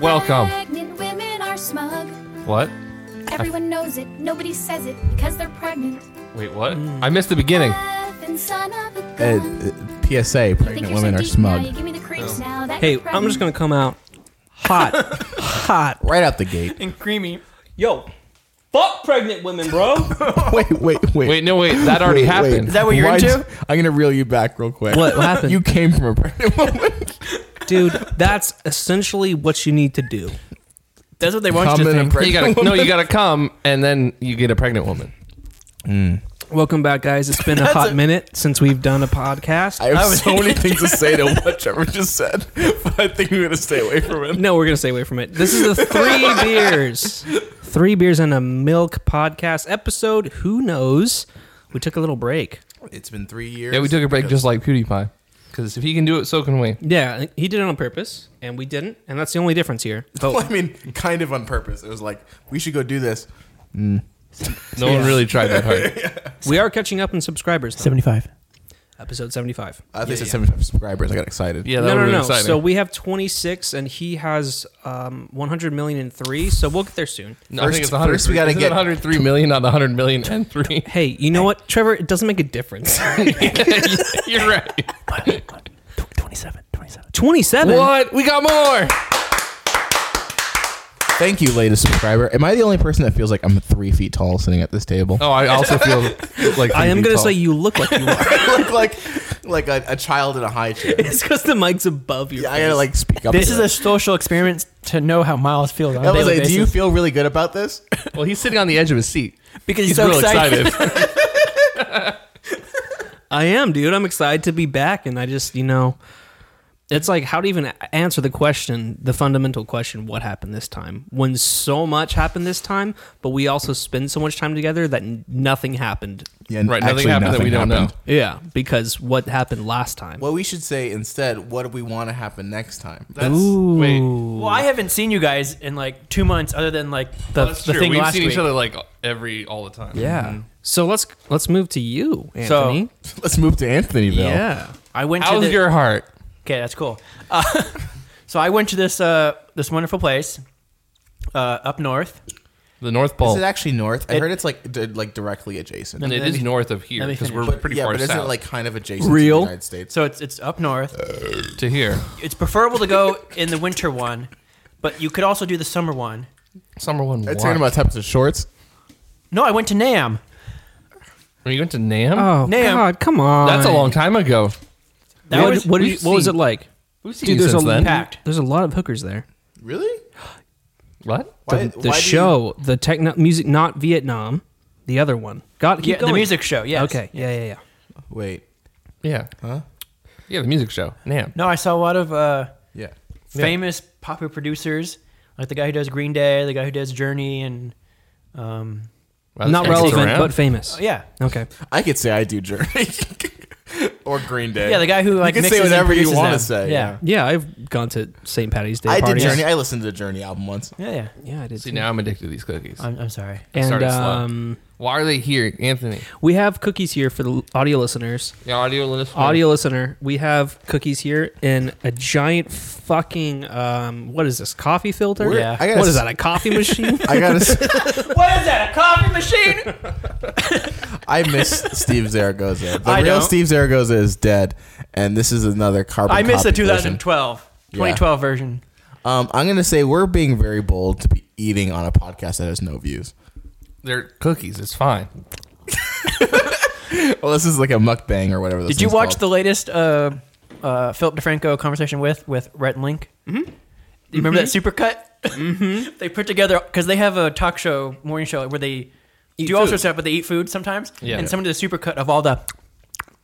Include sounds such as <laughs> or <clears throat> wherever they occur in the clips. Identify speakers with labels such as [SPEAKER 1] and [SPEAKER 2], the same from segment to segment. [SPEAKER 1] Welcome.
[SPEAKER 2] Pregnant women are smug.
[SPEAKER 1] What?
[SPEAKER 2] Everyone knows it. Nobody says it because they're pregnant.
[SPEAKER 1] Wait, what? I missed the beginning.
[SPEAKER 2] Effing son of a
[SPEAKER 3] Uh,
[SPEAKER 2] gun. You
[SPEAKER 3] uh, PSA:
[SPEAKER 2] think
[SPEAKER 3] Pregnant
[SPEAKER 2] you're
[SPEAKER 3] women
[SPEAKER 2] so
[SPEAKER 3] are
[SPEAKER 2] deep Now. You
[SPEAKER 3] smug.
[SPEAKER 2] give me the creeps now. That
[SPEAKER 4] Hey,
[SPEAKER 2] you're
[SPEAKER 4] I'm just gonna
[SPEAKER 2] pregnant.
[SPEAKER 4] come out hot, hot.
[SPEAKER 3] Right out the gate.
[SPEAKER 4] and creamy. Yo, fuck pregnant women, bro.
[SPEAKER 3] <laughs> Wait, wait, wait.
[SPEAKER 1] Wait, no, wait. That already
[SPEAKER 3] Wait,
[SPEAKER 1] happened.
[SPEAKER 3] wait.
[SPEAKER 5] that what you're
[SPEAKER 3] Why'd
[SPEAKER 5] into?
[SPEAKER 3] you- I'm gonna reel you back real quick. <laughs>
[SPEAKER 4] What- what happened?
[SPEAKER 3] You came from a pregnant woman. <laughs>
[SPEAKER 4] Dude, that's essentially what you need to do.
[SPEAKER 5] That's what they want you to
[SPEAKER 3] Comment
[SPEAKER 5] think.
[SPEAKER 3] and
[SPEAKER 1] You gotta, no, you gotta come, and then you get a pregnant woman.
[SPEAKER 4] Welcome back, guys. It's been a
[SPEAKER 5] That's
[SPEAKER 4] hot
[SPEAKER 5] a-
[SPEAKER 4] minute since we've done a podcast.
[SPEAKER 3] I have
[SPEAKER 5] I was-
[SPEAKER 3] so many things to say to <laughs> what Trevor just said, but I think we're gonna stay away from it.
[SPEAKER 4] no, we're gonna stay away from it. This is the three
[SPEAKER 3] <laughs>
[SPEAKER 4] beers, three beers and a milk podcast episode. Who knows? We took a little break.
[SPEAKER 3] It's been three years.
[SPEAKER 1] Yeah, we took a break just like PewDiePie. Because if he can do it, so can we.
[SPEAKER 4] Yeah, he did it on purpose, and we didn't, and that's the only difference here.
[SPEAKER 3] <laughs> Well,
[SPEAKER 4] But
[SPEAKER 3] I mean, kind of on purpose. It was like we should go do this.
[SPEAKER 1] No one really tried that
[SPEAKER 3] <laughs>
[SPEAKER 1] hard.
[SPEAKER 4] we are catching up in subscribers. Though.
[SPEAKER 5] 75.
[SPEAKER 4] Episode seventy-five.
[SPEAKER 3] I think it's seventy-five subscribers. I got excited.
[SPEAKER 1] Yeah, that
[SPEAKER 4] no,
[SPEAKER 1] would
[SPEAKER 4] no,
[SPEAKER 1] be
[SPEAKER 4] no.
[SPEAKER 1] exciting.
[SPEAKER 4] So we have 26, and he has um, 100 million and three. So we'll get there soon.
[SPEAKER 1] No, I think it's
[SPEAKER 3] First- first we gotta
[SPEAKER 1] isn't
[SPEAKER 3] get-
[SPEAKER 1] it 103 million, not 100 million and <laughs> three.
[SPEAKER 4] Hey, you know what, Trevor? It doesn't make a difference. <laughs>
[SPEAKER 1] You're right.
[SPEAKER 5] 27. 27.
[SPEAKER 4] 27.
[SPEAKER 1] What? We got more.
[SPEAKER 3] Thank you, latest subscriber. Am I the only person that feels like I'm three feet tall sitting at this table?
[SPEAKER 1] Oh, I also feel like
[SPEAKER 4] I am
[SPEAKER 1] three
[SPEAKER 4] gonna
[SPEAKER 1] tall.
[SPEAKER 4] say you look like you are.
[SPEAKER 3] look <laughs> like like a, a child in a high chair.
[SPEAKER 4] <laughs> it's because the mic's above your.
[SPEAKER 3] I gotta like speak up.
[SPEAKER 5] <laughs> This
[SPEAKER 3] to
[SPEAKER 5] is
[SPEAKER 3] it.
[SPEAKER 5] a social experiment to know how Miles feels on a
[SPEAKER 3] That was
[SPEAKER 5] daily
[SPEAKER 3] like, do you
[SPEAKER 5] basis.
[SPEAKER 3] feel really good about <laughs> this?
[SPEAKER 1] Well, he's sitting on the edge of his seat.
[SPEAKER 5] because
[SPEAKER 1] He's
[SPEAKER 5] he's so
[SPEAKER 1] real
[SPEAKER 3] <laughs>
[SPEAKER 5] excited.
[SPEAKER 1] excited.
[SPEAKER 4] <laughs> I am, dude. I'm excited to be back, and I just, you know, it's like how to even a- answer the question, the fundamental question: What happened this time? When so much happened this time, but we also spend so much time together that n- nothing happened.
[SPEAKER 3] Yeah,
[SPEAKER 1] right. Nothing happened that we don't know.
[SPEAKER 4] Yeah, because what happened last time?
[SPEAKER 3] What we should say instead, what do we want to happen next time?
[SPEAKER 1] That's, wait.
[SPEAKER 5] Well, I haven't seen you guys in like two months, other than like the,
[SPEAKER 1] That's
[SPEAKER 5] the
[SPEAKER 1] true.
[SPEAKER 5] thing
[SPEAKER 1] We've
[SPEAKER 5] last
[SPEAKER 1] seen
[SPEAKER 5] week.
[SPEAKER 1] each other like every all the time.
[SPEAKER 5] Yeah.
[SPEAKER 4] Mm-hmm. So let's let's move to you,
[SPEAKER 5] So-
[SPEAKER 4] Anthony.
[SPEAKER 3] <laughs> Let's move to Anthonyville.
[SPEAKER 4] yeah.
[SPEAKER 5] I went to
[SPEAKER 1] How's
[SPEAKER 5] the,
[SPEAKER 1] your heart?
[SPEAKER 5] Okay, that's cool. <laughs> Uh, so I went to this uh, this wonderful place uh, up north.
[SPEAKER 1] The North
[SPEAKER 3] Is
[SPEAKER 1] Pole.
[SPEAKER 3] it actually north? I
[SPEAKER 5] It-
[SPEAKER 3] heard it's like d- like directly adjacent.
[SPEAKER 1] And it
[SPEAKER 5] Let
[SPEAKER 1] is
[SPEAKER 5] me-
[SPEAKER 1] north of here
[SPEAKER 5] let me
[SPEAKER 1] because we're
[SPEAKER 5] finish.
[SPEAKER 3] but
[SPEAKER 1] pretty
[SPEAKER 3] yeah,
[SPEAKER 1] far
[SPEAKER 3] but
[SPEAKER 1] south
[SPEAKER 3] isn't it like kind of adjacent
[SPEAKER 4] Real?
[SPEAKER 3] to the United States?
[SPEAKER 5] So it's it's up north.
[SPEAKER 1] to here.
[SPEAKER 5] It's preferable to go in the winter one, but you could also do the summer one.
[SPEAKER 1] Summer one.
[SPEAKER 3] Are you talking about types of shorts.
[SPEAKER 5] No, I went to Nam.
[SPEAKER 1] Are you going to Nam?
[SPEAKER 4] Oh
[SPEAKER 5] Nam.
[SPEAKER 4] God, come on.
[SPEAKER 1] That's a long time ago.
[SPEAKER 5] That
[SPEAKER 4] what,
[SPEAKER 5] was
[SPEAKER 4] what, did
[SPEAKER 1] we've
[SPEAKER 4] you- what was
[SPEAKER 1] seen-
[SPEAKER 4] it like?
[SPEAKER 1] We've seen
[SPEAKER 4] Dude,
[SPEAKER 1] you
[SPEAKER 4] there's a
[SPEAKER 1] since then.
[SPEAKER 5] packed.
[SPEAKER 4] there's a lot of hookers there.
[SPEAKER 3] Really?
[SPEAKER 1] What?
[SPEAKER 3] Why-
[SPEAKER 4] the the
[SPEAKER 3] why do you-
[SPEAKER 4] show, the techno music, not Vietnam, the other one. Got keep
[SPEAKER 5] yeah, the
[SPEAKER 4] going.
[SPEAKER 5] music show. Yes.
[SPEAKER 4] Okay, yeah, yeah, yeah.
[SPEAKER 3] Wait.
[SPEAKER 1] Yeah.
[SPEAKER 3] Huh?
[SPEAKER 1] Yeah, the music show. Nam.
[SPEAKER 5] No, I saw a lot of uh,
[SPEAKER 3] Yeah.
[SPEAKER 5] famous popular producers, like the guy who does Green Day, the guy who does Journey, and um,
[SPEAKER 1] Wow, this
[SPEAKER 4] not
[SPEAKER 1] guy's
[SPEAKER 4] relevant,
[SPEAKER 1] around.
[SPEAKER 4] but famous.
[SPEAKER 5] oh, yeah,
[SPEAKER 4] Okay.
[SPEAKER 3] I could say I do Journey <laughs> or Green Day.
[SPEAKER 5] yeah, the guy who like
[SPEAKER 3] you can
[SPEAKER 5] mixes
[SPEAKER 3] say
[SPEAKER 5] and
[SPEAKER 3] whatever you
[SPEAKER 5] produces
[SPEAKER 3] want to
[SPEAKER 5] them.
[SPEAKER 3] say.
[SPEAKER 5] Yeah.
[SPEAKER 4] Yeah, I've gone to St. Patty's Day
[SPEAKER 3] I did
[SPEAKER 4] parties.
[SPEAKER 3] Journey. I listened to the Journey album once.
[SPEAKER 5] yeah, yeah.
[SPEAKER 4] Yeah, I did.
[SPEAKER 1] See,
[SPEAKER 4] too.
[SPEAKER 1] now I'm addicted to these cookies.
[SPEAKER 5] I'm, I'm sorry.
[SPEAKER 4] and
[SPEAKER 1] started slow.
[SPEAKER 4] um,
[SPEAKER 1] Why are they here, Anthony?
[SPEAKER 4] we have cookies here for the audio listeners.
[SPEAKER 1] The audio listener.
[SPEAKER 4] audio listener, we have cookies here in a giant fucking um, what is this coffee filter?
[SPEAKER 5] We're- Yeah. I
[SPEAKER 3] gotta
[SPEAKER 4] What is
[SPEAKER 3] s-
[SPEAKER 4] that? A coffee
[SPEAKER 3] <laughs>
[SPEAKER 4] machine?
[SPEAKER 3] I gotta. s-
[SPEAKER 5] what is that? A coffee machine?
[SPEAKER 3] <laughs> I
[SPEAKER 5] <laughs>
[SPEAKER 3] miss Steve Zaragoza. The
[SPEAKER 5] I
[SPEAKER 3] real
[SPEAKER 5] don't.
[SPEAKER 3] Steve Zaragoza is dead, and this is another carbon.
[SPEAKER 5] I missed the
[SPEAKER 3] copy version.
[SPEAKER 5] 2012, 2012 version.
[SPEAKER 3] Um, I'm gonna say we're being very bold to be eating on a podcast that has no views.
[SPEAKER 1] They're cookies. It's fine.
[SPEAKER 4] <laughs>
[SPEAKER 3] Well, this is like a mukbang or whatever. This
[SPEAKER 5] Did you watch the latest uh, uh, Philip DeFranco conversation with with Rhett and Link? Mm-hmm. Do you remember that supercut? Mm-hmm. <laughs> they put together because they have a talk show, morning show, where they do all
[SPEAKER 4] food.
[SPEAKER 5] sorts of stuff, but they eat food sometimes.
[SPEAKER 1] Yeah.
[SPEAKER 5] And someone did a supercut of all the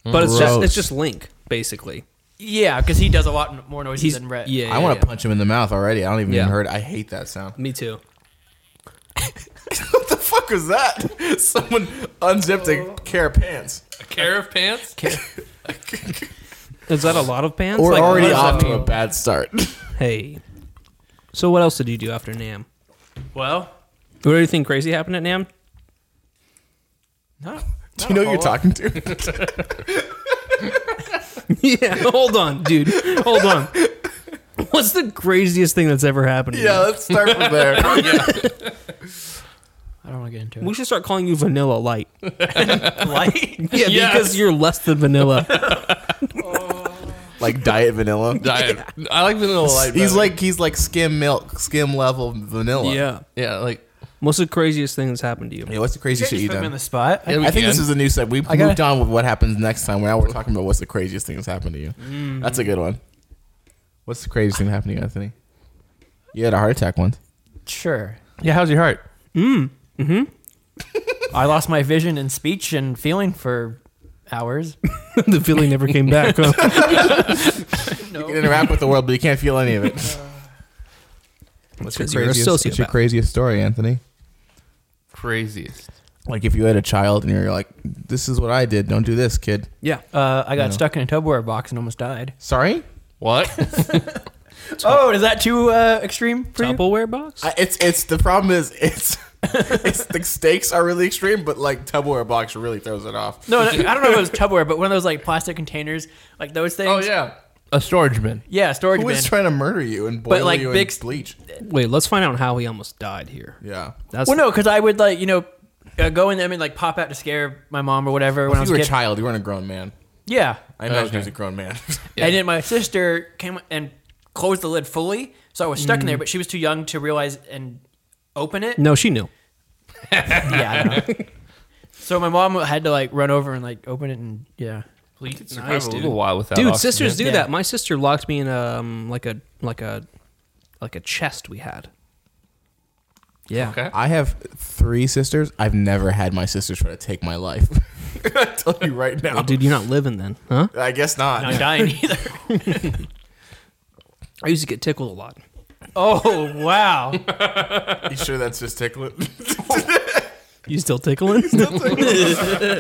[SPEAKER 4] but it's just
[SPEAKER 3] Gross.
[SPEAKER 4] it's just Link basically.
[SPEAKER 5] yeah, because he does a lot more noises
[SPEAKER 4] He's
[SPEAKER 5] than Rhett.
[SPEAKER 4] yeah.
[SPEAKER 3] I
[SPEAKER 4] yeah,
[SPEAKER 3] want
[SPEAKER 4] yeah.
[SPEAKER 3] to punch him in the mouth already. I don't even
[SPEAKER 4] Yeah.
[SPEAKER 3] heard. I hate that sound. <laughs>
[SPEAKER 4] Me too.
[SPEAKER 3] what the fuck was that? <laughs> Someone unzipped a pair of pants.
[SPEAKER 1] A care of pants?
[SPEAKER 4] Is that a lot of pants?
[SPEAKER 3] We're
[SPEAKER 4] Like,
[SPEAKER 3] already
[SPEAKER 4] what does that
[SPEAKER 3] off to a
[SPEAKER 4] mean?
[SPEAKER 3] bad
[SPEAKER 5] <laughs>
[SPEAKER 3] start.
[SPEAKER 4] Hey. So what else did you do after Nam?
[SPEAKER 5] Well,
[SPEAKER 4] What do you think crazy happened at <laughs> Nam?
[SPEAKER 5] no.
[SPEAKER 3] Do you know who you're talking to?
[SPEAKER 5] <laughs>
[SPEAKER 4] yeah. Hold on, dude. Hold on. <laughs> What's the craziest thing that's ever happened? to you?
[SPEAKER 3] Yeah, let's start from
[SPEAKER 5] <laughs>
[SPEAKER 3] there.
[SPEAKER 5] I don't want to get into
[SPEAKER 4] We should start calling you Vanilla <laughs> Light.
[SPEAKER 5] it. Light?
[SPEAKER 4] Yeah,
[SPEAKER 1] Yes.
[SPEAKER 4] because you're less than <laughs> vanilla.
[SPEAKER 3] like diet vanilla.
[SPEAKER 1] Diet. I like vanilla light.
[SPEAKER 3] He's
[SPEAKER 1] better.
[SPEAKER 3] like he's like skim milk, skim level vanilla.
[SPEAKER 1] yeah, like
[SPEAKER 4] What's the craziest thing that's happened to you?
[SPEAKER 3] Hey, what's the crazy shit you
[SPEAKER 5] put him in
[SPEAKER 3] done?
[SPEAKER 5] the spot.
[SPEAKER 1] Yeah, we
[SPEAKER 3] I think
[SPEAKER 1] can.
[SPEAKER 3] this is a new set. We
[SPEAKER 5] I gotta-
[SPEAKER 3] moved on with what happens next time. Now we're talking about what's the craziest thing that's happened to you. That's a good one. What's the craziest thing that happened to you, Anthony? You had a heart attack once.
[SPEAKER 5] Sure.
[SPEAKER 3] Yeah, how's your heart?
[SPEAKER 5] I lost my vision and speech and feeling for hours.
[SPEAKER 4] <laughs> the feeling never came back.
[SPEAKER 3] <laughs>
[SPEAKER 4] huh? <laughs>
[SPEAKER 3] You can interact with the world, but you can't feel any of it. What's your
[SPEAKER 4] 'Cause you're a
[SPEAKER 3] craziest, what's your
[SPEAKER 4] sociopath.
[SPEAKER 3] craziest story, Anthony?
[SPEAKER 1] craziest.
[SPEAKER 3] Like if you had a child and you're like, "This is what I did. Don't do this, kid."
[SPEAKER 4] yeah.
[SPEAKER 5] Uh, I got
[SPEAKER 3] No.
[SPEAKER 5] stuck in a Tupperware box and almost died.
[SPEAKER 3] Sorry,
[SPEAKER 1] What?
[SPEAKER 4] <laughs>
[SPEAKER 5] Oh, is that too uh, extreme for you?
[SPEAKER 4] Tupperware box?
[SPEAKER 3] I, it's it's the problem is it's, <laughs> it's the stakes are really extreme, but like Tupperware box really throws it off.
[SPEAKER 5] No, no, I don't know if
[SPEAKER 3] <laughs>
[SPEAKER 5] it was Tupperware, but one of those like plastic containers, like those things.
[SPEAKER 1] oh yeah, a storage bin.
[SPEAKER 5] Yeah, storage
[SPEAKER 3] Who
[SPEAKER 5] bin.
[SPEAKER 3] is trying to murder you and boil
[SPEAKER 5] But, like,
[SPEAKER 3] you
[SPEAKER 5] big-
[SPEAKER 3] in bleach?
[SPEAKER 4] Wait, let's find out how he almost died here.
[SPEAKER 3] Yeah,
[SPEAKER 4] That's
[SPEAKER 5] well, no, because I would like you know uh, go in them and like pop out to scare my mom or whatever when I
[SPEAKER 3] if
[SPEAKER 5] was
[SPEAKER 3] Oh, you were
[SPEAKER 5] a
[SPEAKER 3] a
[SPEAKER 5] kid.
[SPEAKER 3] child, you weren't a grown man.
[SPEAKER 5] yeah,
[SPEAKER 3] I imagine
[SPEAKER 1] Okay.
[SPEAKER 3] he was a grown man.
[SPEAKER 5] and then my sister came and closed the lid fully, so I was stuck in there, but she was too young to realize and open it.
[SPEAKER 4] No, she knew.
[SPEAKER 5] Yeah. I know. so my mom had to like run over and like open it and yeah.
[SPEAKER 1] Well, you could survive
[SPEAKER 4] Nice,
[SPEAKER 1] a
[SPEAKER 4] dude.
[SPEAKER 1] little while without.
[SPEAKER 4] Dude,
[SPEAKER 1] oxygen.
[SPEAKER 4] sisters do
[SPEAKER 5] Yeah.
[SPEAKER 4] that. My sister locked me in a um, like a like a like a chest we had. Yeah.
[SPEAKER 1] Okay.
[SPEAKER 3] <laughs> I have three sisters. I've never had my sisters try to take my life. <laughs> I tell you right now,
[SPEAKER 4] Well, dude, you're not living then, huh?
[SPEAKER 3] I guess not.
[SPEAKER 5] Not dying either.
[SPEAKER 4] I used to get tickled a lot.
[SPEAKER 5] Oh wow.
[SPEAKER 3] <laughs> You sure that's just tickling?
[SPEAKER 1] <laughs>
[SPEAKER 4] You still tickling?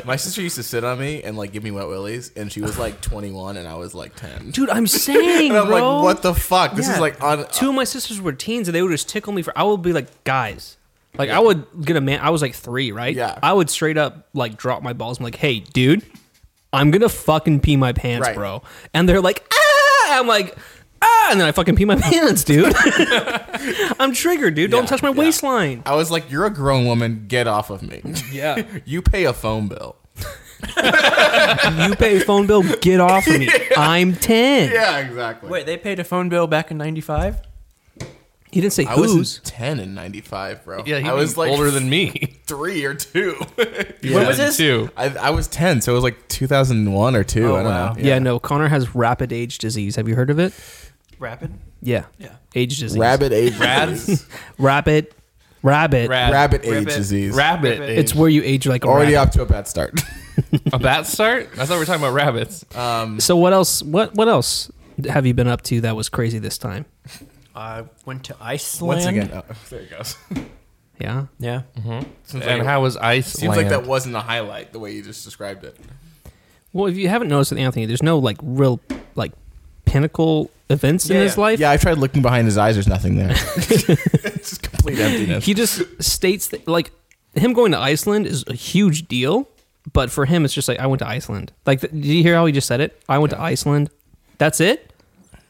[SPEAKER 3] my sister used to sit on me and like give me wet willies, and she was like 21 and I was like
[SPEAKER 1] <laughs>
[SPEAKER 3] 10.
[SPEAKER 4] <laughs>
[SPEAKER 3] <laughs>
[SPEAKER 4] dude, I'm saying,
[SPEAKER 3] and I'm
[SPEAKER 4] bro.
[SPEAKER 3] like, what the fuck? This
[SPEAKER 4] Yeah.
[SPEAKER 3] is like on.
[SPEAKER 4] Two of my sisters were teens, and they would just tickle me for. I would be like, guys, like I would get a man. I was like three, right?
[SPEAKER 3] Yeah.
[SPEAKER 4] I would straight up like drop my balls. I'm like, hey, dude, I'm gonna fucking pee my pants,
[SPEAKER 3] Right.
[SPEAKER 4] bro. And they're like, ah. I'm like, ah, and then I fucking pee my <laughs> pants, dude. I'm triggered, dude. Don't
[SPEAKER 3] Yeah,
[SPEAKER 4] touch my
[SPEAKER 3] yeah.
[SPEAKER 4] waistline.
[SPEAKER 3] <laughs> I was like, "You're a grown woman. Get off of me.
[SPEAKER 4] Yeah.
[SPEAKER 3] you pay a phone bill."
[SPEAKER 4] you pay phone bill. Get
[SPEAKER 3] <laughs>
[SPEAKER 4] off of me. I'm ten.
[SPEAKER 3] Yeah, exactly.
[SPEAKER 5] Wait, they paid a phone bill back in '95.
[SPEAKER 4] He didn't say
[SPEAKER 3] I was
[SPEAKER 4] who's.
[SPEAKER 3] ten in '95, bro.
[SPEAKER 1] Yeah, he
[SPEAKER 3] I was like
[SPEAKER 1] older than
[SPEAKER 4] <laughs>
[SPEAKER 1] me.
[SPEAKER 3] three or two. <laughs>
[SPEAKER 5] When was this?
[SPEAKER 1] Two.
[SPEAKER 3] I, I was ten, so it was like 2001 or two. I don't
[SPEAKER 5] wow.
[SPEAKER 3] know.
[SPEAKER 4] Yeah. no. Connor has rapid age disease. Have you heard of it?
[SPEAKER 5] Rapid.
[SPEAKER 4] Yeah.
[SPEAKER 5] Yeah.
[SPEAKER 4] Age disease.
[SPEAKER 3] Rabbit age
[SPEAKER 1] Rad?
[SPEAKER 4] <laughs>
[SPEAKER 3] disease.
[SPEAKER 4] Rabbit. Rabbit.
[SPEAKER 3] Rabbit age
[SPEAKER 5] Rabbit.
[SPEAKER 3] disease.
[SPEAKER 1] Rabbit.
[SPEAKER 5] Rabbit.
[SPEAKER 1] It's
[SPEAKER 4] It's where you age like a
[SPEAKER 3] Already
[SPEAKER 4] rabbit.
[SPEAKER 3] off to a bad start.
[SPEAKER 1] a bat start. I thought we were talking about rabbits.
[SPEAKER 4] So what else? What what else have you been up to that was crazy this time?
[SPEAKER 5] I went to Iceland.
[SPEAKER 3] Once again, oh, there it goes. <laughs>
[SPEAKER 4] Yeah.
[SPEAKER 5] Yeah.
[SPEAKER 3] Seems
[SPEAKER 1] and
[SPEAKER 3] like-
[SPEAKER 1] how was Iceland?
[SPEAKER 3] Seems like that wasn't a highlight the way you just described it.
[SPEAKER 4] Well, if you haven't noticed with Anthony, there's no like real like pinnacle events in
[SPEAKER 5] Yeah,
[SPEAKER 4] his
[SPEAKER 5] yeah.
[SPEAKER 4] life.
[SPEAKER 3] Yeah, I tried looking behind his eyes. There's nothing there. it's just complete emptiness.
[SPEAKER 4] He just states that like him going to Iceland is a huge deal, but for him it's just like I went to Iceland. Like th- did you hear how he just said it? I went to Iceland. That's it?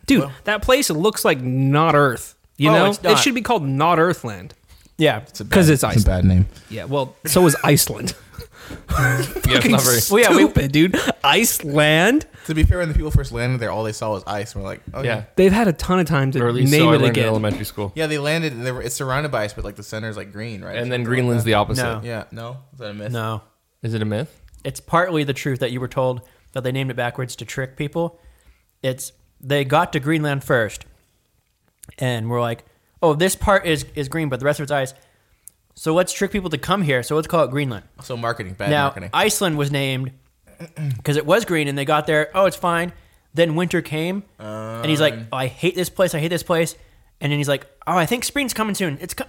[SPEAKER 4] Dude, that place looks like not Earth. You
[SPEAKER 5] Oh,
[SPEAKER 4] know?
[SPEAKER 5] it's not.
[SPEAKER 4] It should be called not Earthland.
[SPEAKER 5] Yeah.
[SPEAKER 3] a bad-
[SPEAKER 4] 'Cause it's Iceland.
[SPEAKER 3] a bad name.
[SPEAKER 4] Yeah, well, so is Iceland.
[SPEAKER 1] Yeah, it's not very.
[SPEAKER 4] well, yeah, stupid, dude. Iceland.
[SPEAKER 3] To be fair, when the people first landed there, all they saw was ice. And we're like, oh yeah,
[SPEAKER 1] Yeah.
[SPEAKER 3] yeah,
[SPEAKER 4] They've had a ton of time to
[SPEAKER 1] Or at least
[SPEAKER 4] name
[SPEAKER 1] so I
[SPEAKER 4] it
[SPEAKER 1] learned in
[SPEAKER 4] again.
[SPEAKER 1] elementary school.
[SPEAKER 3] they landed. And they were, it's surrounded by ice, but like the center is like green, right?
[SPEAKER 1] And then Greenland's the opposite.
[SPEAKER 5] No.
[SPEAKER 3] Yeah, no, is that a myth?
[SPEAKER 5] No.
[SPEAKER 1] Is it a myth?
[SPEAKER 5] It's partly the truth that you were told that they named it backwards to trick people. It's they got to Greenland first, and we're like, oh, this part is is green, but the rest of it's ice. So let's trick people to come here. So let's call it Greenland.
[SPEAKER 3] So marketing, bad
[SPEAKER 5] now
[SPEAKER 3] marketing.
[SPEAKER 5] Iceland was named because it was green, and they got there. Oh, it's fine. Then winter came, and he's like, oh, I hate this place. I hate this place. And then he's like, oh, I think spring's coming soon. It's co-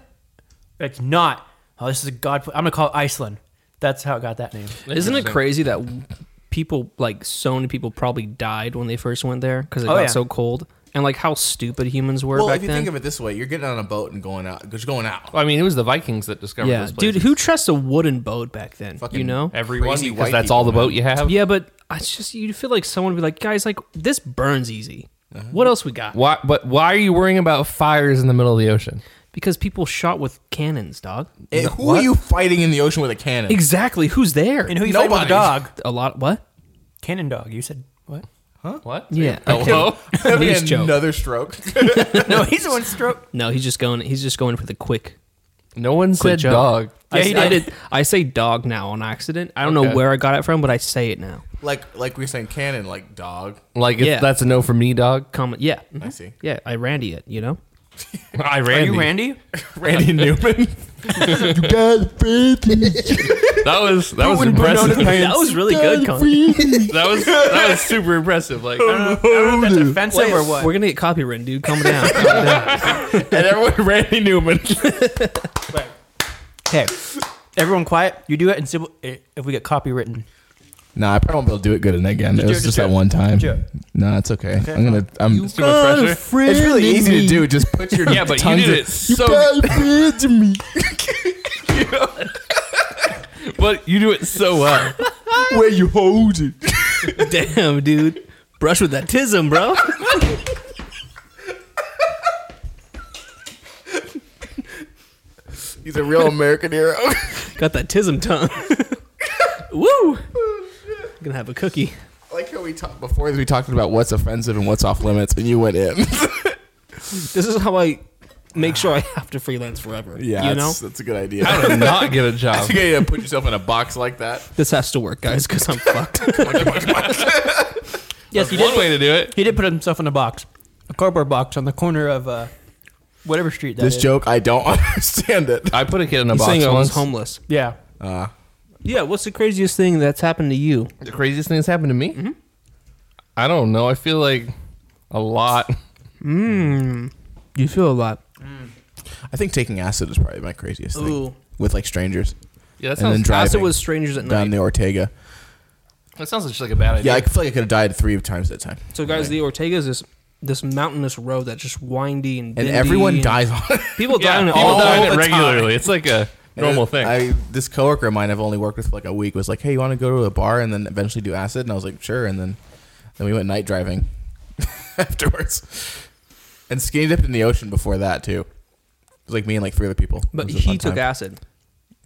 [SPEAKER 5] it's not. Oh, this is a god. pla- I'm gonna call it Iceland. That's how it got that name.
[SPEAKER 4] Isn't it crazy that people, like so many people, probably died when they first went there because it
[SPEAKER 5] Oh,
[SPEAKER 4] got
[SPEAKER 5] yeah.
[SPEAKER 4] so cold? And like how stupid humans were
[SPEAKER 3] well,
[SPEAKER 4] back
[SPEAKER 3] if you
[SPEAKER 4] then.
[SPEAKER 3] think of it this way, you're getting on a boat and going out. Just going out.
[SPEAKER 1] Well, I mean, it was the Vikings that discovered
[SPEAKER 4] yeah,
[SPEAKER 1] this place.
[SPEAKER 4] dude, who trusts a wooden boat back then? you know.
[SPEAKER 1] Everyone,
[SPEAKER 3] Crazy
[SPEAKER 1] because
[SPEAKER 3] white
[SPEAKER 1] that's all the
[SPEAKER 3] people,
[SPEAKER 1] boat you have.
[SPEAKER 4] yeah, but it's just you feel like someone would be like, guys, like this burns easy. What else we got?
[SPEAKER 1] Why? But why are you worrying about fires in the middle of the ocean?
[SPEAKER 4] Because people shot with cannons, dog.
[SPEAKER 3] Eh, who are you fighting in the ocean with a cannon? <laughs>
[SPEAKER 4] Exactly. Who's there?
[SPEAKER 5] And who you fighting with a
[SPEAKER 3] Nobody.
[SPEAKER 5] dog?
[SPEAKER 4] a lot. What?
[SPEAKER 5] Cannon dog. You said what?
[SPEAKER 1] What?
[SPEAKER 4] Yeah.
[SPEAKER 1] <laughs> Hello.
[SPEAKER 4] <laughs>
[SPEAKER 3] Having
[SPEAKER 4] Knees joke.
[SPEAKER 3] another stroke. <laughs>
[SPEAKER 5] No, he's the one stroke.
[SPEAKER 4] No, he's just going. He's just going for the quick.
[SPEAKER 1] no one said
[SPEAKER 4] Good job.
[SPEAKER 1] dog.
[SPEAKER 4] I,
[SPEAKER 5] Yeah, he
[SPEAKER 4] s- I
[SPEAKER 5] did.
[SPEAKER 4] did. I say dog now on accident. I don't
[SPEAKER 1] Okay.
[SPEAKER 4] know where I got it from, but I say it now.
[SPEAKER 3] like like we were saying cannon, like dog.
[SPEAKER 1] Like it's
[SPEAKER 4] Yeah.
[SPEAKER 1] that's a no for me, dog.
[SPEAKER 4] Comment. Yeah. Mm-hmm.
[SPEAKER 3] I see.
[SPEAKER 4] Yeah. I Randy it. You know.
[SPEAKER 1] I ran.
[SPEAKER 5] Are
[SPEAKER 1] <laughs>
[SPEAKER 5] you <laughs> Randy?
[SPEAKER 3] Randy Newman. <laughs> you guys
[SPEAKER 1] <laughs> That was that was
[SPEAKER 3] wouldn't put on
[SPEAKER 4] <laughs>
[SPEAKER 1] impressive.
[SPEAKER 3] his pants?
[SPEAKER 4] That was really good. Colin.
[SPEAKER 1] That was that was super impressive. <laughs> Like I don't know.
[SPEAKER 5] I don't know if that's offensive or what.
[SPEAKER 4] We're gonna get copywritten, dude. Calm down. Calm down.
[SPEAKER 1] and everyone Randy Newman.
[SPEAKER 5] Okay. Everyone quiet. You do it and see what- eh, if we get copywritten.
[SPEAKER 3] Nah, I probably won't be able to do it good in again. it
[SPEAKER 5] do
[SPEAKER 3] was
[SPEAKER 5] it,
[SPEAKER 3] just
[SPEAKER 5] just do
[SPEAKER 3] that
[SPEAKER 5] it.
[SPEAKER 3] one time.
[SPEAKER 5] Do it.
[SPEAKER 3] Nah, it's okay. I'm gonna. I'm.
[SPEAKER 1] Too much pressure.
[SPEAKER 3] It's really easy to do. Just put your
[SPEAKER 1] Yeah, but you
[SPEAKER 3] tongues
[SPEAKER 1] did
[SPEAKER 3] in-
[SPEAKER 1] it so-
[SPEAKER 3] You guys to me.
[SPEAKER 1] But you do it so well.
[SPEAKER 3] Where you hold it?
[SPEAKER 4] <laughs> Damn, dude. Brush with that
[SPEAKER 3] <laughs>
[SPEAKER 4] tism, bro.
[SPEAKER 3] He's a real American <laughs> hero.
[SPEAKER 4] Got that tism
[SPEAKER 3] <laughs>
[SPEAKER 4] tongue. Woo. Gonna have a cookie.
[SPEAKER 3] I like how we talked before. We talked about what's offensive and what's off limits, and you went
[SPEAKER 4] <laughs>
[SPEAKER 3] in.
[SPEAKER 4] This is how I make sure I have to freelance forever.
[SPEAKER 3] yeah,
[SPEAKER 4] You know.
[SPEAKER 3] that's, that's a good idea. <laughs>
[SPEAKER 1] How <laughs> to not get a job?
[SPEAKER 3] you gotta put yourself in a box like that.
[SPEAKER 4] This has to work, guys, because I'm fucked.
[SPEAKER 3] <laughs>
[SPEAKER 5] Yes, he
[SPEAKER 1] One
[SPEAKER 5] did.
[SPEAKER 1] way to do it.
[SPEAKER 5] He did put himself in a box, a cardboard box on the corner of uh, whatever street that
[SPEAKER 3] This
[SPEAKER 5] is.
[SPEAKER 3] joke, I don't <laughs> understand it.
[SPEAKER 1] I put a kid in a
[SPEAKER 4] He's
[SPEAKER 1] box
[SPEAKER 4] saying I was
[SPEAKER 1] once.
[SPEAKER 4] homeless.
[SPEAKER 5] Yeah.
[SPEAKER 4] Yeah, what's the craziest thing that's happened to you?
[SPEAKER 1] The craziest thing that's happened to me.
[SPEAKER 4] Mm-hmm.
[SPEAKER 1] I don't know. I feel like a lot.
[SPEAKER 4] You feel a lot.
[SPEAKER 3] I think taking acid is probably my craziest
[SPEAKER 4] Ooh.
[SPEAKER 3] thing with like strangers
[SPEAKER 1] Yeah, that
[SPEAKER 3] and then
[SPEAKER 1] sounds.
[SPEAKER 3] driving
[SPEAKER 4] Acid was strangers at
[SPEAKER 3] down
[SPEAKER 4] night.
[SPEAKER 3] the Ortega.
[SPEAKER 1] that sounds just like a bad idea.
[SPEAKER 3] Yeah, I feel like I could have died three times that time,
[SPEAKER 4] So, guys, the Ortega is this this mountainous road that's just windy and
[SPEAKER 3] and
[SPEAKER 4] bendy
[SPEAKER 3] everyone
[SPEAKER 4] and-
[SPEAKER 3] dies on
[SPEAKER 4] <laughs>
[SPEAKER 3] it.
[SPEAKER 4] People
[SPEAKER 1] Yeah,
[SPEAKER 4] die on it
[SPEAKER 1] people
[SPEAKER 4] all
[SPEAKER 1] die on
[SPEAKER 4] the
[SPEAKER 1] it
[SPEAKER 4] time.
[SPEAKER 1] regularly. It's like a normal thing.
[SPEAKER 3] I, this coworker of mine I've only worked with for like a week was like, "Hey, you want to go to a bar and then eventually do acid?" And I was like, "Sure." And then, then we went night driving <laughs> afterwards, and skinny dipped in the ocean before that too. It was like me and like three other people.
[SPEAKER 4] But
[SPEAKER 3] It was a
[SPEAKER 4] he
[SPEAKER 3] fun
[SPEAKER 4] took
[SPEAKER 3] time.
[SPEAKER 4] acid,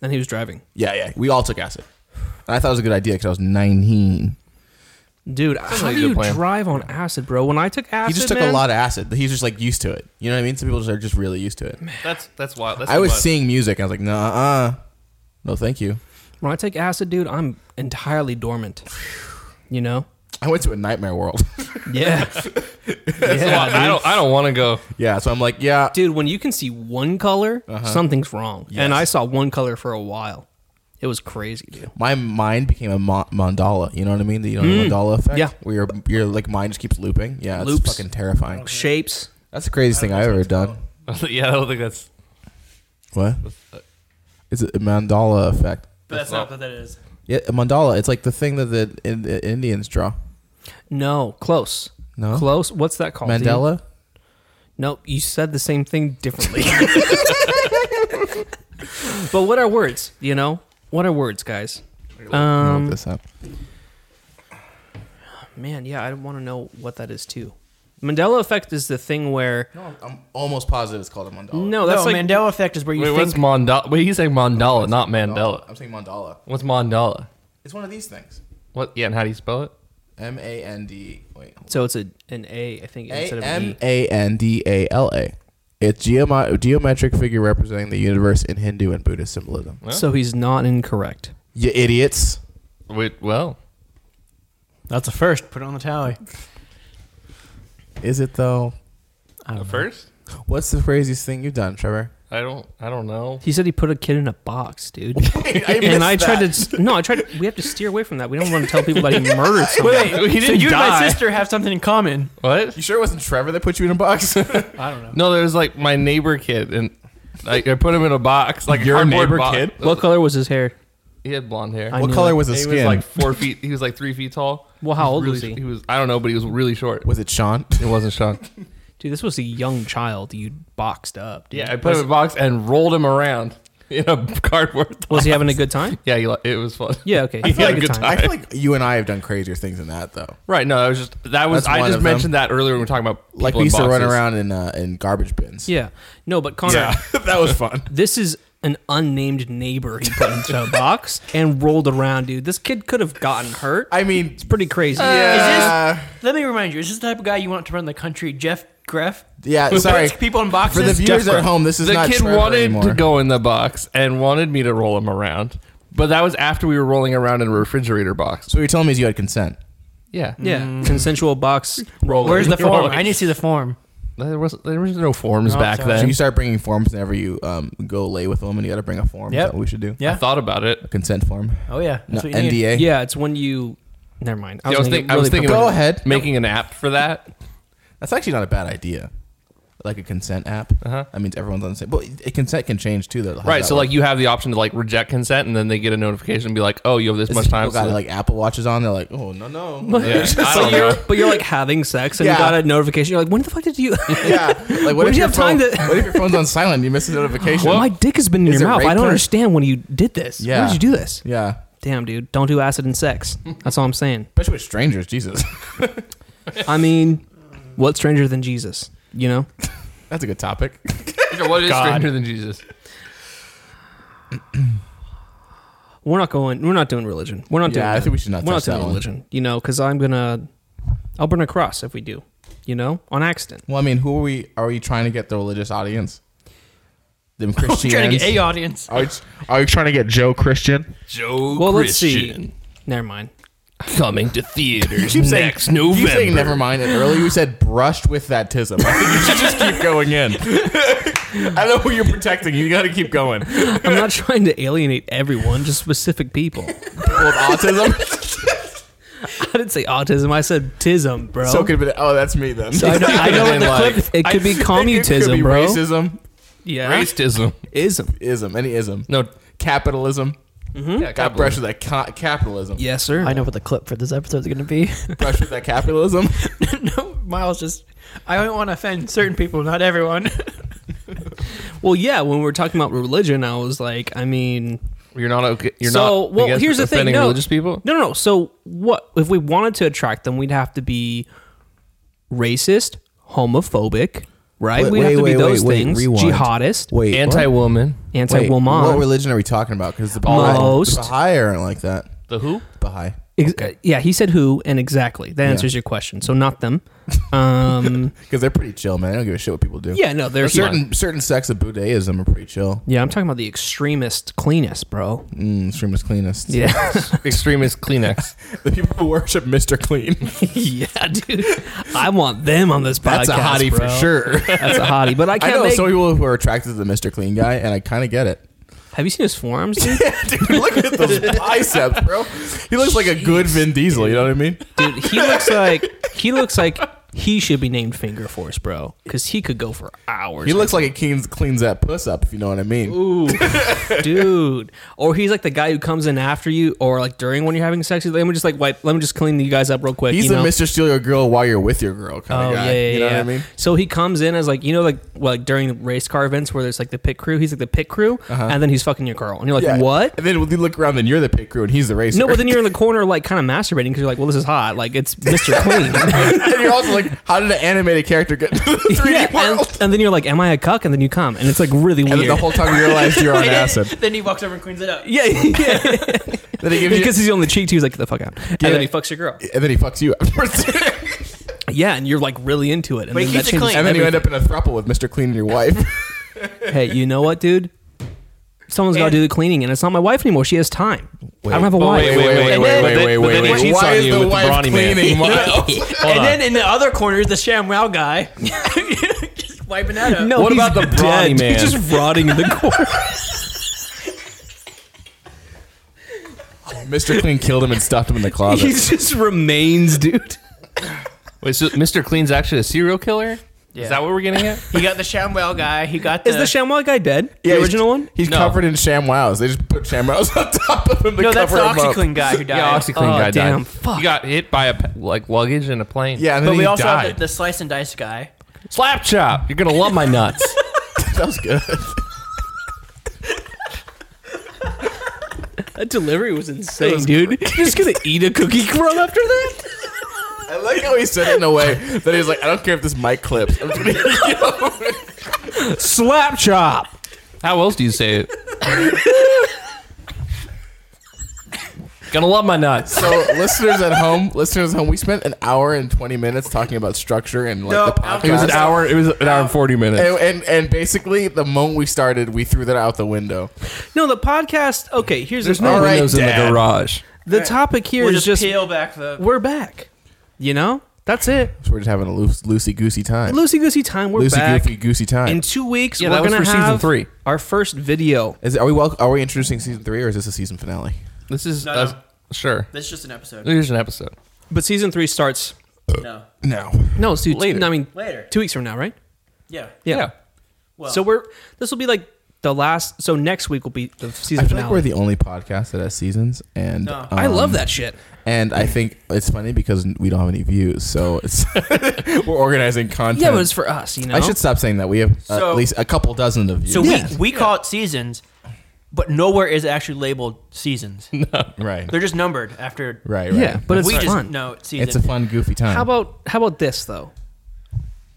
[SPEAKER 4] and he was driving.
[SPEAKER 3] Yeah, yeah, we all took acid. And I thought it was a good idea because I was 19.
[SPEAKER 4] Dude, how
[SPEAKER 1] like a
[SPEAKER 4] do
[SPEAKER 1] good
[SPEAKER 4] you
[SPEAKER 1] plan.
[SPEAKER 4] drive on acid, bro? When I took acid,
[SPEAKER 3] He just took a lot of acid. He's just like used to it. You know what I mean? Some people just are just really used to it.
[SPEAKER 1] that's that's wild. That's
[SPEAKER 3] I was
[SPEAKER 1] wild.
[SPEAKER 3] seeing music. I was like, nah, uh, no, thank you.
[SPEAKER 4] When I take acid, dude, I'm entirely dormant. You know?
[SPEAKER 3] I went to a nightmare world. <laughs>
[SPEAKER 4] Yeah,
[SPEAKER 1] That's a lot. I don't. I don't want to go. <laughs>
[SPEAKER 3] yeah, so I'm like, yeah,
[SPEAKER 4] dude. When you can see one color, something's wrong.
[SPEAKER 3] Uh-huh. Yes.
[SPEAKER 4] And I saw one color for a while. It was crazy, dude.
[SPEAKER 3] my mind became a mo- mandala. You know what I mean? The you know, mandala effect.
[SPEAKER 4] Mm. Yeah.
[SPEAKER 3] where your your like mind just keeps looping. Yeah, it's
[SPEAKER 4] Loops.
[SPEAKER 3] fucking terrifying.
[SPEAKER 4] Shapes.
[SPEAKER 3] That's the craziest thing I've ever done.
[SPEAKER 1] yeah, I don't think that's.
[SPEAKER 3] What? Is it a mandala effect?
[SPEAKER 5] That's not what that is.
[SPEAKER 3] Yeah, a mandala. It's like the thing that the, in, the Indians draw.
[SPEAKER 4] No, close.
[SPEAKER 3] No?
[SPEAKER 4] close. What's that called? dude?
[SPEAKER 3] Mandela.
[SPEAKER 4] Nope, you said the same thing differently. <laughs> but what are words? You know, what are words, guys?
[SPEAKER 3] Let me
[SPEAKER 4] Um,
[SPEAKER 3] look this up.
[SPEAKER 4] man, yeah, I want to know what that is too. Mandela effect is the thing where
[SPEAKER 3] No, I'm almost positive it's called a mandala.
[SPEAKER 4] no, that's
[SPEAKER 5] no,
[SPEAKER 4] like
[SPEAKER 5] Mandela effect is where you
[SPEAKER 1] Wait, what's
[SPEAKER 5] think.
[SPEAKER 1] mandala? Wait, he's saying mandala, not Mandela.
[SPEAKER 3] I'm saying mandala.
[SPEAKER 1] What's mandala?
[SPEAKER 3] It's one of these things.
[SPEAKER 1] What? Yeah, and how do you spell it?
[SPEAKER 3] M A N D. Wait.
[SPEAKER 4] so it's a an A, I think
[SPEAKER 3] A
[SPEAKER 4] instead of an
[SPEAKER 3] M
[SPEAKER 4] E.
[SPEAKER 3] A N D A L A. It's geomi- geometric figure representing the universe in Hindu and Buddhist symbolism.
[SPEAKER 4] So he's not incorrect.
[SPEAKER 3] You idiots.
[SPEAKER 1] Wait, well,
[SPEAKER 5] That's a first. Put it on the tally.
[SPEAKER 3] Is it though?
[SPEAKER 1] first,
[SPEAKER 3] What's the craziest thing you've done, Trevor?
[SPEAKER 1] I don't. I don't know.
[SPEAKER 4] He said he put a kid in a box,
[SPEAKER 5] <laughs>
[SPEAKER 4] dude. and I tried to no, I tried. To, we have to steer away from that. We don't want to tell people
[SPEAKER 5] <laughs>
[SPEAKER 4] that he murdered someone.
[SPEAKER 5] Wait,
[SPEAKER 3] <laughs>
[SPEAKER 1] He
[SPEAKER 5] so
[SPEAKER 1] didn't
[SPEAKER 5] you and
[SPEAKER 1] die.
[SPEAKER 5] my sister have something in common.
[SPEAKER 1] What?
[SPEAKER 3] You sure it wasn't Trevor that put you in a <laughs> box?
[SPEAKER 5] I don't know.
[SPEAKER 1] No, there's like my neighbor kid, and I, I put him in a box, like a
[SPEAKER 3] Your
[SPEAKER 1] cardboard
[SPEAKER 3] neighbor
[SPEAKER 1] box.
[SPEAKER 3] kid?
[SPEAKER 4] What color was his hair?
[SPEAKER 1] He had blonde hair.
[SPEAKER 4] I
[SPEAKER 3] what
[SPEAKER 4] knew
[SPEAKER 3] color
[SPEAKER 4] it.
[SPEAKER 3] was his
[SPEAKER 1] he
[SPEAKER 3] skin?
[SPEAKER 1] was like four feet. He was like three feet tall.
[SPEAKER 4] Well, how old
[SPEAKER 1] really,
[SPEAKER 4] was he?
[SPEAKER 1] He was. I don't know, but he was really short.
[SPEAKER 3] was it Sean?
[SPEAKER 1] It wasn't <laughs> Sean.
[SPEAKER 4] Dude, this was a young child you boxed up. Dude.
[SPEAKER 1] Yeah, I put him in a box and rolled him around. <laughs> in a cardboard. <laughs>
[SPEAKER 4] Was he <laughs> having a good time?
[SPEAKER 1] Yeah, you, li- it was fun.
[SPEAKER 4] Yeah, okay.
[SPEAKER 1] <laughs> He
[SPEAKER 4] He had
[SPEAKER 1] had a good
[SPEAKER 3] <laughs> I
[SPEAKER 1] time.
[SPEAKER 3] feel <laughs> like you and I have done crazier things than that, though.
[SPEAKER 1] Right? No, I was just that was.
[SPEAKER 3] That's
[SPEAKER 1] I
[SPEAKER 3] one
[SPEAKER 1] just
[SPEAKER 3] of them.
[SPEAKER 1] mentioned that earlier when we were talking about
[SPEAKER 3] Like
[SPEAKER 1] people
[SPEAKER 3] we
[SPEAKER 1] in
[SPEAKER 3] used to run
[SPEAKER 1] boxes.
[SPEAKER 3] around in uh, in garbage bins.
[SPEAKER 4] Yeah. No, but
[SPEAKER 3] <laughs>
[SPEAKER 4] Connor,
[SPEAKER 3] yeah, <laughs> that was fun.
[SPEAKER 4] this is an unnamed neighbor he put
[SPEAKER 3] <laughs>
[SPEAKER 4] into a box and rolled around, dude. This kid could have gotten hurt.
[SPEAKER 3] I mean,
[SPEAKER 4] it's pretty crazy. Uh,
[SPEAKER 3] yeah,
[SPEAKER 5] Let me remind you, is this the type of guy you want to run the country, Jeff Greff?
[SPEAKER 3] yeah. Uh, Sorry,
[SPEAKER 5] Puts people in boxes.
[SPEAKER 3] for the viewers
[SPEAKER 5] Jeff
[SPEAKER 3] at home, this is
[SPEAKER 1] the
[SPEAKER 3] not
[SPEAKER 1] kid
[SPEAKER 3] Trevor
[SPEAKER 1] wanted
[SPEAKER 3] anymore.
[SPEAKER 1] to go in the box and wanted me to roll him around, but that was after we were rolling around in a refrigerator box.
[SPEAKER 3] So what you're telling me is you had consent.
[SPEAKER 1] Yeah, Mm.
[SPEAKER 4] Yeah. Consensual box roll.
[SPEAKER 3] <laughs>
[SPEAKER 5] Where's the form?
[SPEAKER 1] Rolling.
[SPEAKER 5] I need to see the form.
[SPEAKER 1] There was there was no forms back
[SPEAKER 5] sorry.
[SPEAKER 3] So
[SPEAKER 1] then.
[SPEAKER 3] you start bringing forms whenever you um, go lay with a woman. You got to bring a form. Is
[SPEAKER 5] Yep.
[SPEAKER 3] that what we should do?
[SPEAKER 5] Yeah.
[SPEAKER 1] I thought about it.
[SPEAKER 3] Consent form.
[SPEAKER 5] Oh yeah,
[SPEAKER 3] No,
[SPEAKER 5] that's what you need.
[SPEAKER 3] NDA.
[SPEAKER 4] Yeah, it's when you. Never mind.
[SPEAKER 1] Yeah, I was,
[SPEAKER 4] gonna
[SPEAKER 1] think,
[SPEAKER 4] get
[SPEAKER 1] I was
[SPEAKER 4] really
[SPEAKER 1] thinking.
[SPEAKER 4] prepared.
[SPEAKER 3] Go
[SPEAKER 1] about
[SPEAKER 3] ahead.
[SPEAKER 1] Making an app for that.
[SPEAKER 3] That's actually not a bad idea. Like a consent app.
[SPEAKER 1] Uh-huh.
[SPEAKER 3] That means everyone's on the same. But it- consent can change too. Though. How's
[SPEAKER 1] Right.
[SPEAKER 3] that
[SPEAKER 1] So
[SPEAKER 3] work?
[SPEAKER 1] like you have the option to like reject consent, and then they get a notification and be like, "Oh, you have this
[SPEAKER 3] It's
[SPEAKER 1] much
[SPEAKER 3] just
[SPEAKER 1] time."
[SPEAKER 3] people got
[SPEAKER 1] so-
[SPEAKER 3] like Apple watches on. They're like, oh no no.
[SPEAKER 4] <laughs>
[SPEAKER 1] yeah, I
[SPEAKER 4] But
[SPEAKER 1] don't
[SPEAKER 4] you're,
[SPEAKER 1] know.
[SPEAKER 4] but you're like having sex and
[SPEAKER 3] Yeah.
[SPEAKER 4] you got a notification. You're like, when the fuck did you? <laughs>
[SPEAKER 3] yeah. Like
[SPEAKER 4] When
[SPEAKER 3] what if
[SPEAKER 4] do you
[SPEAKER 3] your
[SPEAKER 4] have time
[SPEAKER 3] phone-
[SPEAKER 4] to-
[SPEAKER 3] What if your phone's on silent? You miss a notification.
[SPEAKER 4] My dick has been in
[SPEAKER 3] Is
[SPEAKER 4] your
[SPEAKER 3] it
[SPEAKER 4] mouth.
[SPEAKER 3] rape
[SPEAKER 4] I don't
[SPEAKER 3] her?
[SPEAKER 4] understand when you did this.
[SPEAKER 3] Yeah.
[SPEAKER 4] Why did you do this?
[SPEAKER 3] Yeah.
[SPEAKER 4] Damn, dude. Don't do acid and sex. That's all I'm saying.
[SPEAKER 3] Especially with strangers. Jesus. <laughs>
[SPEAKER 4] I mean, what stranger than Jesus? You know?
[SPEAKER 3] That's a good topic.
[SPEAKER 1] <laughs> what is
[SPEAKER 5] God.
[SPEAKER 1] stranger than Jesus?
[SPEAKER 4] We're not going. We're not doing religion. We're not
[SPEAKER 3] Yeah,
[SPEAKER 4] doing.
[SPEAKER 3] I
[SPEAKER 4] that.
[SPEAKER 3] think we should not
[SPEAKER 4] We're
[SPEAKER 3] touch
[SPEAKER 4] not
[SPEAKER 3] that
[SPEAKER 4] doing
[SPEAKER 3] one.
[SPEAKER 4] religion. You know, because I'm gonna. I'll burn a cross if we do. You know, on accident.
[SPEAKER 3] Well, I mean, who are we? Are we trying to get the religious audience? Them
[SPEAKER 5] We're
[SPEAKER 3] Christians.
[SPEAKER 5] trying to get a audience.
[SPEAKER 3] are, we, are we trying to get Joe Christian?
[SPEAKER 1] Joe.
[SPEAKER 4] Well, let's see. Never mind.
[SPEAKER 1] Coming to theaters
[SPEAKER 3] keep saying-
[SPEAKER 1] next November.
[SPEAKER 3] <laughs> You saying never mind? And earlier you said brushed with that tism. I think you should just keep going in. <laughs> I know who you're protecting. You got to keep going. People
[SPEAKER 4] I'm not <laughs> trying to alienate everyone, just
[SPEAKER 3] <laughs>
[SPEAKER 4] specific people.
[SPEAKER 3] with autism.
[SPEAKER 4] I didn't say autism. I said tism, bro.
[SPEAKER 3] So could have been. Oh, that's me then.
[SPEAKER 4] I know, I know what
[SPEAKER 3] <laughs>
[SPEAKER 4] the
[SPEAKER 1] Like-
[SPEAKER 4] clip- It could be
[SPEAKER 3] it could
[SPEAKER 4] communism,
[SPEAKER 3] be
[SPEAKER 4] bro.
[SPEAKER 3] Racism,
[SPEAKER 4] Yeah,
[SPEAKER 1] Racism.
[SPEAKER 4] ism.
[SPEAKER 3] ism, any ism.
[SPEAKER 1] No.
[SPEAKER 3] Capitalism.
[SPEAKER 1] Yeah,
[SPEAKER 3] Hmm? Got brushed with that ca- capitalism.
[SPEAKER 4] Yes, sir.
[SPEAKER 5] I know what the clip for this episode is going to be.
[SPEAKER 3] Brushed with that capitalism.
[SPEAKER 5] <laughs> no, Miles just. I don't want to offend certain people, not everyone.
[SPEAKER 4] Well, yeah. When we were talking about religion, I was like, I mean,
[SPEAKER 1] You're not okay. You're
[SPEAKER 4] so
[SPEAKER 1] not.
[SPEAKER 4] well.
[SPEAKER 1] against
[SPEAKER 4] Here's the thing.
[SPEAKER 1] offending
[SPEAKER 4] No,
[SPEAKER 1] religious people.
[SPEAKER 4] No, no, no. So what if we wanted to attract them? We'd have to be racist, homophobic, right?
[SPEAKER 3] Wait,
[SPEAKER 4] we'd
[SPEAKER 3] wait,
[SPEAKER 4] have to
[SPEAKER 3] wait,
[SPEAKER 4] be those
[SPEAKER 3] wait, wait,
[SPEAKER 4] things.
[SPEAKER 3] rewind. <laughs>
[SPEAKER 4] Jihadist,
[SPEAKER 3] Wait,
[SPEAKER 1] Anti-woman.
[SPEAKER 3] What
[SPEAKER 4] anti-woman.
[SPEAKER 3] religion are we talking about? Because the Baha'i,
[SPEAKER 4] Most.
[SPEAKER 3] the Baha'i aren't like that.
[SPEAKER 1] The who?
[SPEAKER 3] Baha'i.
[SPEAKER 4] Ex- Yeah, he said who and exactly. That answers your question. So not them. Um,
[SPEAKER 3] Because they're pretty chill, man. I don't give a shit what people do.
[SPEAKER 4] yeah, no, they're
[SPEAKER 3] certain
[SPEAKER 4] human.
[SPEAKER 3] certain sects of Buddhism are pretty chill.
[SPEAKER 4] Yeah, I'm talking about the extremist cleanest, bro.
[SPEAKER 3] Mm, extremist cleanest.
[SPEAKER 4] Yeah,
[SPEAKER 1] Extremist Kleenex.
[SPEAKER 3] <laughs> The people who worship Mr.
[SPEAKER 4] <laughs>
[SPEAKER 3] Clean.
[SPEAKER 4] yeah, dude. I want them on this podcast.
[SPEAKER 3] That's a hottie for
[SPEAKER 4] bro. <laughs>
[SPEAKER 3] sure.
[SPEAKER 4] That's a hottie. But I
[SPEAKER 3] <laughs> I
[SPEAKER 4] can't
[SPEAKER 3] know
[SPEAKER 4] make.
[SPEAKER 3] some people who are attracted to the Mr. Clean guy, and I kind of get it. <laughs>
[SPEAKER 4] Have you seen his forearms, dude?
[SPEAKER 3] Dude, look at those
[SPEAKER 4] <laughs>
[SPEAKER 3] biceps, bro. He looks like a good Vin Diesel. You know what I mean?
[SPEAKER 4] Dude, he looks like he looks like he should be named Finger Force, bro, because he could go for hours.
[SPEAKER 3] He looks like he cleans, cleans that puss up, if you know what I mean.
[SPEAKER 4] dude, or he's like the guy who comes in after you, or like during when you're having sex. he's like, Let me just like wipe. Let me just clean you guys up real quick.
[SPEAKER 3] He's
[SPEAKER 4] you
[SPEAKER 3] the
[SPEAKER 4] know?
[SPEAKER 3] Mr. Steal Your Girl while you're with your girl kind of
[SPEAKER 4] Oh
[SPEAKER 3] guy.
[SPEAKER 4] yeah, yeah,
[SPEAKER 3] you know
[SPEAKER 4] yeah.
[SPEAKER 3] what I mean?
[SPEAKER 4] So he comes in as like you know like well, like during the race car events where there's like the pit crew. He's like the pit crew, and then he's fucking your girl, and you're like,
[SPEAKER 3] Uh-huh. Yeah.
[SPEAKER 4] what?
[SPEAKER 3] And then when you look around, then you're the pit crew, and he's the racer.
[SPEAKER 4] No, but then you're in the corner like kind of masturbating because you're like, well, this is hot. Like it's Mr. Clean.
[SPEAKER 3] <laughs> and you're also like, how did an animated character get to the 3D
[SPEAKER 4] <laughs> Yeah,
[SPEAKER 3] world?
[SPEAKER 4] and, and then you're like, am I a cuck? And then you come, and it's like really weird.
[SPEAKER 3] And then the whole time you realize you're on acid.
[SPEAKER 5] <laughs> then he walks over and cleans it up.
[SPEAKER 4] <laughs> yeah, yeah.
[SPEAKER 3] Then he gives
[SPEAKER 4] because he's on the cheek too. He's like, "Get the fuck out!" And
[SPEAKER 3] Yeah.
[SPEAKER 4] then he fucks your girl.
[SPEAKER 3] you, <laughs> and then he fucks you afterwards.
[SPEAKER 4] Yeah, and you're like really into it. And
[SPEAKER 5] But he
[SPEAKER 4] then
[SPEAKER 5] keeps
[SPEAKER 4] that
[SPEAKER 5] it
[SPEAKER 4] changes
[SPEAKER 5] clean.
[SPEAKER 3] and then you end
[SPEAKER 4] everything.
[SPEAKER 3] up in a throuple with Mr. Clean and your wife. <laughs>
[SPEAKER 4] Hey, you know what, dude? Someone's got to
[SPEAKER 5] And-
[SPEAKER 4] do the cleaning, and it's not my wife anymore. She has time. I don't have a
[SPEAKER 1] But
[SPEAKER 4] wife.
[SPEAKER 1] wait, wait, wait,
[SPEAKER 5] And then-
[SPEAKER 1] wait, wait, wait,
[SPEAKER 5] but
[SPEAKER 1] wait,
[SPEAKER 5] then
[SPEAKER 1] wait.
[SPEAKER 5] he
[SPEAKER 1] Cheats
[SPEAKER 3] Why
[SPEAKER 1] on
[SPEAKER 3] is
[SPEAKER 1] you
[SPEAKER 3] the
[SPEAKER 1] with the
[SPEAKER 3] wife
[SPEAKER 1] brawny man.
[SPEAKER 3] <laughs> cleaning? Miles?
[SPEAKER 1] Hold
[SPEAKER 5] Oh. and
[SPEAKER 1] on.
[SPEAKER 5] then in the other corner is the ShamWow <laughs> guy, just wiping that up.
[SPEAKER 4] No,
[SPEAKER 1] What
[SPEAKER 4] he's
[SPEAKER 1] about the
[SPEAKER 4] dead. <laughs>
[SPEAKER 1] brawny man?
[SPEAKER 4] He's just rotting
[SPEAKER 1] <laughs>
[SPEAKER 4] in the corner.
[SPEAKER 3] Mr. Clean killed him and stuffed him in the closet.
[SPEAKER 4] he just remains, dude.
[SPEAKER 1] <laughs> Wait, so Mr. Clean's actually a serial killer?
[SPEAKER 5] Yeah.
[SPEAKER 1] Is that what we're getting at?
[SPEAKER 5] he got the ShamWow guy. He got the,
[SPEAKER 4] Is the ShamWow guy dead?
[SPEAKER 3] Yeah,
[SPEAKER 4] the
[SPEAKER 3] he's-
[SPEAKER 4] original one.
[SPEAKER 3] He's
[SPEAKER 1] No.
[SPEAKER 3] covered in ShamWows. They just put ShamWows on top of him to
[SPEAKER 5] no, that's
[SPEAKER 3] cover
[SPEAKER 5] the
[SPEAKER 3] him up.
[SPEAKER 5] OxyClean guy who
[SPEAKER 1] <laughs>
[SPEAKER 5] died.
[SPEAKER 1] Yeah, OxyClean
[SPEAKER 4] Oh,
[SPEAKER 1] guy
[SPEAKER 4] damn,
[SPEAKER 1] died.
[SPEAKER 4] fuck.
[SPEAKER 1] He got hit by a pa- like luggage in a plane.
[SPEAKER 3] Yeah, and then
[SPEAKER 5] but
[SPEAKER 3] he
[SPEAKER 5] we also
[SPEAKER 3] died.
[SPEAKER 5] have the, the slice and dice guy.
[SPEAKER 1] Slap chop. You're gonna love my nuts.
[SPEAKER 3] that was good.
[SPEAKER 4] That delivery was insane, dude. <laughs> You're just gonna eat a cookie <laughs> crumb after that?
[SPEAKER 3] <laughs> I like how he said it in a way that he's like, I don't care if this mic clips. I'm just <laughs> gonna eat it."
[SPEAKER 4] Slap chop.
[SPEAKER 1] <laughs> How else do you say it? <laughs> Gonna love my nuts.
[SPEAKER 3] so, listeners at home, listeners at home, we spent an hour and twenty minutes talking about structure and like
[SPEAKER 5] No,
[SPEAKER 3] the
[SPEAKER 5] I'm-
[SPEAKER 3] podcast.
[SPEAKER 1] It was an hour. It was an hour and forty minutes.
[SPEAKER 3] And, and and basically, the moment we started, we threw that out the window.
[SPEAKER 4] No, the podcast. Okay, here's
[SPEAKER 1] There's
[SPEAKER 4] the,
[SPEAKER 1] no
[SPEAKER 3] All right,
[SPEAKER 1] windows in
[SPEAKER 3] Dad.
[SPEAKER 1] the garage.
[SPEAKER 4] the topic here
[SPEAKER 5] We'll
[SPEAKER 4] is just
[SPEAKER 5] just, peel back the.
[SPEAKER 4] we're back. You know, that's it.
[SPEAKER 3] So we're just having a loosey goosey time.
[SPEAKER 4] Loosey goosey time. We're
[SPEAKER 3] Loosey
[SPEAKER 4] back
[SPEAKER 3] goofy goosey time.
[SPEAKER 4] in two weeks.
[SPEAKER 1] Yeah,
[SPEAKER 4] we're
[SPEAKER 1] that was
[SPEAKER 4] gonna
[SPEAKER 1] for season
[SPEAKER 4] have
[SPEAKER 1] three.
[SPEAKER 4] Our first video.
[SPEAKER 3] Is are we wel- are we introducing season three or is this a season finale?
[SPEAKER 1] This is
[SPEAKER 5] No,
[SPEAKER 1] uh,
[SPEAKER 5] no.
[SPEAKER 1] sure.
[SPEAKER 5] That's just an episode.
[SPEAKER 1] Here's an episode.
[SPEAKER 4] But season three starts.
[SPEAKER 5] No,
[SPEAKER 3] No.
[SPEAKER 4] No, it's later. I mean,
[SPEAKER 5] Later.
[SPEAKER 4] Two weeks from now, right?
[SPEAKER 5] yeah.
[SPEAKER 1] Yeah.
[SPEAKER 5] Well,
[SPEAKER 4] so we're this will be like the last. So next week will be the
[SPEAKER 3] I
[SPEAKER 4] season
[SPEAKER 3] feel like
[SPEAKER 4] finale.
[SPEAKER 3] we're the only podcast that has seasons, and
[SPEAKER 5] No.
[SPEAKER 4] I love
[SPEAKER 3] um,
[SPEAKER 4] that shit.
[SPEAKER 3] And I think it's funny because we don't have any views, so it's <laughs> we're organizing content.
[SPEAKER 4] Yeah, but it's for us, you know.
[SPEAKER 3] I should stop saying that. We have
[SPEAKER 5] So-
[SPEAKER 3] at least a couple dozen of views.
[SPEAKER 5] so
[SPEAKER 4] Yeah.
[SPEAKER 5] we we call it seasons, but nowhere is it actually labeled <laughs> seasons.
[SPEAKER 3] right,
[SPEAKER 5] They're just numbered after.
[SPEAKER 3] right, right.
[SPEAKER 4] Yeah, but it's
[SPEAKER 5] we just
[SPEAKER 4] fun.
[SPEAKER 5] no season.
[SPEAKER 3] it's a fun, goofy time.
[SPEAKER 4] How about how about this though?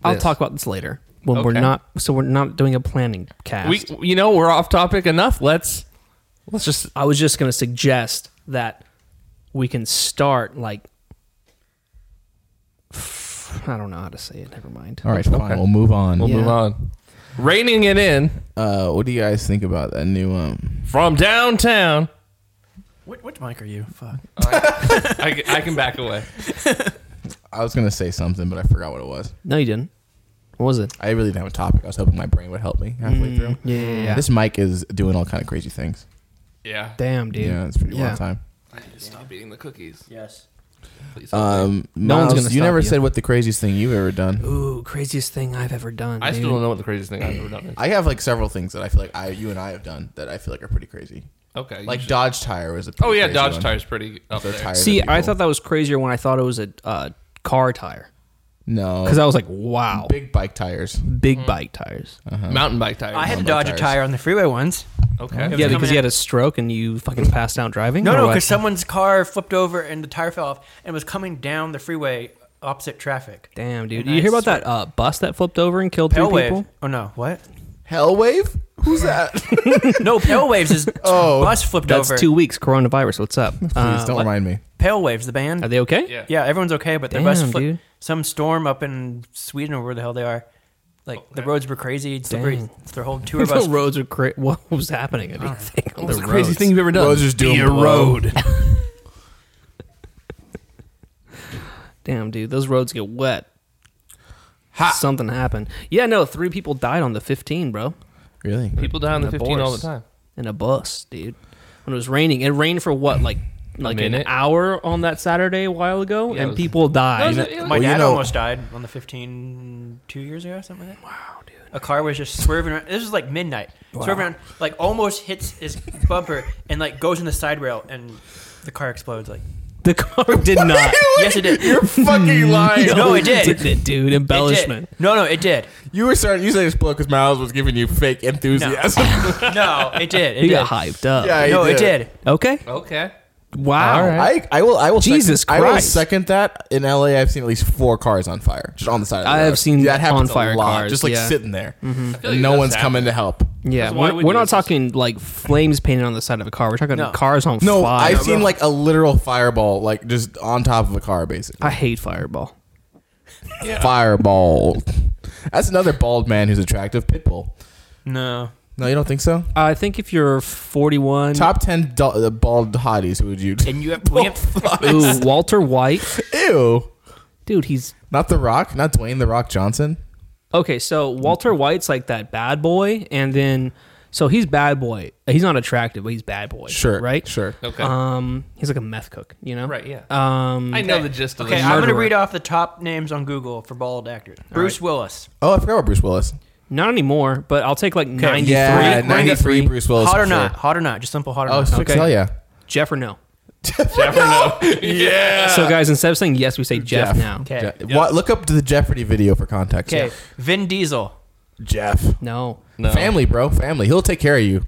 [SPEAKER 4] I'll
[SPEAKER 1] This.
[SPEAKER 4] talk about this later when we're
[SPEAKER 1] Okay.
[SPEAKER 4] not. So we're not doing a planning cast.
[SPEAKER 1] We, you know, we're off topic enough. Let's let's just
[SPEAKER 4] I was just gonna suggest that we can start like I don't know how to say it. Never mind.
[SPEAKER 3] All right, fine.
[SPEAKER 1] Okay.
[SPEAKER 3] We'll move on.
[SPEAKER 1] we'll
[SPEAKER 4] Yeah.
[SPEAKER 1] move on. Reining it in
[SPEAKER 3] Uh, what do you guys think about that new? Um,
[SPEAKER 1] from downtown.
[SPEAKER 5] What, which mic are you? Fuck.
[SPEAKER 1] I, ca- I can back away.
[SPEAKER 3] I was gonna say something, but I forgot what it was.
[SPEAKER 4] No, you didn't. What was it?
[SPEAKER 3] I really didn't have a topic. I was hoping my brain would help me halfway through.
[SPEAKER 4] Mm, Yeah, yeah, yeah.
[SPEAKER 3] This mic is doing all kind of crazy things.
[SPEAKER 1] Yeah.
[SPEAKER 4] Damn, dude.
[SPEAKER 3] Yeah, it's pretty
[SPEAKER 4] Yeah.
[SPEAKER 3] wild time.
[SPEAKER 1] Stop eating the cookies,
[SPEAKER 5] Yes.
[SPEAKER 1] please.
[SPEAKER 3] Um,
[SPEAKER 4] No one's
[SPEAKER 3] Miles,
[SPEAKER 4] gonna
[SPEAKER 3] you
[SPEAKER 4] stop
[SPEAKER 3] never
[SPEAKER 4] you.
[SPEAKER 3] said what the craziest thing you've ever done.
[SPEAKER 4] Ooh, craziest thing I've ever done.
[SPEAKER 1] I
[SPEAKER 4] dude.
[SPEAKER 1] still don't know what the craziest thing I've ever done is.
[SPEAKER 3] I have like several things that I feel like I, you and I have done that I feel like are pretty crazy.
[SPEAKER 1] Okay. you
[SPEAKER 3] Like
[SPEAKER 1] should-
[SPEAKER 3] Dodge Tire was a.
[SPEAKER 1] Oh
[SPEAKER 3] pretty
[SPEAKER 1] yeah,
[SPEAKER 3] crazy
[SPEAKER 1] Dodge
[SPEAKER 3] one.
[SPEAKER 1] tire's pretty up
[SPEAKER 3] They're
[SPEAKER 1] there.
[SPEAKER 3] tired of
[SPEAKER 4] See, I
[SPEAKER 3] people.
[SPEAKER 4] thought that was crazier when I thought it was a uh, car tire
[SPEAKER 3] no
[SPEAKER 4] because I was like, wow, big,
[SPEAKER 3] big Uh-huh. bike tires.
[SPEAKER 4] bike tires.
[SPEAKER 1] Mountain bike tires.
[SPEAKER 5] I had
[SPEAKER 3] Mountain
[SPEAKER 5] to
[SPEAKER 3] bike
[SPEAKER 5] dodge a
[SPEAKER 3] tires.
[SPEAKER 5] tire on the freeway once.
[SPEAKER 1] okay.
[SPEAKER 4] Yeah,
[SPEAKER 5] Coming
[SPEAKER 4] because you
[SPEAKER 5] in-
[SPEAKER 4] had a stroke and you fucking passed out driving.
[SPEAKER 5] No,
[SPEAKER 4] or
[SPEAKER 5] no,
[SPEAKER 4] what?
[SPEAKER 5] because someone's car flipped over and the tire fell off and was coming down the freeway opposite traffic.
[SPEAKER 4] Damn, dude.
[SPEAKER 5] And
[SPEAKER 4] You
[SPEAKER 5] I
[SPEAKER 4] hear about
[SPEAKER 5] swear-
[SPEAKER 4] that uh, bus that flipped over and killed three
[SPEAKER 5] Pale wave.
[SPEAKER 4] people?
[SPEAKER 5] Oh no, what?
[SPEAKER 3] Hellwave? Who's that?
[SPEAKER 4] Uh,
[SPEAKER 5] No, pale waves <laughs> is
[SPEAKER 3] Oh,
[SPEAKER 5] bus flipped
[SPEAKER 4] That's
[SPEAKER 5] over.
[SPEAKER 4] two weeks. Coronavirus. What's
[SPEAKER 3] <laughs>
[SPEAKER 4] up?
[SPEAKER 3] Please
[SPEAKER 4] Uh,
[SPEAKER 3] don't
[SPEAKER 4] what-
[SPEAKER 3] remind me.
[SPEAKER 5] Pale waves, the
[SPEAKER 4] Are
[SPEAKER 5] band.
[SPEAKER 4] they okay?
[SPEAKER 5] <laughs>
[SPEAKER 1] Yeah.
[SPEAKER 5] Yeah, everyone's okay, but their bus
[SPEAKER 4] Damn,
[SPEAKER 5] flipped.
[SPEAKER 4] dude.
[SPEAKER 5] Some storm up in Sweden or where the hell they are. Like the roads were crazy. Slippery.
[SPEAKER 4] Dang. <laughs>
[SPEAKER 5] Their whole tour bus.
[SPEAKER 4] the roads are crazy. <laughs> What was happening? I didn't think on
[SPEAKER 1] What's the
[SPEAKER 4] the
[SPEAKER 1] craziest
[SPEAKER 4] roads.
[SPEAKER 1] thing you've ever done?
[SPEAKER 3] Roads just do
[SPEAKER 1] Be
[SPEAKER 3] them
[SPEAKER 1] a
[SPEAKER 3] blow.
[SPEAKER 1] road.
[SPEAKER 4] Damn, dude. Those roads get wet. Something happened. Yeah, no. Three people died on the 15, bro.
[SPEAKER 3] Really?
[SPEAKER 1] People die on the
[SPEAKER 4] And a
[SPEAKER 1] 15 all the
[SPEAKER 4] Boris.
[SPEAKER 1] time.
[SPEAKER 4] in a bus, dude. When it was raining, it rained for what, like, like an
[SPEAKER 1] minute?
[SPEAKER 4] hour on that Saturday a while ago,
[SPEAKER 1] Yeah, it
[SPEAKER 4] and
[SPEAKER 1] was-
[SPEAKER 4] people died.
[SPEAKER 1] That was it.
[SPEAKER 5] My
[SPEAKER 3] Well, you
[SPEAKER 5] dad
[SPEAKER 3] know- <laughs>
[SPEAKER 5] almost died on the 15, two years ago, something like that. Wow, dude. A car was just swerving around. This was like midnight. Swerving around, like almost hits his bumper and like goes in the side rail and the car explodes.
[SPEAKER 4] <laughs>
[SPEAKER 5] Like,
[SPEAKER 4] the
[SPEAKER 5] <laughs>
[SPEAKER 4] car did <laughs> not.
[SPEAKER 5] yes, it did. <laughs>
[SPEAKER 3] You're fucking lying.
[SPEAKER 4] <laughs>
[SPEAKER 5] No, it did.
[SPEAKER 4] Didn't it, dude?
[SPEAKER 5] It did.
[SPEAKER 4] Embellishment.
[SPEAKER 5] No, no, it did.
[SPEAKER 3] You were starting. You said explode because Miles was giving you fake enthusiasm.
[SPEAKER 4] <laughs>
[SPEAKER 5] No, it did. It
[SPEAKER 4] He
[SPEAKER 5] did.
[SPEAKER 4] got hyped up.
[SPEAKER 3] Yeah, he
[SPEAKER 5] No, it did.
[SPEAKER 4] Okay.
[SPEAKER 1] Okay.
[SPEAKER 4] Wow.
[SPEAKER 1] All right.
[SPEAKER 3] I, I will. I will.
[SPEAKER 4] Jesus
[SPEAKER 3] second, I will
[SPEAKER 4] Christ.
[SPEAKER 3] second that. In LA, I've seen at least four cars on fire, just on the side. of the
[SPEAKER 4] I
[SPEAKER 3] road.
[SPEAKER 4] have seen
[SPEAKER 3] that happens
[SPEAKER 4] on fire
[SPEAKER 3] a lot,
[SPEAKER 4] cars,
[SPEAKER 3] just like
[SPEAKER 4] yeah. Mm-hmm.
[SPEAKER 3] sitting there,
[SPEAKER 1] feel
[SPEAKER 3] and
[SPEAKER 1] like
[SPEAKER 3] no
[SPEAKER 1] that's
[SPEAKER 3] one's coming to help.
[SPEAKER 4] Yeah,
[SPEAKER 1] So why
[SPEAKER 4] we're,
[SPEAKER 1] would
[SPEAKER 4] we're
[SPEAKER 1] you
[SPEAKER 4] not
[SPEAKER 1] resist?
[SPEAKER 4] talking like flames painted on the side of a car. We're talking
[SPEAKER 5] No.
[SPEAKER 4] cars on
[SPEAKER 3] No,
[SPEAKER 4] fire.
[SPEAKER 3] I've seen like a literal fireball, like just on top of a car, basically.
[SPEAKER 4] I hate Fireball.
[SPEAKER 3] Fireball. That's another bald man who's attractive. Pitbull.
[SPEAKER 5] No.
[SPEAKER 3] No, you don't think so?
[SPEAKER 4] I think if you're 41,
[SPEAKER 3] Top ten do- uh, bald hotties. Who would you?
[SPEAKER 5] And you have,
[SPEAKER 4] Oh,
[SPEAKER 5] we have
[SPEAKER 4] ooh, Walter White,
[SPEAKER 3] Ew.
[SPEAKER 4] dude, he's
[SPEAKER 3] Not The Rock. Not Dwayne The Rock Johnson.
[SPEAKER 4] Okay, so Walter White's like that bad boy, and then so he's bad boy. He's not attractive, but he's bad boy.
[SPEAKER 3] Sure.
[SPEAKER 4] right?
[SPEAKER 3] Sure.
[SPEAKER 1] Okay.
[SPEAKER 4] Um, he's like a meth cook, you know?
[SPEAKER 1] Right, yeah.
[SPEAKER 4] Um,
[SPEAKER 1] I know the gist of
[SPEAKER 5] Okay,
[SPEAKER 1] this.
[SPEAKER 5] I'm gonna
[SPEAKER 4] murderer.
[SPEAKER 5] read off the top names on Google for bald actors. Bruce Willis,
[SPEAKER 3] Oh, I forgot about Bruce Willis.
[SPEAKER 4] not anymore, but I'll take like ninety-three.
[SPEAKER 3] Yeah,
[SPEAKER 5] Three?
[SPEAKER 3] 93
[SPEAKER 4] 93.
[SPEAKER 3] Bruce Willis.
[SPEAKER 5] hot or
[SPEAKER 3] for
[SPEAKER 5] not,
[SPEAKER 3] sure.
[SPEAKER 5] hot or not, just simple hot or
[SPEAKER 3] Oh,
[SPEAKER 5] not.
[SPEAKER 3] okay.
[SPEAKER 4] Okay.
[SPEAKER 3] hell <laughs> yeah.
[SPEAKER 4] Jeff or no?
[SPEAKER 1] Never know. yeah.
[SPEAKER 4] so guys, instead of saying yes, we say Jeff,
[SPEAKER 3] Jeff.
[SPEAKER 4] now.
[SPEAKER 5] Okay,
[SPEAKER 3] Je- what, look up to the Jeopardy video for context.
[SPEAKER 5] okay. Vin Diesel,
[SPEAKER 3] Jeff.
[SPEAKER 4] No,
[SPEAKER 1] No.
[SPEAKER 3] Family, bro. Family. He'll take care of you.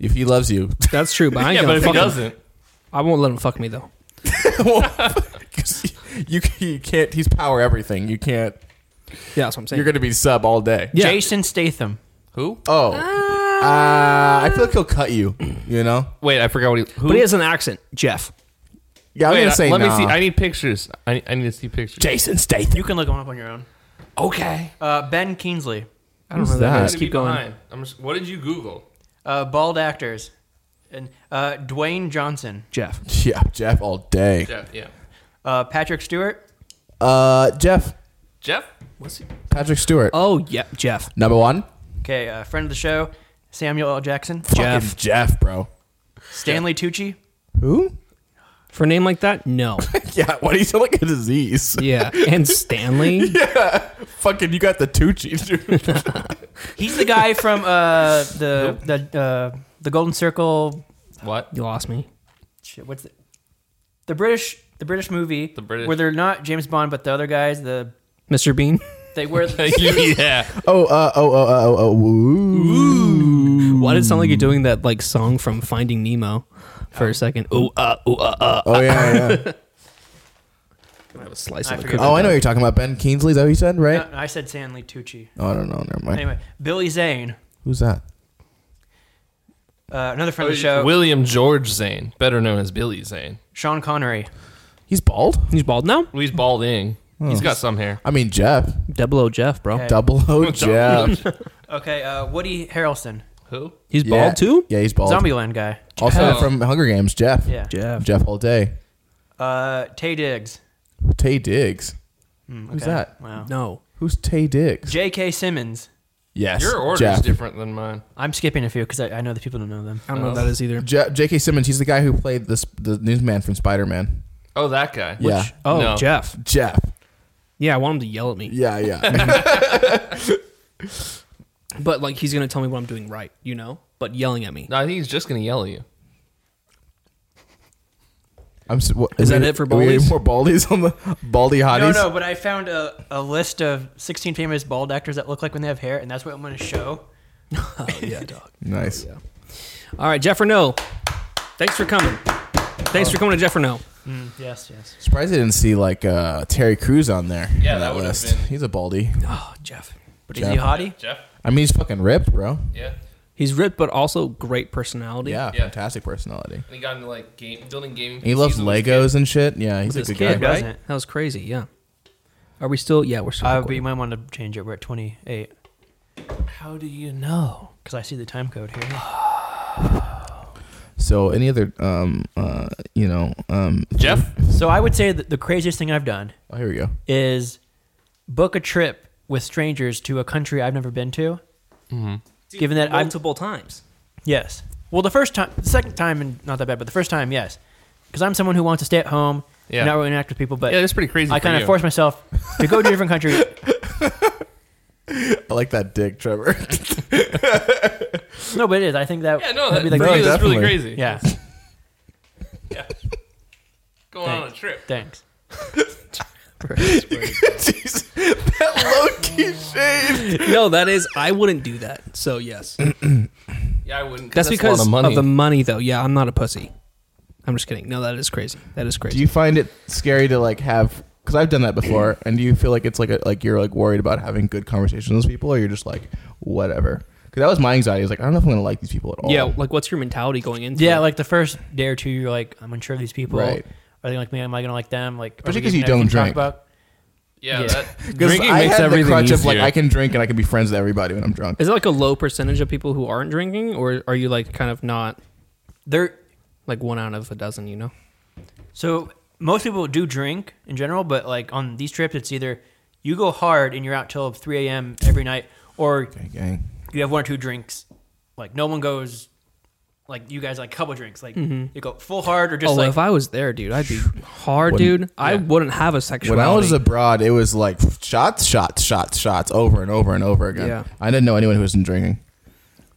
[SPEAKER 3] If he loves you, <laughs>
[SPEAKER 4] That's true, but I ain't
[SPEAKER 1] yeah,
[SPEAKER 4] gonna
[SPEAKER 1] but if he
[SPEAKER 4] fuck him.
[SPEAKER 1] doesn't,
[SPEAKER 4] I won't let him fuck me though.
[SPEAKER 3] 'Cause <laughs> you, you can't. He's power everything. You can't.
[SPEAKER 4] Yeah, that's what I'm saying.
[SPEAKER 3] You're gonna be sub all day.
[SPEAKER 4] Yeah.
[SPEAKER 5] Jason Statham.
[SPEAKER 1] who?
[SPEAKER 3] Oh, uh, I feel like he'll cut you. You know.
[SPEAKER 1] Wait, I forgot what he. Who?
[SPEAKER 4] but he has an accent, Jeff.
[SPEAKER 3] Yeah, I'm
[SPEAKER 1] Wait, uh,
[SPEAKER 3] gonna say
[SPEAKER 1] let me
[SPEAKER 3] nah.
[SPEAKER 1] see. I need pictures. I need, I need to see pictures.
[SPEAKER 3] Jason Statham.
[SPEAKER 5] You can look him up on your own.
[SPEAKER 1] Okay.
[SPEAKER 5] Uh, ben Kingsley.
[SPEAKER 4] I don't
[SPEAKER 3] Who's
[SPEAKER 4] know that.
[SPEAKER 3] that?
[SPEAKER 4] Just keep going.
[SPEAKER 1] I'm just, what did you Google?
[SPEAKER 5] Uh, bald actors. And uh, Dwayne Johnson.
[SPEAKER 4] Jeff.
[SPEAKER 3] Yeah, Jeff all day.
[SPEAKER 1] Jeff. Yeah.
[SPEAKER 5] Uh, Patrick Stewart.
[SPEAKER 3] Uh, Jeff.
[SPEAKER 1] Jeff. What's he?
[SPEAKER 3] Patrick Stewart.
[SPEAKER 4] Oh yeah, Jeff.
[SPEAKER 3] Number one.
[SPEAKER 5] Okay, uh, friend of the show. Samuel L. Jackson.
[SPEAKER 4] Jeff.
[SPEAKER 3] Fucking Jeff, bro.
[SPEAKER 5] Stanley Tucci.
[SPEAKER 3] Who?
[SPEAKER 4] For a name like that, no.
[SPEAKER 3] <laughs> Yeah. Why do you sound like a disease?
[SPEAKER 4] yeah, and Stanley.
[SPEAKER 3] <laughs> Fucking, you got the Tucci, dude.
[SPEAKER 5] He's the guy from uh, the the uh, the Golden Circle.
[SPEAKER 1] What? <laughs>
[SPEAKER 4] You lost me.
[SPEAKER 5] Shit, what's the, the British the British movie? The
[SPEAKER 1] British-
[SPEAKER 5] where they're not James Bond, but the other guys. The
[SPEAKER 4] Mr. Bean.
[SPEAKER 5] they <laughs> wear the,
[SPEAKER 1] yeah.
[SPEAKER 3] <laughs> oh, uh, oh, oh, oh, oh, oh. Ooh.
[SPEAKER 4] Why did it sound like you're doing that like song from Finding Nemo for a second? Ooh uh ooh uh uh.
[SPEAKER 3] Oh yeah, yeah. <laughs> yeah.
[SPEAKER 4] I have a slice
[SPEAKER 5] I
[SPEAKER 4] of a
[SPEAKER 5] forget
[SPEAKER 4] cookie.
[SPEAKER 3] oh, I know what you're talking about. Ben Kingsley, is that what you said, right?
[SPEAKER 5] No, I said Stanley Tucci.
[SPEAKER 3] Oh, I don't know. Never mind.
[SPEAKER 5] Anyway, Billy Zane,
[SPEAKER 3] Who's that?
[SPEAKER 5] uh, another friend of the show.
[SPEAKER 1] William George Zane, better known as Billy Zane.
[SPEAKER 5] Sean Connery.
[SPEAKER 3] He's bald.
[SPEAKER 4] He's bald now.
[SPEAKER 1] He's balding.
[SPEAKER 3] Hmm.
[SPEAKER 1] He's got some hair.
[SPEAKER 3] I mean, Jeff.
[SPEAKER 4] Double O Jeff, bro.
[SPEAKER 3] <laughs>
[SPEAKER 5] Okay.
[SPEAKER 3] Double O Jeff.
[SPEAKER 5] Okay, uh, Woody Harrelson,
[SPEAKER 1] Who?
[SPEAKER 4] He's
[SPEAKER 3] Yeah.
[SPEAKER 4] bald too.
[SPEAKER 3] Yeah, he's bald. Oh.
[SPEAKER 5] Zombieland guy.
[SPEAKER 3] Also
[SPEAKER 1] Jeff.
[SPEAKER 3] from Hunger Games, Jeff.
[SPEAKER 5] Yeah.
[SPEAKER 4] Jeff.
[SPEAKER 3] Jeff all day.
[SPEAKER 5] Uh, Tay Diggs.
[SPEAKER 3] Tay Diggs. Who's
[SPEAKER 5] Okay.
[SPEAKER 3] that?
[SPEAKER 5] Wow.
[SPEAKER 4] No.
[SPEAKER 3] Who's Tay Diggs?
[SPEAKER 5] J.K. Simmons.
[SPEAKER 3] yes.
[SPEAKER 1] Your order's
[SPEAKER 3] Jeff.
[SPEAKER 1] different than mine.
[SPEAKER 5] I'm skipping a few because I, I know the people don't know them.
[SPEAKER 4] I don't know what that is either.
[SPEAKER 3] Je- J.K. Simmons. He's the guy who played this the newsman from Spider Man.
[SPEAKER 1] Oh, that guy.
[SPEAKER 3] Yeah.
[SPEAKER 4] Oh,
[SPEAKER 1] No.
[SPEAKER 4] Jeff.
[SPEAKER 3] Jeff.
[SPEAKER 4] Yeah, I want him to yell at me.
[SPEAKER 3] Yeah, <laughs> yeah.
[SPEAKER 4] But like he's gonna tell me what I'm doing right, you know? But yelling at me.
[SPEAKER 1] No, I think he's just gonna yell at you.
[SPEAKER 3] I'm. s- What,
[SPEAKER 4] Is that
[SPEAKER 3] we-
[SPEAKER 4] it for
[SPEAKER 3] are we getting
[SPEAKER 4] baldies?
[SPEAKER 3] More baldies on the baldy
[SPEAKER 5] No,
[SPEAKER 3] hotties.
[SPEAKER 5] no, but I found a, a list of 16 famous bald actors that look like when they have hair, and that's what I'm going to show.
[SPEAKER 4] Oh, <laughs> yeah, dog.
[SPEAKER 3] Nice.
[SPEAKER 4] All right, Jeff or no. Thanks for coming. Thanks for coming to Jeff or no.
[SPEAKER 5] Yes, yes.
[SPEAKER 3] Surprised I didn't see like uh, Terry Crews on there.
[SPEAKER 1] Yeah,
[SPEAKER 3] on
[SPEAKER 1] that would've
[SPEAKER 3] list.
[SPEAKER 1] been-
[SPEAKER 3] He's a baldy.
[SPEAKER 4] Oh, Jeff.
[SPEAKER 5] But is he a hottie?
[SPEAKER 1] Jeff.
[SPEAKER 3] I mean, he's fucking ripped, bro.
[SPEAKER 1] Yeah.
[SPEAKER 4] He's ripped, but also great personality.
[SPEAKER 3] Yeah,
[SPEAKER 1] Yeah.
[SPEAKER 3] fantastic personality.
[SPEAKER 1] And he got into like game building gaming.
[SPEAKER 3] He loves Legos and shit. Yeah, he's
[SPEAKER 4] With
[SPEAKER 3] a good
[SPEAKER 4] his
[SPEAKER 3] guy.
[SPEAKER 4] kid, right?
[SPEAKER 5] Doesn't.
[SPEAKER 4] That was crazy. Yeah. Are we still? Yeah, we're still.
[SPEAKER 5] Uh, but you
[SPEAKER 4] recording.
[SPEAKER 5] might want to change it. We're at 28.
[SPEAKER 1] How do you know?
[SPEAKER 5] Because I see the time code here.
[SPEAKER 3] So any other, um, uh, you know, um,
[SPEAKER 1] Jeff.
[SPEAKER 5] So I would say that the craziest thing I've done
[SPEAKER 3] oh, here we go.
[SPEAKER 5] is book a trip with strangers to a country I've never been to.
[SPEAKER 1] Mm-hmm.
[SPEAKER 5] Given that I'm
[SPEAKER 4] multiple times.
[SPEAKER 5] yes. Well, the first time, the second time, and not that bad, but the first time, yes, because I'm someone who wants to stay at home,
[SPEAKER 1] Yeah.
[SPEAKER 5] and not really interact with people. But
[SPEAKER 1] Yeah, that's pretty crazy.
[SPEAKER 5] I kind of force myself to go to a
[SPEAKER 1] <laughs>
[SPEAKER 5] different country.
[SPEAKER 3] I like that dick, Trevor. <laughs>
[SPEAKER 5] No, but it is. I think that
[SPEAKER 1] Yeah, no, that,
[SPEAKER 5] that'd be like
[SPEAKER 1] for
[SPEAKER 3] No,
[SPEAKER 1] you, that's really crazy.
[SPEAKER 3] definitely.
[SPEAKER 5] yeah.
[SPEAKER 1] Yeah. Going on a trip.
[SPEAKER 5] Thanks.
[SPEAKER 3] Jeez, that low key shade.
[SPEAKER 4] <laughs> no, that is. I wouldn't do that. So <clears throat> yes,
[SPEAKER 1] Yeah, I wouldn't.
[SPEAKER 4] that's,
[SPEAKER 1] a lot
[SPEAKER 4] because of,
[SPEAKER 1] money.
[SPEAKER 4] the money, though. Yeah, I'm not a pussy. I'm just kidding. No, that is crazy. That is crazy.
[SPEAKER 3] Do you find it scary to like have? Because I've done that before, and do you feel like it's like a, like you're like worried about having good conversations with people, or you're just like whatever? Because that was my anxiety. I was like, I don't know if I'm gonna like these people at all.
[SPEAKER 4] yeah, like what's your mentality going into?
[SPEAKER 5] Yeah,
[SPEAKER 4] it?
[SPEAKER 5] like the first day or two, you're like, I'm unsure of these people.
[SPEAKER 3] Right.
[SPEAKER 5] Are they gonna like me? Am I gonna like them? Like, are we
[SPEAKER 3] Especially 'cause
[SPEAKER 5] gonna
[SPEAKER 3] you don't
[SPEAKER 5] even talk
[SPEAKER 3] drink.
[SPEAKER 5] about-
[SPEAKER 1] yeah,
[SPEAKER 5] Yeah.
[SPEAKER 1] That,
[SPEAKER 3] 'Cause
[SPEAKER 1] drinking
[SPEAKER 3] I
[SPEAKER 1] makes
[SPEAKER 3] had the
[SPEAKER 1] everything
[SPEAKER 3] crutch
[SPEAKER 1] easier.
[SPEAKER 3] of like I can drink and I can be friends with everybody when I'm drunk.
[SPEAKER 4] is it like a low percentage of people who aren't drinking, or are you like kind of not
[SPEAKER 5] They're
[SPEAKER 4] like one out of a dozen? You know.
[SPEAKER 5] so most people do drink in general, but like on these trips, it's either you go hard and you're out till 3 a.m. every night, or
[SPEAKER 3] Gang, gang.
[SPEAKER 5] you have one or two drinks. Like no one goes. Like you guys, like couple drinks. Like
[SPEAKER 3] Mm-hmm.
[SPEAKER 5] you go full hard or just
[SPEAKER 4] oh,
[SPEAKER 5] like.
[SPEAKER 4] if I was there, dude, I'd be hard, dude.
[SPEAKER 3] Wouldn't-
[SPEAKER 4] I wouldn't have a sexuality.
[SPEAKER 3] When I was abroad, it was like shots, shots, shots, shots, over and over and over again.
[SPEAKER 4] Yeah.
[SPEAKER 3] I didn't know anyone who wasn't drinking.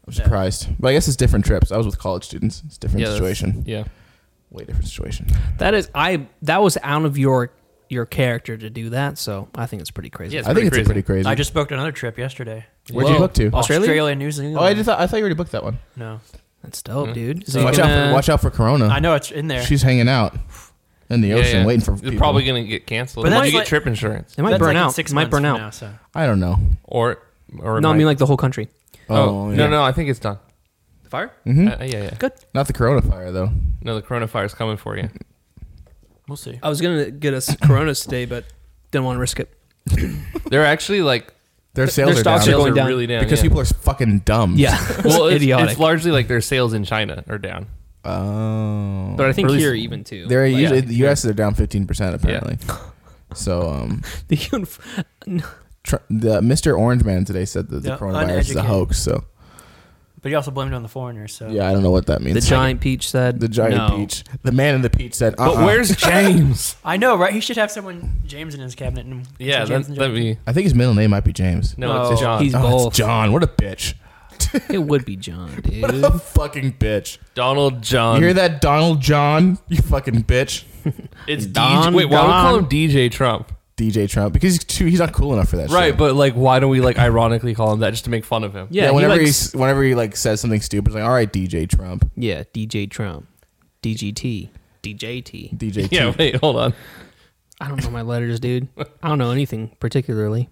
[SPEAKER 3] I'm surprised, but I guess it's different trips. I was with college students. It's a different
[SPEAKER 1] yeah, that's-
[SPEAKER 3] situation.
[SPEAKER 1] Yeah.
[SPEAKER 3] Way different situation.
[SPEAKER 4] that is, I that was out of your your character to do that. So I think it's pretty crazy.
[SPEAKER 1] Yeah, it's
[SPEAKER 3] I think
[SPEAKER 1] pretty
[SPEAKER 3] it's a pretty crazy.
[SPEAKER 5] I just booked another trip yesterday.
[SPEAKER 3] Where'd you
[SPEAKER 4] Whoa.
[SPEAKER 3] book to?
[SPEAKER 4] Australia?
[SPEAKER 5] New Zealand.
[SPEAKER 3] Oh, I, just thought, I thought you already booked that one.
[SPEAKER 5] No,
[SPEAKER 4] That's dope, dude. So
[SPEAKER 3] watch
[SPEAKER 4] you
[SPEAKER 3] out! For,
[SPEAKER 4] gonna-
[SPEAKER 3] watch out for Corona.
[SPEAKER 5] I know it's in there.
[SPEAKER 3] Oh. She's hanging out in the
[SPEAKER 1] Yeah,
[SPEAKER 3] ocean
[SPEAKER 1] yeah.
[SPEAKER 3] waiting for
[SPEAKER 1] It's
[SPEAKER 3] people.
[SPEAKER 1] probably gonna get canceled.
[SPEAKER 5] But
[SPEAKER 1] But then
[SPEAKER 5] that's
[SPEAKER 1] you get
[SPEAKER 5] like-
[SPEAKER 1] trip insurance,
[SPEAKER 4] It might
[SPEAKER 5] That's
[SPEAKER 4] burn
[SPEAKER 5] like in
[SPEAKER 4] out.
[SPEAKER 5] Six
[SPEAKER 4] it might
[SPEAKER 5] months
[SPEAKER 4] burn
[SPEAKER 5] from
[SPEAKER 4] out.
[SPEAKER 5] now, so.
[SPEAKER 3] I don't know.
[SPEAKER 1] or or it
[SPEAKER 4] No, I
[SPEAKER 1] might-
[SPEAKER 4] mean like the whole country.
[SPEAKER 1] Oh,
[SPEAKER 3] yeah.
[SPEAKER 1] no, no, I think it's done.
[SPEAKER 4] The fire?
[SPEAKER 1] Uh, yeah, yeah.
[SPEAKER 4] Good.
[SPEAKER 3] Not the Corona fire though.
[SPEAKER 1] No, the Corona fire's coming for you.
[SPEAKER 5] We'll see.
[SPEAKER 4] I was gonna get us Corona today, but didn't want to risk it.
[SPEAKER 1] They're actually like
[SPEAKER 3] Their sales are
[SPEAKER 4] stocks
[SPEAKER 3] down
[SPEAKER 4] are
[SPEAKER 1] sales
[SPEAKER 4] going
[SPEAKER 1] are
[SPEAKER 4] down
[SPEAKER 1] really down
[SPEAKER 3] because
[SPEAKER 1] yeah.
[SPEAKER 3] people are fucking dumb.
[SPEAKER 1] Well, it's,
[SPEAKER 4] idiotic.
[SPEAKER 1] it's largely like their sales in China are down.
[SPEAKER 3] Oh.
[SPEAKER 4] but I think
[SPEAKER 1] Or at least
[SPEAKER 4] here even too.
[SPEAKER 3] They're
[SPEAKER 4] Like,
[SPEAKER 3] usually the U.S. they're down fifteen percent apparently. So um,
[SPEAKER 4] <laughs> the unf-
[SPEAKER 3] tr- the Mr. Orange Man today said that the
[SPEAKER 5] Yeah,
[SPEAKER 3] coronavirus is a
[SPEAKER 5] uneducated.
[SPEAKER 3] hoax. So
[SPEAKER 5] But he also blamed it on the foreigners. So
[SPEAKER 3] yeah, I don't know what that means.
[SPEAKER 4] the giant peach
[SPEAKER 3] <laughs>
[SPEAKER 4] said
[SPEAKER 3] the giant
[SPEAKER 4] no.
[SPEAKER 3] peach, the man in the peach said, uh
[SPEAKER 1] But where's James?
[SPEAKER 5] I know, right? He should have someone James in his cabinet. And
[SPEAKER 1] yeah,
[SPEAKER 5] James
[SPEAKER 1] that,
[SPEAKER 5] and
[SPEAKER 1] that'd be
[SPEAKER 3] I think his middle name might be James.
[SPEAKER 1] no.
[SPEAKER 5] Oh.
[SPEAKER 1] It's John.
[SPEAKER 4] He's
[SPEAKER 3] Oh, it's
[SPEAKER 4] both.
[SPEAKER 3] John. What a bitch. <laughs>
[SPEAKER 4] It would be John,
[SPEAKER 3] What
[SPEAKER 4] dude.
[SPEAKER 3] a fucking bitch.
[SPEAKER 1] Donald
[SPEAKER 3] You
[SPEAKER 1] John.
[SPEAKER 3] hear that, Donald John? You fucking bitch.
[SPEAKER 1] <laughs> It's
[SPEAKER 4] Don
[SPEAKER 1] DJ. Wait, why do we call
[SPEAKER 4] Don.
[SPEAKER 1] him DJ Trump?
[SPEAKER 3] DJ Trump because he's too, he's not cool enough for that.
[SPEAKER 1] Right,
[SPEAKER 3] shit.
[SPEAKER 1] but like, why do we like ironically call him that just to make fun of him?
[SPEAKER 4] Yeah,
[SPEAKER 3] yeah,
[SPEAKER 4] he
[SPEAKER 3] whenever
[SPEAKER 4] likes-
[SPEAKER 3] he's whenever he like says something stupid, it's like, all right, DJ Trump,
[SPEAKER 4] yeah, DJ Trump, DGT, DJT.
[SPEAKER 3] DJ.
[SPEAKER 1] <laughs> <laughs> Yeah.
[SPEAKER 3] Trump.
[SPEAKER 1] Wait, hold on.
[SPEAKER 4] I don't know my letters, dude. I don't know anything particularly.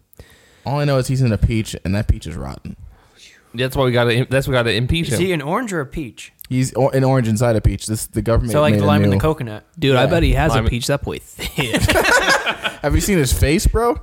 [SPEAKER 3] All I know is he's in a peach, and that peach is rotten.
[SPEAKER 1] That's why we got to. That's why we got to impeach
[SPEAKER 5] Is
[SPEAKER 1] him.
[SPEAKER 5] he an orange or a peach?
[SPEAKER 3] He's or- an orange inside a peach. This the government.
[SPEAKER 5] So like
[SPEAKER 3] made a
[SPEAKER 5] the lime and the
[SPEAKER 3] new-
[SPEAKER 5] coconut.
[SPEAKER 4] Dude, I
[SPEAKER 3] Yeah.
[SPEAKER 4] bet he has
[SPEAKER 1] Lime-
[SPEAKER 4] a peach. That boy thick.
[SPEAKER 1] <laughs>
[SPEAKER 3] Have you seen his face,
[SPEAKER 4] <laughs>
[SPEAKER 3] bro? It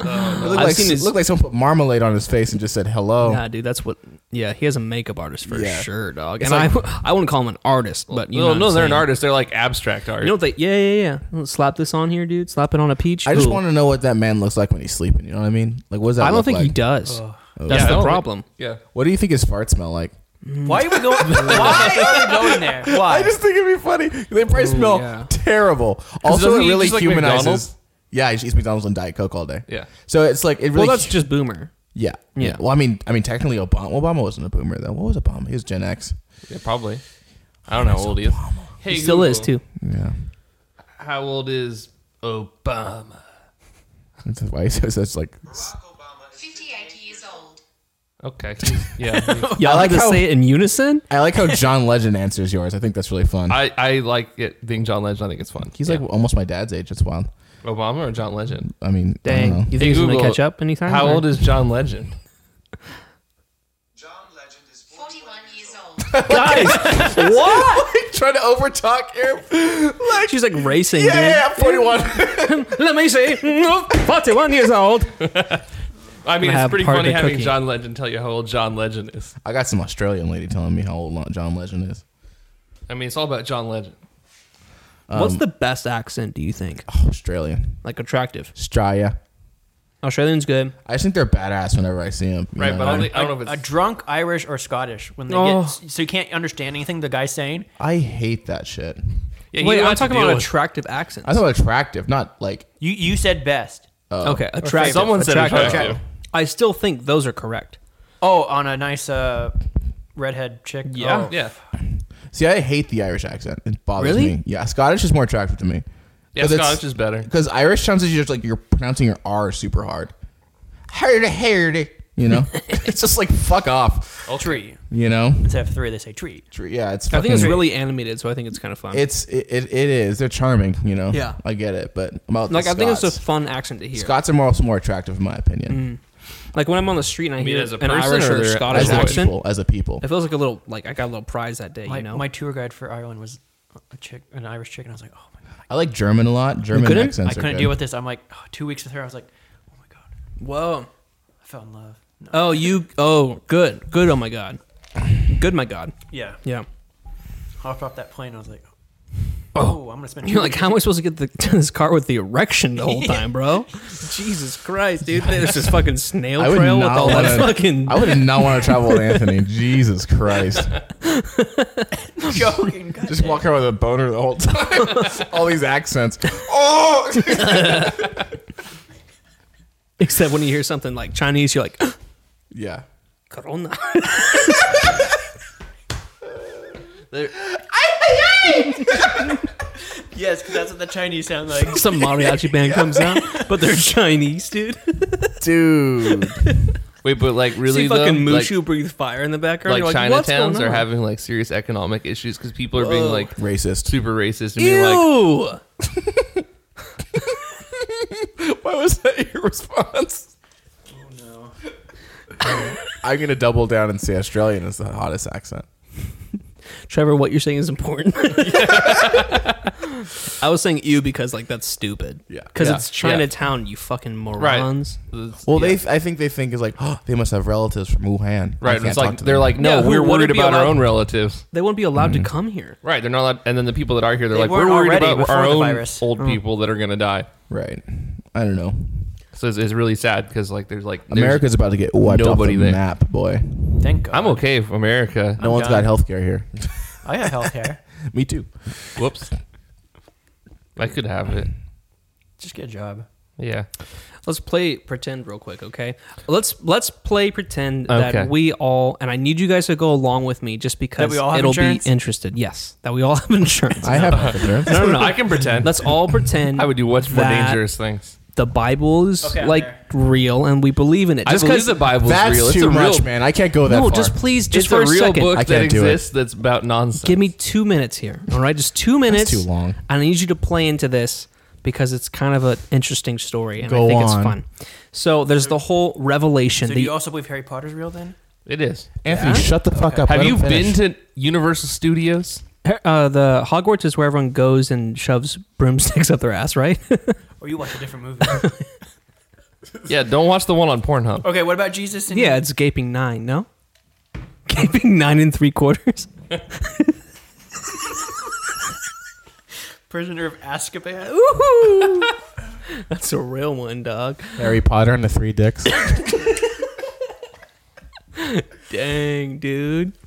[SPEAKER 3] looked
[SPEAKER 4] I've
[SPEAKER 3] like,
[SPEAKER 4] seen his-
[SPEAKER 3] looked like someone put marmalade on his face and just said
[SPEAKER 1] Oh.
[SPEAKER 3] hello.
[SPEAKER 4] Nah, dude, that's what. Yeah, he has a makeup artist for
[SPEAKER 3] Yeah.
[SPEAKER 4] sure, dog.
[SPEAKER 3] It's
[SPEAKER 4] And I
[SPEAKER 3] like-
[SPEAKER 4] I, I wouldn't call him an artist, but you
[SPEAKER 1] no,
[SPEAKER 4] know,
[SPEAKER 1] no,
[SPEAKER 4] what I'm
[SPEAKER 1] they're an
[SPEAKER 4] saying.
[SPEAKER 1] artist. They're like abstract art.
[SPEAKER 4] You know what they? Yeah, yeah, yeah. Slap this on here, dude. Slap it on a peach.
[SPEAKER 3] I just
[SPEAKER 4] Ooh.
[SPEAKER 3] want to know what that man looks like when he's sleeping. You know what I mean? Like, what does that?
[SPEAKER 4] I don't
[SPEAKER 3] look
[SPEAKER 4] think he
[SPEAKER 3] like? uh,
[SPEAKER 4] does.
[SPEAKER 1] Yeah,
[SPEAKER 4] That's
[SPEAKER 1] I
[SPEAKER 4] the
[SPEAKER 1] don't
[SPEAKER 4] problem.
[SPEAKER 1] think- yeah.
[SPEAKER 3] What do you think his farts smell like?
[SPEAKER 5] Why are we going?
[SPEAKER 3] <laughs>
[SPEAKER 5] why are we going there?
[SPEAKER 3] I
[SPEAKER 5] Why?
[SPEAKER 3] just think it'd be funny. They probably smell
[SPEAKER 4] yeah.
[SPEAKER 3] terrible. Also,
[SPEAKER 1] doesn't
[SPEAKER 3] it
[SPEAKER 1] he
[SPEAKER 3] really
[SPEAKER 1] just like
[SPEAKER 3] humanizes.
[SPEAKER 1] McDonald's?
[SPEAKER 3] Yeah, he eats McDonald's and Diet Coke all day.
[SPEAKER 1] Yeah.
[SPEAKER 3] So it's like it really.
[SPEAKER 4] Well, that's just boomer.
[SPEAKER 3] yeah,
[SPEAKER 4] Yeah.
[SPEAKER 3] Well, I mean, I mean, technically, Obama. Obama wasn't a boomer though. What was Obama? He was Gen X.
[SPEAKER 1] Yeah, probably. I don't know how old he is. Hey,
[SPEAKER 4] He still is
[SPEAKER 1] Google,
[SPEAKER 4] too.
[SPEAKER 3] Yeah.
[SPEAKER 1] How old is Obama?
[SPEAKER 3] That's why he says that's like.
[SPEAKER 6] 58 years old.
[SPEAKER 1] Okay. <laughs> Yeah.
[SPEAKER 4] Yeah, I
[SPEAKER 3] like
[SPEAKER 4] like to
[SPEAKER 3] how-
[SPEAKER 4] say it in unison.
[SPEAKER 3] I like
[SPEAKER 1] <laughs>
[SPEAKER 3] how John Legend answers yours. I think that's really fun.
[SPEAKER 1] I, I like it being John Legend. I think it's fun.
[SPEAKER 3] He's
[SPEAKER 1] Yeah.
[SPEAKER 3] like almost my dad's age. It's wild.
[SPEAKER 1] Obama or John Legend.
[SPEAKER 3] I mean, I
[SPEAKER 1] <laughs>
[SPEAKER 4] Dang,
[SPEAKER 3] don't
[SPEAKER 4] you
[SPEAKER 3] know. <laughs>
[SPEAKER 4] think
[SPEAKER 1] Hey,
[SPEAKER 4] he's gonna
[SPEAKER 1] Google,
[SPEAKER 4] catch up anytime?
[SPEAKER 1] How
[SPEAKER 4] or- <laughs>
[SPEAKER 1] old is John <laughs> Legend?
[SPEAKER 6] John Legend is 41 years old.
[SPEAKER 4] <laughs>
[SPEAKER 3] Trying to overtalk
[SPEAKER 1] <laughs>
[SPEAKER 3] here.
[SPEAKER 4] She's like racing,
[SPEAKER 3] Yeah,
[SPEAKER 4] dude.
[SPEAKER 3] yeah, I'm 41.
[SPEAKER 4] Let me see. Forty-one years old.
[SPEAKER 1] I mean,
[SPEAKER 4] Gonna have
[SPEAKER 1] it's pretty
[SPEAKER 4] part of
[SPEAKER 1] funny
[SPEAKER 4] the
[SPEAKER 1] having
[SPEAKER 4] cookie.
[SPEAKER 1] John Legend tell you how old John Legend is.
[SPEAKER 3] I got some Australian lady telling me how old John Legend is.
[SPEAKER 1] I mean, it's all about John Legend.
[SPEAKER 4] What's the best accent? Do you think?
[SPEAKER 3] Oh, Australian.
[SPEAKER 4] Like attractive.
[SPEAKER 3] Australia.
[SPEAKER 4] Australian's good.
[SPEAKER 3] I just think they're badass whenever I see them.
[SPEAKER 1] Right, but I don't, think, I don't know if
[SPEAKER 5] a
[SPEAKER 1] it's.
[SPEAKER 5] drunk Irish or Scottish when they
[SPEAKER 4] Oh.
[SPEAKER 5] get so you can't understand anything the guy's saying.
[SPEAKER 3] I hate that shit.
[SPEAKER 1] Yeah, you
[SPEAKER 4] Wait,
[SPEAKER 1] know
[SPEAKER 4] I'm
[SPEAKER 1] what to
[SPEAKER 4] talking
[SPEAKER 1] deal
[SPEAKER 4] about
[SPEAKER 1] with. <laughs>
[SPEAKER 4] attractive accents.
[SPEAKER 3] I thought attractive, not like
[SPEAKER 5] You you said best.
[SPEAKER 4] okay, attractive.
[SPEAKER 1] Someone said attractive.
[SPEAKER 4] I still think those are correct.
[SPEAKER 5] Oh, on a nice uh, redhead chick.
[SPEAKER 4] Yeah.
[SPEAKER 5] Oh.
[SPEAKER 1] Yeah.
[SPEAKER 3] See, I hate the Irish accent. It bothers
[SPEAKER 4] Really?
[SPEAKER 3] me. Yeah, Scottish is more attractive to me.
[SPEAKER 1] Yeah, Scottish is better.
[SPEAKER 3] Because Irish sounds like you're just like you're pronouncing your R super hard. Hardy, hardy. You
[SPEAKER 4] <laughs>
[SPEAKER 3] know, <laughs> it's just like fuck off.
[SPEAKER 5] Tree.
[SPEAKER 3] You know,
[SPEAKER 5] Instead of three, they say tree.
[SPEAKER 3] yeah, it's.
[SPEAKER 4] I think it's
[SPEAKER 3] fucking-
[SPEAKER 4] really animated, so I think it's kind of fun.
[SPEAKER 3] It's it, it, it is. They're charming. You know.
[SPEAKER 4] Yeah.
[SPEAKER 3] I get it, but about
[SPEAKER 4] like
[SPEAKER 3] the
[SPEAKER 4] I think it's a Mm.
[SPEAKER 3] Scots.
[SPEAKER 4] fun accent to hear.
[SPEAKER 3] Scots are more also more attractive in my opinion.
[SPEAKER 4] Like when I'm on the street and I hear
[SPEAKER 1] as a
[SPEAKER 4] an
[SPEAKER 1] person
[SPEAKER 4] Irish
[SPEAKER 1] or
[SPEAKER 4] or,
[SPEAKER 1] their-
[SPEAKER 4] Scottish
[SPEAKER 3] As
[SPEAKER 1] as
[SPEAKER 3] a
[SPEAKER 4] accent,
[SPEAKER 3] people, as a people.
[SPEAKER 4] it feels like a little like I got a little prize that day.
[SPEAKER 5] My,
[SPEAKER 4] you know,
[SPEAKER 5] my tour guide for Ireland was a chick, an Irish chick, and I was like, oh my god,
[SPEAKER 3] I like German a lot. German
[SPEAKER 4] couldn't?
[SPEAKER 3] accents.
[SPEAKER 5] I
[SPEAKER 3] are
[SPEAKER 5] couldn't
[SPEAKER 3] good.
[SPEAKER 5] deal with this. I'm like oh, two weeks with her. I was like, oh my god,
[SPEAKER 4] whoa,
[SPEAKER 5] I fell in love. No.
[SPEAKER 4] oh you, oh good, good, oh my god, good my god,
[SPEAKER 5] Yeah,
[SPEAKER 4] yeah.
[SPEAKER 5] hopped off that plane. and I was like, oh, I'm gonna
[SPEAKER 4] <laughs>
[SPEAKER 5] spend.
[SPEAKER 4] You're like, how am I supposed to get the, <laughs> to this car with the erection
[SPEAKER 1] <laughs>
[SPEAKER 4] the whole time, bro?
[SPEAKER 5] <laughs>
[SPEAKER 4] Jesus Christ, dude! <laughs> There's this fucking snail
[SPEAKER 3] I would
[SPEAKER 4] trail with
[SPEAKER 3] not
[SPEAKER 4] all that
[SPEAKER 3] wanna-
[SPEAKER 4] fucking.
[SPEAKER 3] I would not want to travel with Anthony. Jesus Christ.
[SPEAKER 5] joking. God
[SPEAKER 3] Just walk around with a boner the whole time. All these accents. Oh,
[SPEAKER 4] <laughs>
[SPEAKER 3] <laughs>
[SPEAKER 4] Except when you hear something like Chinese, you're like, <gasps>
[SPEAKER 3] yeah.
[SPEAKER 4] Corona. <laughs>
[SPEAKER 5] Yes, because that's what the Chinese sound
[SPEAKER 4] <laughs>
[SPEAKER 5] like.
[SPEAKER 3] <laughs>
[SPEAKER 4] <laughs> Some mariachi band comes out, but they're Chinese, dude.
[SPEAKER 3] Dude,
[SPEAKER 1] Wait, but like really
[SPEAKER 4] See
[SPEAKER 1] though,
[SPEAKER 4] fucking
[SPEAKER 1] like,
[SPEAKER 4] Mushu breathe fire in the background.
[SPEAKER 1] like
[SPEAKER 4] You're like, "What's going
[SPEAKER 1] Chinatowns are
[SPEAKER 4] on?"
[SPEAKER 1] having like serious economic issues because people are being
[SPEAKER 4] Whoa.
[SPEAKER 1] like
[SPEAKER 3] Racist.
[SPEAKER 1] super racist and being like,
[SPEAKER 4] Ew.
[SPEAKER 3] <laughs> Why was that your response?
[SPEAKER 5] Oh,
[SPEAKER 3] I'm gonna double down and say Australian is the hottest accent.
[SPEAKER 4] Trevor, what you're saying
[SPEAKER 1] <laughs>
[SPEAKER 4] is important. I was saying ew because like that's stupid.
[SPEAKER 3] Yeah.
[SPEAKER 4] Because
[SPEAKER 1] Yeah.
[SPEAKER 4] it's Chinatown, you fucking morons.
[SPEAKER 3] Well, they I think they think is like oh, they must have relatives from Wuhan. I
[SPEAKER 1] right.
[SPEAKER 3] can't
[SPEAKER 1] It's
[SPEAKER 3] talk
[SPEAKER 1] like
[SPEAKER 3] to
[SPEAKER 1] they're
[SPEAKER 3] them.
[SPEAKER 1] like, no,
[SPEAKER 4] Yeah, who
[SPEAKER 1] we're worried
[SPEAKER 4] wouldn't be
[SPEAKER 1] about our
[SPEAKER 4] allowed-
[SPEAKER 1] own relatives.
[SPEAKER 4] They wouldn't be allowed
[SPEAKER 1] Mm-hmm.
[SPEAKER 4] to come here.
[SPEAKER 1] Right, they're not allowed. And then the people that are here, they're
[SPEAKER 5] They
[SPEAKER 1] like, we're
[SPEAKER 5] weren't
[SPEAKER 1] worried
[SPEAKER 5] already
[SPEAKER 1] about our
[SPEAKER 5] before the
[SPEAKER 1] own
[SPEAKER 5] virus." Mm.
[SPEAKER 1] old people that are gonna die.
[SPEAKER 3] right. I don't know.
[SPEAKER 1] So it's, it's really sad because like there's like there's-
[SPEAKER 3] America's about to get wiped off
[SPEAKER 1] nobody
[SPEAKER 3] the
[SPEAKER 1] there.
[SPEAKER 3] map, boy.
[SPEAKER 5] Thank God.
[SPEAKER 1] I'm okay with America.
[SPEAKER 3] No one's
[SPEAKER 5] done.
[SPEAKER 3] got health care here. <laughs>
[SPEAKER 5] I got health
[SPEAKER 4] <laughs>
[SPEAKER 5] care.
[SPEAKER 3] Me too.
[SPEAKER 1] Whoops. I could have it.
[SPEAKER 5] Just get a job.
[SPEAKER 1] Yeah.
[SPEAKER 4] Let's play pretend real quick, okay? Let's let's play pretend
[SPEAKER 1] Okay.
[SPEAKER 4] that we all and I need you guys to go along with me just because
[SPEAKER 5] we all have
[SPEAKER 4] it'll
[SPEAKER 5] insurance?
[SPEAKER 4] be interested. Yes, that we all have <laughs> insurance.
[SPEAKER 3] I have health insurance.
[SPEAKER 4] no, no,
[SPEAKER 1] <laughs>
[SPEAKER 4] no.
[SPEAKER 1] I can pretend.
[SPEAKER 4] Let's all pretend.
[SPEAKER 1] I would do much more
[SPEAKER 4] that
[SPEAKER 1] dangerous things.
[SPEAKER 4] The Bible is
[SPEAKER 5] Okay, I'm
[SPEAKER 4] like
[SPEAKER 5] there.
[SPEAKER 4] real, and we believe in it.
[SPEAKER 1] I
[SPEAKER 4] Just
[SPEAKER 1] believe
[SPEAKER 4] because
[SPEAKER 1] the Bible's
[SPEAKER 3] That's
[SPEAKER 1] real.
[SPEAKER 3] too
[SPEAKER 1] it's a
[SPEAKER 3] much,
[SPEAKER 1] real,
[SPEAKER 3] man. I can't go that
[SPEAKER 4] no,
[SPEAKER 3] far.
[SPEAKER 4] just please, just
[SPEAKER 1] it's
[SPEAKER 4] for
[SPEAKER 1] a
[SPEAKER 4] a
[SPEAKER 1] real
[SPEAKER 4] second.
[SPEAKER 1] book
[SPEAKER 3] I
[SPEAKER 1] that
[SPEAKER 3] can't do it.
[SPEAKER 1] exists that's about nonsense.
[SPEAKER 4] Give me two minutes here. All right, just two minutes.
[SPEAKER 3] too long.
[SPEAKER 4] I need you to play into this because it's kind of an interesting story, and
[SPEAKER 3] Go
[SPEAKER 4] I think
[SPEAKER 3] on.
[SPEAKER 4] it's fun. So there's the whole revelation.
[SPEAKER 5] So do
[SPEAKER 4] the-
[SPEAKER 5] you also believe Harry Potter's real then?
[SPEAKER 1] It is.
[SPEAKER 3] Anthony, shut the fuck up.
[SPEAKER 1] Have you been to Universal Studios?
[SPEAKER 4] uh, the Hogwarts is where everyone goes and shoves broomsticks <laughs> up their ass,
[SPEAKER 5] <laughs>
[SPEAKER 4] right?
[SPEAKER 5] Or you watch a different movie?
[SPEAKER 4] <laughs>
[SPEAKER 1] Yeah, don't watch the one on Pornhub.
[SPEAKER 5] okay, what about Jesus? And
[SPEAKER 4] yeah, it's gaping nine. No, <laughs> gaping nine and three
[SPEAKER 5] <laughs>
[SPEAKER 4] quarters.
[SPEAKER 5] Prisoner of Azkaban.
[SPEAKER 4] Woohoo! <laughs> That's a real one, dog.
[SPEAKER 3] Harry Potter and the Three Dicks?
[SPEAKER 4] Dang, dude.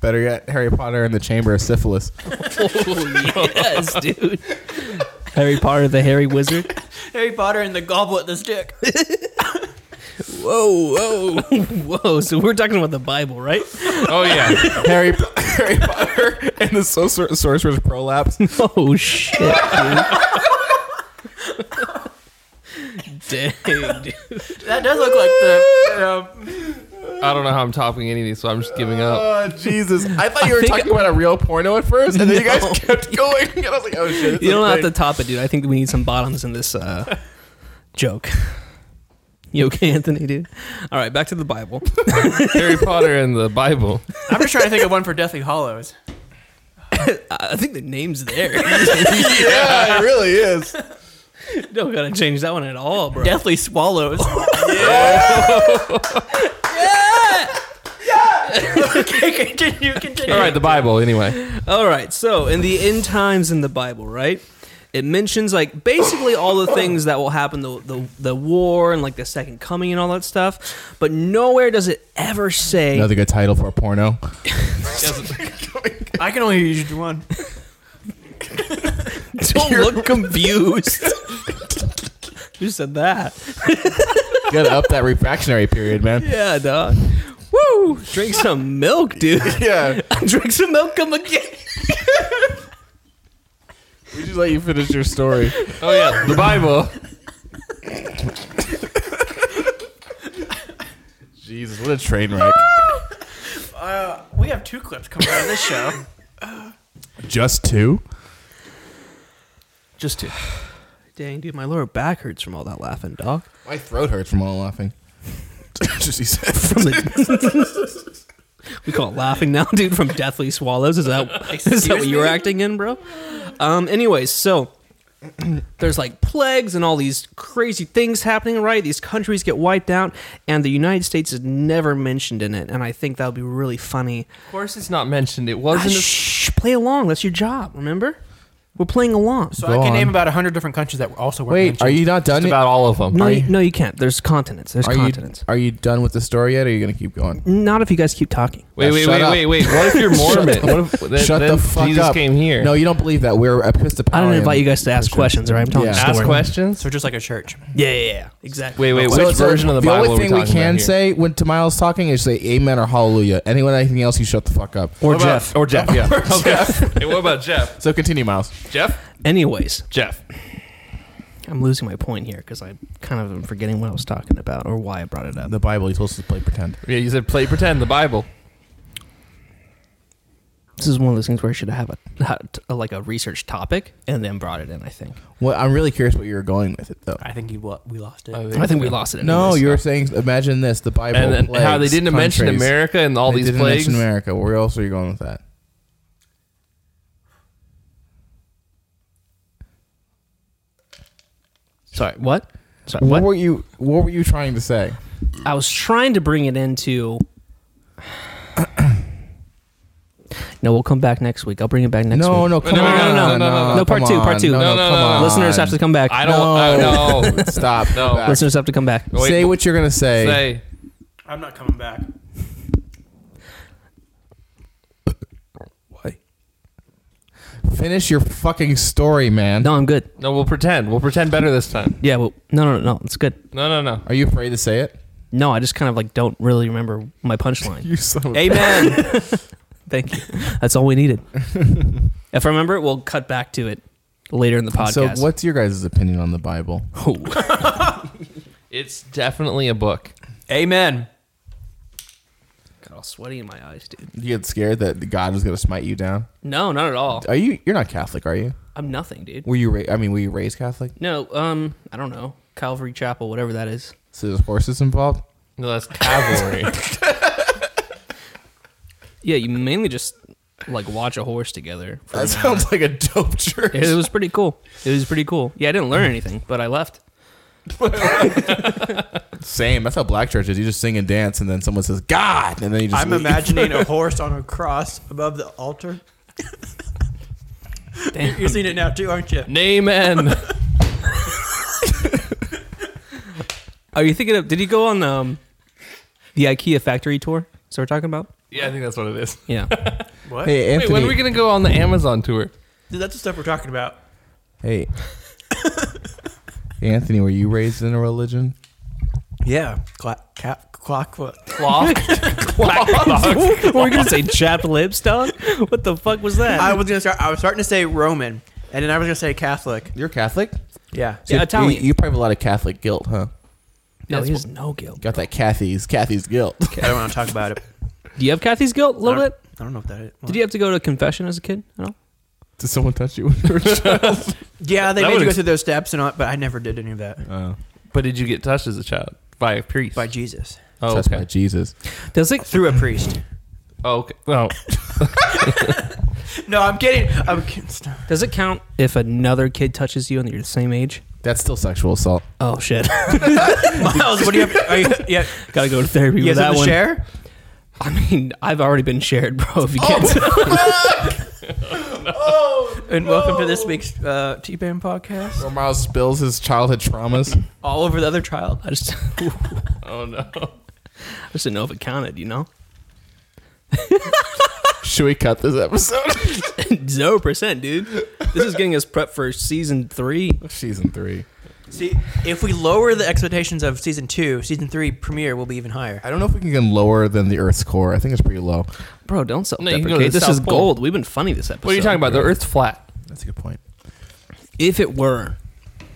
[SPEAKER 3] <laughs>
[SPEAKER 4] <laughs>
[SPEAKER 3] Better yet, Harry Potter and the Chamber of Syphilis. <laughs>
[SPEAKER 4] Oh, yes,
[SPEAKER 5] <laughs>
[SPEAKER 4] dude. Harry Potter, the hairy wizard.
[SPEAKER 5] Harry Potter and the goblet, the stick.
[SPEAKER 4] Whoa, <laughs> whoa, whoa! So we're talking about the Bible, right?
[SPEAKER 1] Oh
[SPEAKER 3] <laughs>
[SPEAKER 1] yeah,
[SPEAKER 3] Harry, Harry Potter and the Sorcer- Sorcerer's Prolapse.
[SPEAKER 4] <laughs> Oh shit, dude! Dang, dude.
[SPEAKER 5] That does look
[SPEAKER 4] <laughs>
[SPEAKER 5] like the. Um,
[SPEAKER 1] I don't know how I'm topping any of these, so I'm just giving up.
[SPEAKER 3] Oh, Jesus. I thought you were
[SPEAKER 4] think-
[SPEAKER 3] talking about a real porno at first, and then <laughs> you guys kept going. And I was like, oh, shit.
[SPEAKER 4] You don't have to top it, dude. I think we need some bottoms in this uh, joke. You okay, Anthony, dude? All right, back to the Bible. <laughs>
[SPEAKER 1] Harry Potter and the Bible.
[SPEAKER 5] I'm just trying to think of one for Deathly Hollows.
[SPEAKER 4] I think the name's there.
[SPEAKER 3] yeah, it really is.
[SPEAKER 4] <laughs> don't gotta change that one at all, bro. <laughs>
[SPEAKER 5] Deathly Swallows. yeah. yeah. <laughs> okay, continue, continue.
[SPEAKER 1] All right, the Bible. Anyway,
[SPEAKER 4] All right, so in the end times in the Bible, right? It mentions like basically all the things that will happen the, the the war and like the second coming and all that stuff, but nowhere does it ever
[SPEAKER 3] <laughs>
[SPEAKER 4] say
[SPEAKER 3] Another good title for a porno.
[SPEAKER 5] I can only use one.
[SPEAKER 4] Don't look confused. <laughs> Who said that?
[SPEAKER 3] Gotta up that refractionary period, man.
[SPEAKER 4] Yeah, dog. Woo! Drink some milk, dude.
[SPEAKER 3] <laughs>
[SPEAKER 4] <laughs>
[SPEAKER 3] Yeah.
[SPEAKER 4] Drink some milk, come again.
[SPEAKER 3] We just let you finish your story.
[SPEAKER 1] oh yeah, the Bible.
[SPEAKER 3] Jesus, what a train wreck.
[SPEAKER 5] We have two clips coming out of this show.
[SPEAKER 3] <laughs> Just two?
[SPEAKER 4] Just to. <sighs> Dang, dude, my lower back hurts from all that laughing, dog.
[SPEAKER 3] My throat hurts from all laughing. <laughs> just he said.
[SPEAKER 4] From the- <laughs> we call it laughing now, <laughs> dude. From Deathly Swallows, is that is that what you were acting in, bro? Um. Anyways, so <clears throat> there's like plagues and all these crazy things happening, right? These countries get wiped out, and the United States is never mentioned in it. And I think that would be really funny.
[SPEAKER 1] Of course, it's not mentioned. It
[SPEAKER 4] Ah,
[SPEAKER 1] wasn't. a-
[SPEAKER 4] Shh, play along. That's your job. Remember, we're playing along.
[SPEAKER 5] So
[SPEAKER 3] Go
[SPEAKER 5] I
[SPEAKER 3] on.
[SPEAKER 5] can name about 100 different countries that were also weren't
[SPEAKER 3] Wait,
[SPEAKER 5] mentioned.
[SPEAKER 3] are you not done?
[SPEAKER 1] It's about all of them.
[SPEAKER 4] no, you, no, you can't. There's continents. There's
[SPEAKER 3] are you
[SPEAKER 4] continents.
[SPEAKER 3] are you done with the story yet? Or are you gonna keep going?
[SPEAKER 4] Not if you guys keep talking.
[SPEAKER 1] Wait, wait,
[SPEAKER 3] Shut
[SPEAKER 1] wait,
[SPEAKER 3] up.
[SPEAKER 1] wait, wait. What if you're Mormon?
[SPEAKER 3] the-
[SPEAKER 1] what if then,
[SPEAKER 3] Shut
[SPEAKER 1] then
[SPEAKER 3] the fuck
[SPEAKER 1] Jesus
[SPEAKER 3] up.
[SPEAKER 1] came here?
[SPEAKER 3] No, you don't believe that. We're
[SPEAKER 4] I
[SPEAKER 3] Episcopalian.
[SPEAKER 4] don't invite you guys to ask questions, all right? I'm telling
[SPEAKER 3] Yeah.
[SPEAKER 4] you.
[SPEAKER 3] Ask
[SPEAKER 1] Ask questions.
[SPEAKER 5] so just like a church.
[SPEAKER 4] Yeah, yeah, yeah. Exactly.
[SPEAKER 1] Wait, wait.
[SPEAKER 3] So
[SPEAKER 1] which
[SPEAKER 3] it's like-
[SPEAKER 1] version of the, Bible
[SPEAKER 3] only thing
[SPEAKER 1] are we,
[SPEAKER 3] we,
[SPEAKER 1] talking
[SPEAKER 3] can
[SPEAKER 1] about here?
[SPEAKER 3] say when Tamil's talking is say amen or hallelujah. Anyone anything else, you shut the fuck up.
[SPEAKER 4] Or
[SPEAKER 1] What about-
[SPEAKER 4] Jeff.
[SPEAKER 1] or Jeff. <laughs> Yeah. <laughs> okay. Hey, what about Jeff?
[SPEAKER 4] Oh.
[SPEAKER 3] So continue, Miles.
[SPEAKER 1] Jeff.
[SPEAKER 4] Anyways,
[SPEAKER 1] Jeff.
[SPEAKER 4] I'm losing my point here because I kind of am forgetting what I was talking about or why I brought it up.
[SPEAKER 3] The Bible. You're supposed to play pretend.
[SPEAKER 1] Yeah, you said play pretend the Bible.
[SPEAKER 4] This is one of those things where I should have a, had a like a research topic and then brought it in. I think.
[SPEAKER 3] Well, I'm really curious what you were going with it though.
[SPEAKER 5] I think you wa- we lost
[SPEAKER 3] Oh,
[SPEAKER 5] it.
[SPEAKER 4] I think we lost it. Oh, in
[SPEAKER 3] No,
[SPEAKER 4] this.
[SPEAKER 3] you were saying imagine this: the Bible.
[SPEAKER 1] And then how they
[SPEAKER 3] plagues
[SPEAKER 1] didn't mention
[SPEAKER 3] countries.
[SPEAKER 1] America and all
[SPEAKER 3] They
[SPEAKER 1] these
[SPEAKER 3] didn't
[SPEAKER 1] plagues.
[SPEAKER 3] mention America. Where else are you going with that?
[SPEAKER 4] Sorry. What? Sorry.
[SPEAKER 3] What?
[SPEAKER 4] What?
[SPEAKER 3] were you What were you trying to say?
[SPEAKER 4] I was trying to bring it into. No, we'll come back next week. I'll bring it back next
[SPEAKER 3] No,
[SPEAKER 4] week.
[SPEAKER 3] no, come
[SPEAKER 1] no,
[SPEAKER 3] on,
[SPEAKER 1] no, no, no,
[SPEAKER 4] no, no, part
[SPEAKER 3] come
[SPEAKER 4] two, part
[SPEAKER 3] on.
[SPEAKER 4] two.
[SPEAKER 3] No, no,
[SPEAKER 1] No, no,
[SPEAKER 3] come
[SPEAKER 1] no,
[SPEAKER 3] on.
[SPEAKER 4] Listeners have to come back.
[SPEAKER 1] I don't.
[SPEAKER 3] No. <laughs>
[SPEAKER 1] I know.
[SPEAKER 3] Stop.
[SPEAKER 1] No.
[SPEAKER 3] Back.
[SPEAKER 4] Listeners have to come back.
[SPEAKER 1] Wait,
[SPEAKER 3] Say what you're gonna say.
[SPEAKER 1] say.
[SPEAKER 5] I'm not coming back.
[SPEAKER 3] Finish your fucking story, man.
[SPEAKER 4] No, I'm good.
[SPEAKER 1] No, we'll pretend. We'll pretend better this time.
[SPEAKER 4] Yeah. Well, no, no, no, no. It's good.
[SPEAKER 1] No, no, no.
[SPEAKER 3] Are you afraid to say it?
[SPEAKER 4] No, I just kind of like don't really remember
[SPEAKER 3] <laughs>
[SPEAKER 4] my punchline.
[SPEAKER 3] You son of
[SPEAKER 7] <laughs>
[SPEAKER 3] a-
[SPEAKER 5] Amen.
[SPEAKER 4] Thank you. That's all we <laughs> needed. if I remember it, we'll cut back to it later in the
[SPEAKER 3] So,
[SPEAKER 4] podcast.
[SPEAKER 3] what's your guys' opinion on the Bible?
[SPEAKER 4] what?
[SPEAKER 1] It's definitely a book.
[SPEAKER 5] Amen.
[SPEAKER 4] Got all sweaty in my eyes, dude.
[SPEAKER 3] You get scared that God was gonna smite you down?
[SPEAKER 4] No, not at all.
[SPEAKER 3] Are you? You're not Catholic, are you?
[SPEAKER 4] I'm nothing, dude.
[SPEAKER 3] Were you? Ra- I mean, were you raised Catholic?
[SPEAKER 4] No, um, I don't know. Calvary Chapel, whatever that is.
[SPEAKER 3] So there's horses involved.
[SPEAKER 1] No, that's
[SPEAKER 3] <laughs>
[SPEAKER 1] cavalry.
[SPEAKER 4] Yeah, you mainly just like watch a horse together. For an hour.
[SPEAKER 3] sounds like a dope church.
[SPEAKER 4] it was pretty cool. It was pretty cool. Yeah, I didn't learn anything, but I left.
[SPEAKER 3] Same. That's how black church is. You just sing and dance, and then someone says God, and then you just.
[SPEAKER 7] I'm
[SPEAKER 3] leave.
[SPEAKER 7] imagining <laughs> a horse on a cross above the <laughs> altar.
[SPEAKER 4] Damn.
[SPEAKER 7] You're seeing it now too, aren't you?
[SPEAKER 1] Name and
[SPEAKER 4] Are you thinking of? Did he go on um, the IKEA factory tour? So we're talking about?
[SPEAKER 1] yeah, I think that's what it is.
[SPEAKER 4] <laughs> Yeah.
[SPEAKER 7] What?
[SPEAKER 3] Hey
[SPEAKER 1] Wait,
[SPEAKER 3] Anthony.
[SPEAKER 1] when are we gonna go on the Amazon <laughs> tour?
[SPEAKER 7] That's the stuff we're talking about.
[SPEAKER 3] <laughs> hey. Hey, Anthony, were you raised in a religion?
[SPEAKER 7] Yeah. Clock. Cap, clock. What?
[SPEAKER 4] Clock. Clock. <laughs> Were you gonna <laughs> say chapped lips, dog? What the fuck was that?
[SPEAKER 7] I was gonna start. I was starting to say Roman, and then I was gonna say Catholic.
[SPEAKER 3] You're Catholic.
[SPEAKER 7] Yeah.
[SPEAKER 4] Yeah, Italian.
[SPEAKER 3] You, you probably have a lot of Catholic guilt, huh?
[SPEAKER 4] no,
[SPEAKER 1] That's
[SPEAKER 4] he has no guilt.
[SPEAKER 3] Got that Kathy's Kathy's guilt.
[SPEAKER 7] I don't want to talk about <laughs> it.
[SPEAKER 4] Do you have Kathy's guilt a
[SPEAKER 7] I
[SPEAKER 4] little
[SPEAKER 7] don't-
[SPEAKER 4] bit?
[SPEAKER 7] I don't know if that is.
[SPEAKER 4] Did you have to go to confession as a kid? No.
[SPEAKER 3] <laughs> Did someone touch you when you were a child?
[SPEAKER 7] Yeah, they
[SPEAKER 1] That
[SPEAKER 7] made
[SPEAKER 1] would
[SPEAKER 7] you go
[SPEAKER 1] ex-
[SPEAKER 7] through those steps and all, but I never did any of that.
[SPEAKER 1] <laughs>
[SPEAKER 3] Oh,
[SPEAKER 1] But did you get touched as a child by a priest?
[SPEAKER 7] By Jesus.
[SPEAKER 1] oh,
[SPEAKER 3] Touched by
[SPEAKER 1] okay.
[SPEAKER 3] Jesus.
[SPEAKER 4] Does it?
[SPEAKER 7] Through a priest.
[SPEAKER 1] Oh, okay. Well,
[SPEAKER 7] <laughs> No, I'm kidding. I'm kidding. Stop.
[SPEAKER 4] Does it count if another kid touches you and you're the same age?
[SPEAKER 3] That's still sexual assault.
[SPEAKER 4] Oh shit! <laughs>
[SPEAKER 7] Miles, what do you have? Are you, yeah,
[SPEAKER 4] Gotta go to
[SPEAKER 7] <laughs>
[SPEAKER 4] therapy
[SPEAKER 7] you
[SPEAKER 4] with
[SPEAKER 7] have
[SPEAKER 4] that
[SPEAKER 7] something to
[SPEAKER 4] one.
[SPEAKER 7] share?
[SPEAKER 4] I mean, I've already been shared, bro. If you can't, <laughs>
[SPEAKER 7] And welcome to this week's uh, T-Bam podcast.
[SPEAKER 3] Where Miles spills his childhood traumas.
[SPEAKER 7] All over the other child.
[SPEAKER 4] I just, I
[SPEAKER 1] oh no.
[SPEAKER 4] just didn't know if it counted. You know, <laughs>
[SPEAKER 3] Should we cut this episode?
[SPEAKER 4] zero percent, dude. This is getting us prep for season three.
[SPEAKER 3] <laughs> Season three.
[SPEAKER 7] See, if we lower the expectations of season two, season three premiere will be even higher.
[SPEAKER 3] I don't know if we can get lower than the Earth's core. I think it's pretty low.
[SPEAKER 4] Bro, don't
[SPEAKER 1] No, you
[SPEAKER 4] self-deprecate.
[SPEAKER 1] can go to the
[SPEAKER 4] this
[SPEAKER 1] South
[SPEAKER 4] is
[SPEAKER 1] Pole.
[SPEAKER 4] gold. We've been funny this episode.
[SPEAKER 1] What are you talking about? The Earth's flat.
[SPEAKER 3] That's a good point.
[SPEAKER 4] If it were,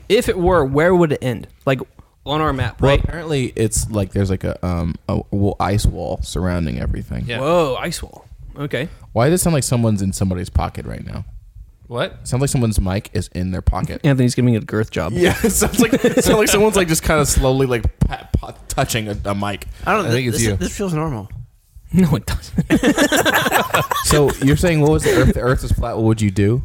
[SPEAKER 4] if it were, where would it end? Like on our map,
[SPEAKER 3] Well,
[SPEAKER 4] right?
[SPEAKER 3] apparently it's like there's like a um a wo- ice wall surrounding everything.
[SPEAKER 1] Yeah.
[SPEAKER 4] Whoa, ice wall. Okay.
[SPEAKER 3] Why does it sound like someone's in somebody's pocket right now?
[SPEAKER 1] What?
[SPEAKER 3] It sounds like someone's mic is in their pocket.
[SPEAKER 4] Anthony's giving it a girth job.
[SPEAKER 3] <laughs> Yeah, it sounds like it <laughs> sounds like someone's like just kind of slowly like pat, pat, touching a, a mic.
[SPEAKER 7] I don't know.
[SPEAKER 3] I think
[SPEAKER 7] this,
[SPEAKER 3] it's you.
[SPEAKER 7] this feels normal.
[SPEAKER 4] <laughs> No, it doesn't. <laughs>
[SPEAKER 3] So you're saying what was the Earth? The Earth is flat. What would you do?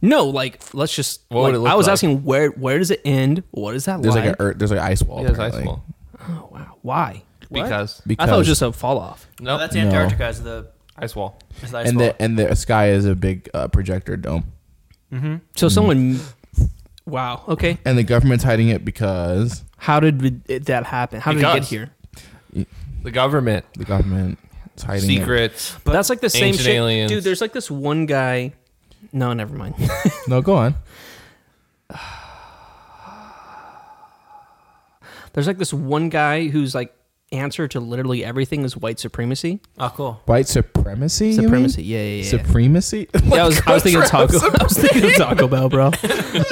[SPEAKER 4] No, like let's just.
[SPEAKER 1] What would
[SPEAKER 4] like,
[SPEAKER 1] it look
[SPEAKER 4] I was
[SPEAKER 1] like?
[SPEAKER 4] asking where where does it end? What is that
[SPEAKER 3] There's
[SPEAKER 4] like? er-
[SPEAKER 3] like a earth, there's like an ice wall.
[SPEAKER 1] Yeah, it's ice
[SPEAKER 3] apparently.
[SPEAKER 1] wall.
[SPEAKER 4] oh wow, why?
[SPEAKER 1] Because
[SPEAKER 3] Because
[SPEAKER 4] I thought it was just a fall off.
[SPEAKER 1] no,
[SPEAKER 5] that's
[SPEAKER 3] No.
[SPEAKER 5] Antarctica is the,
[SPEAKER 1] ice wall.
[SPEAKER 5] is the ice
[SPEAKER 3] and
[SPEAKER 5] wall.
[SPEAKER 3] the and the sky is a big uh, projector dome,
[SPEAKER 4] So someone. Wow. Okay.
[SPEAKER 3] and the government's hiding it because
[SPEAKER 4] How did we- it, that happen? How did it get
[SPEAKER 1] Because-
[SPEAKER 4] here?
[SPEAKER 1] The government.
[SPEAKER 3] the government is hiding
[SPEAKER 1] Secrets.
[SPEAKER 4] But that's like the same
[SPEAKER 1] Ancient
[SPEAKER 4] shit,
[SPEAKER 1] aliens.
[SPEAKER 4] dude. There's like this one guy. No, never mind. <laughs>
[SPEAKER 3] it. No, go on.
[SPEAKER 4] there's like this one guy who's like answer to literally everything is white supremacy.
[SPEAKER 5] oh, cool.
[SPEAKER 3] White supremacy. you mean?
[SPEAKER 4] Supremacy. Yeah, yeah, yeah.
[SPEAKER 3] Supremacy. <laughs>
[SPEAKER 4] <laughs> yeah, I was, I was thinking Taco. I was thinking Taco Bell, bro.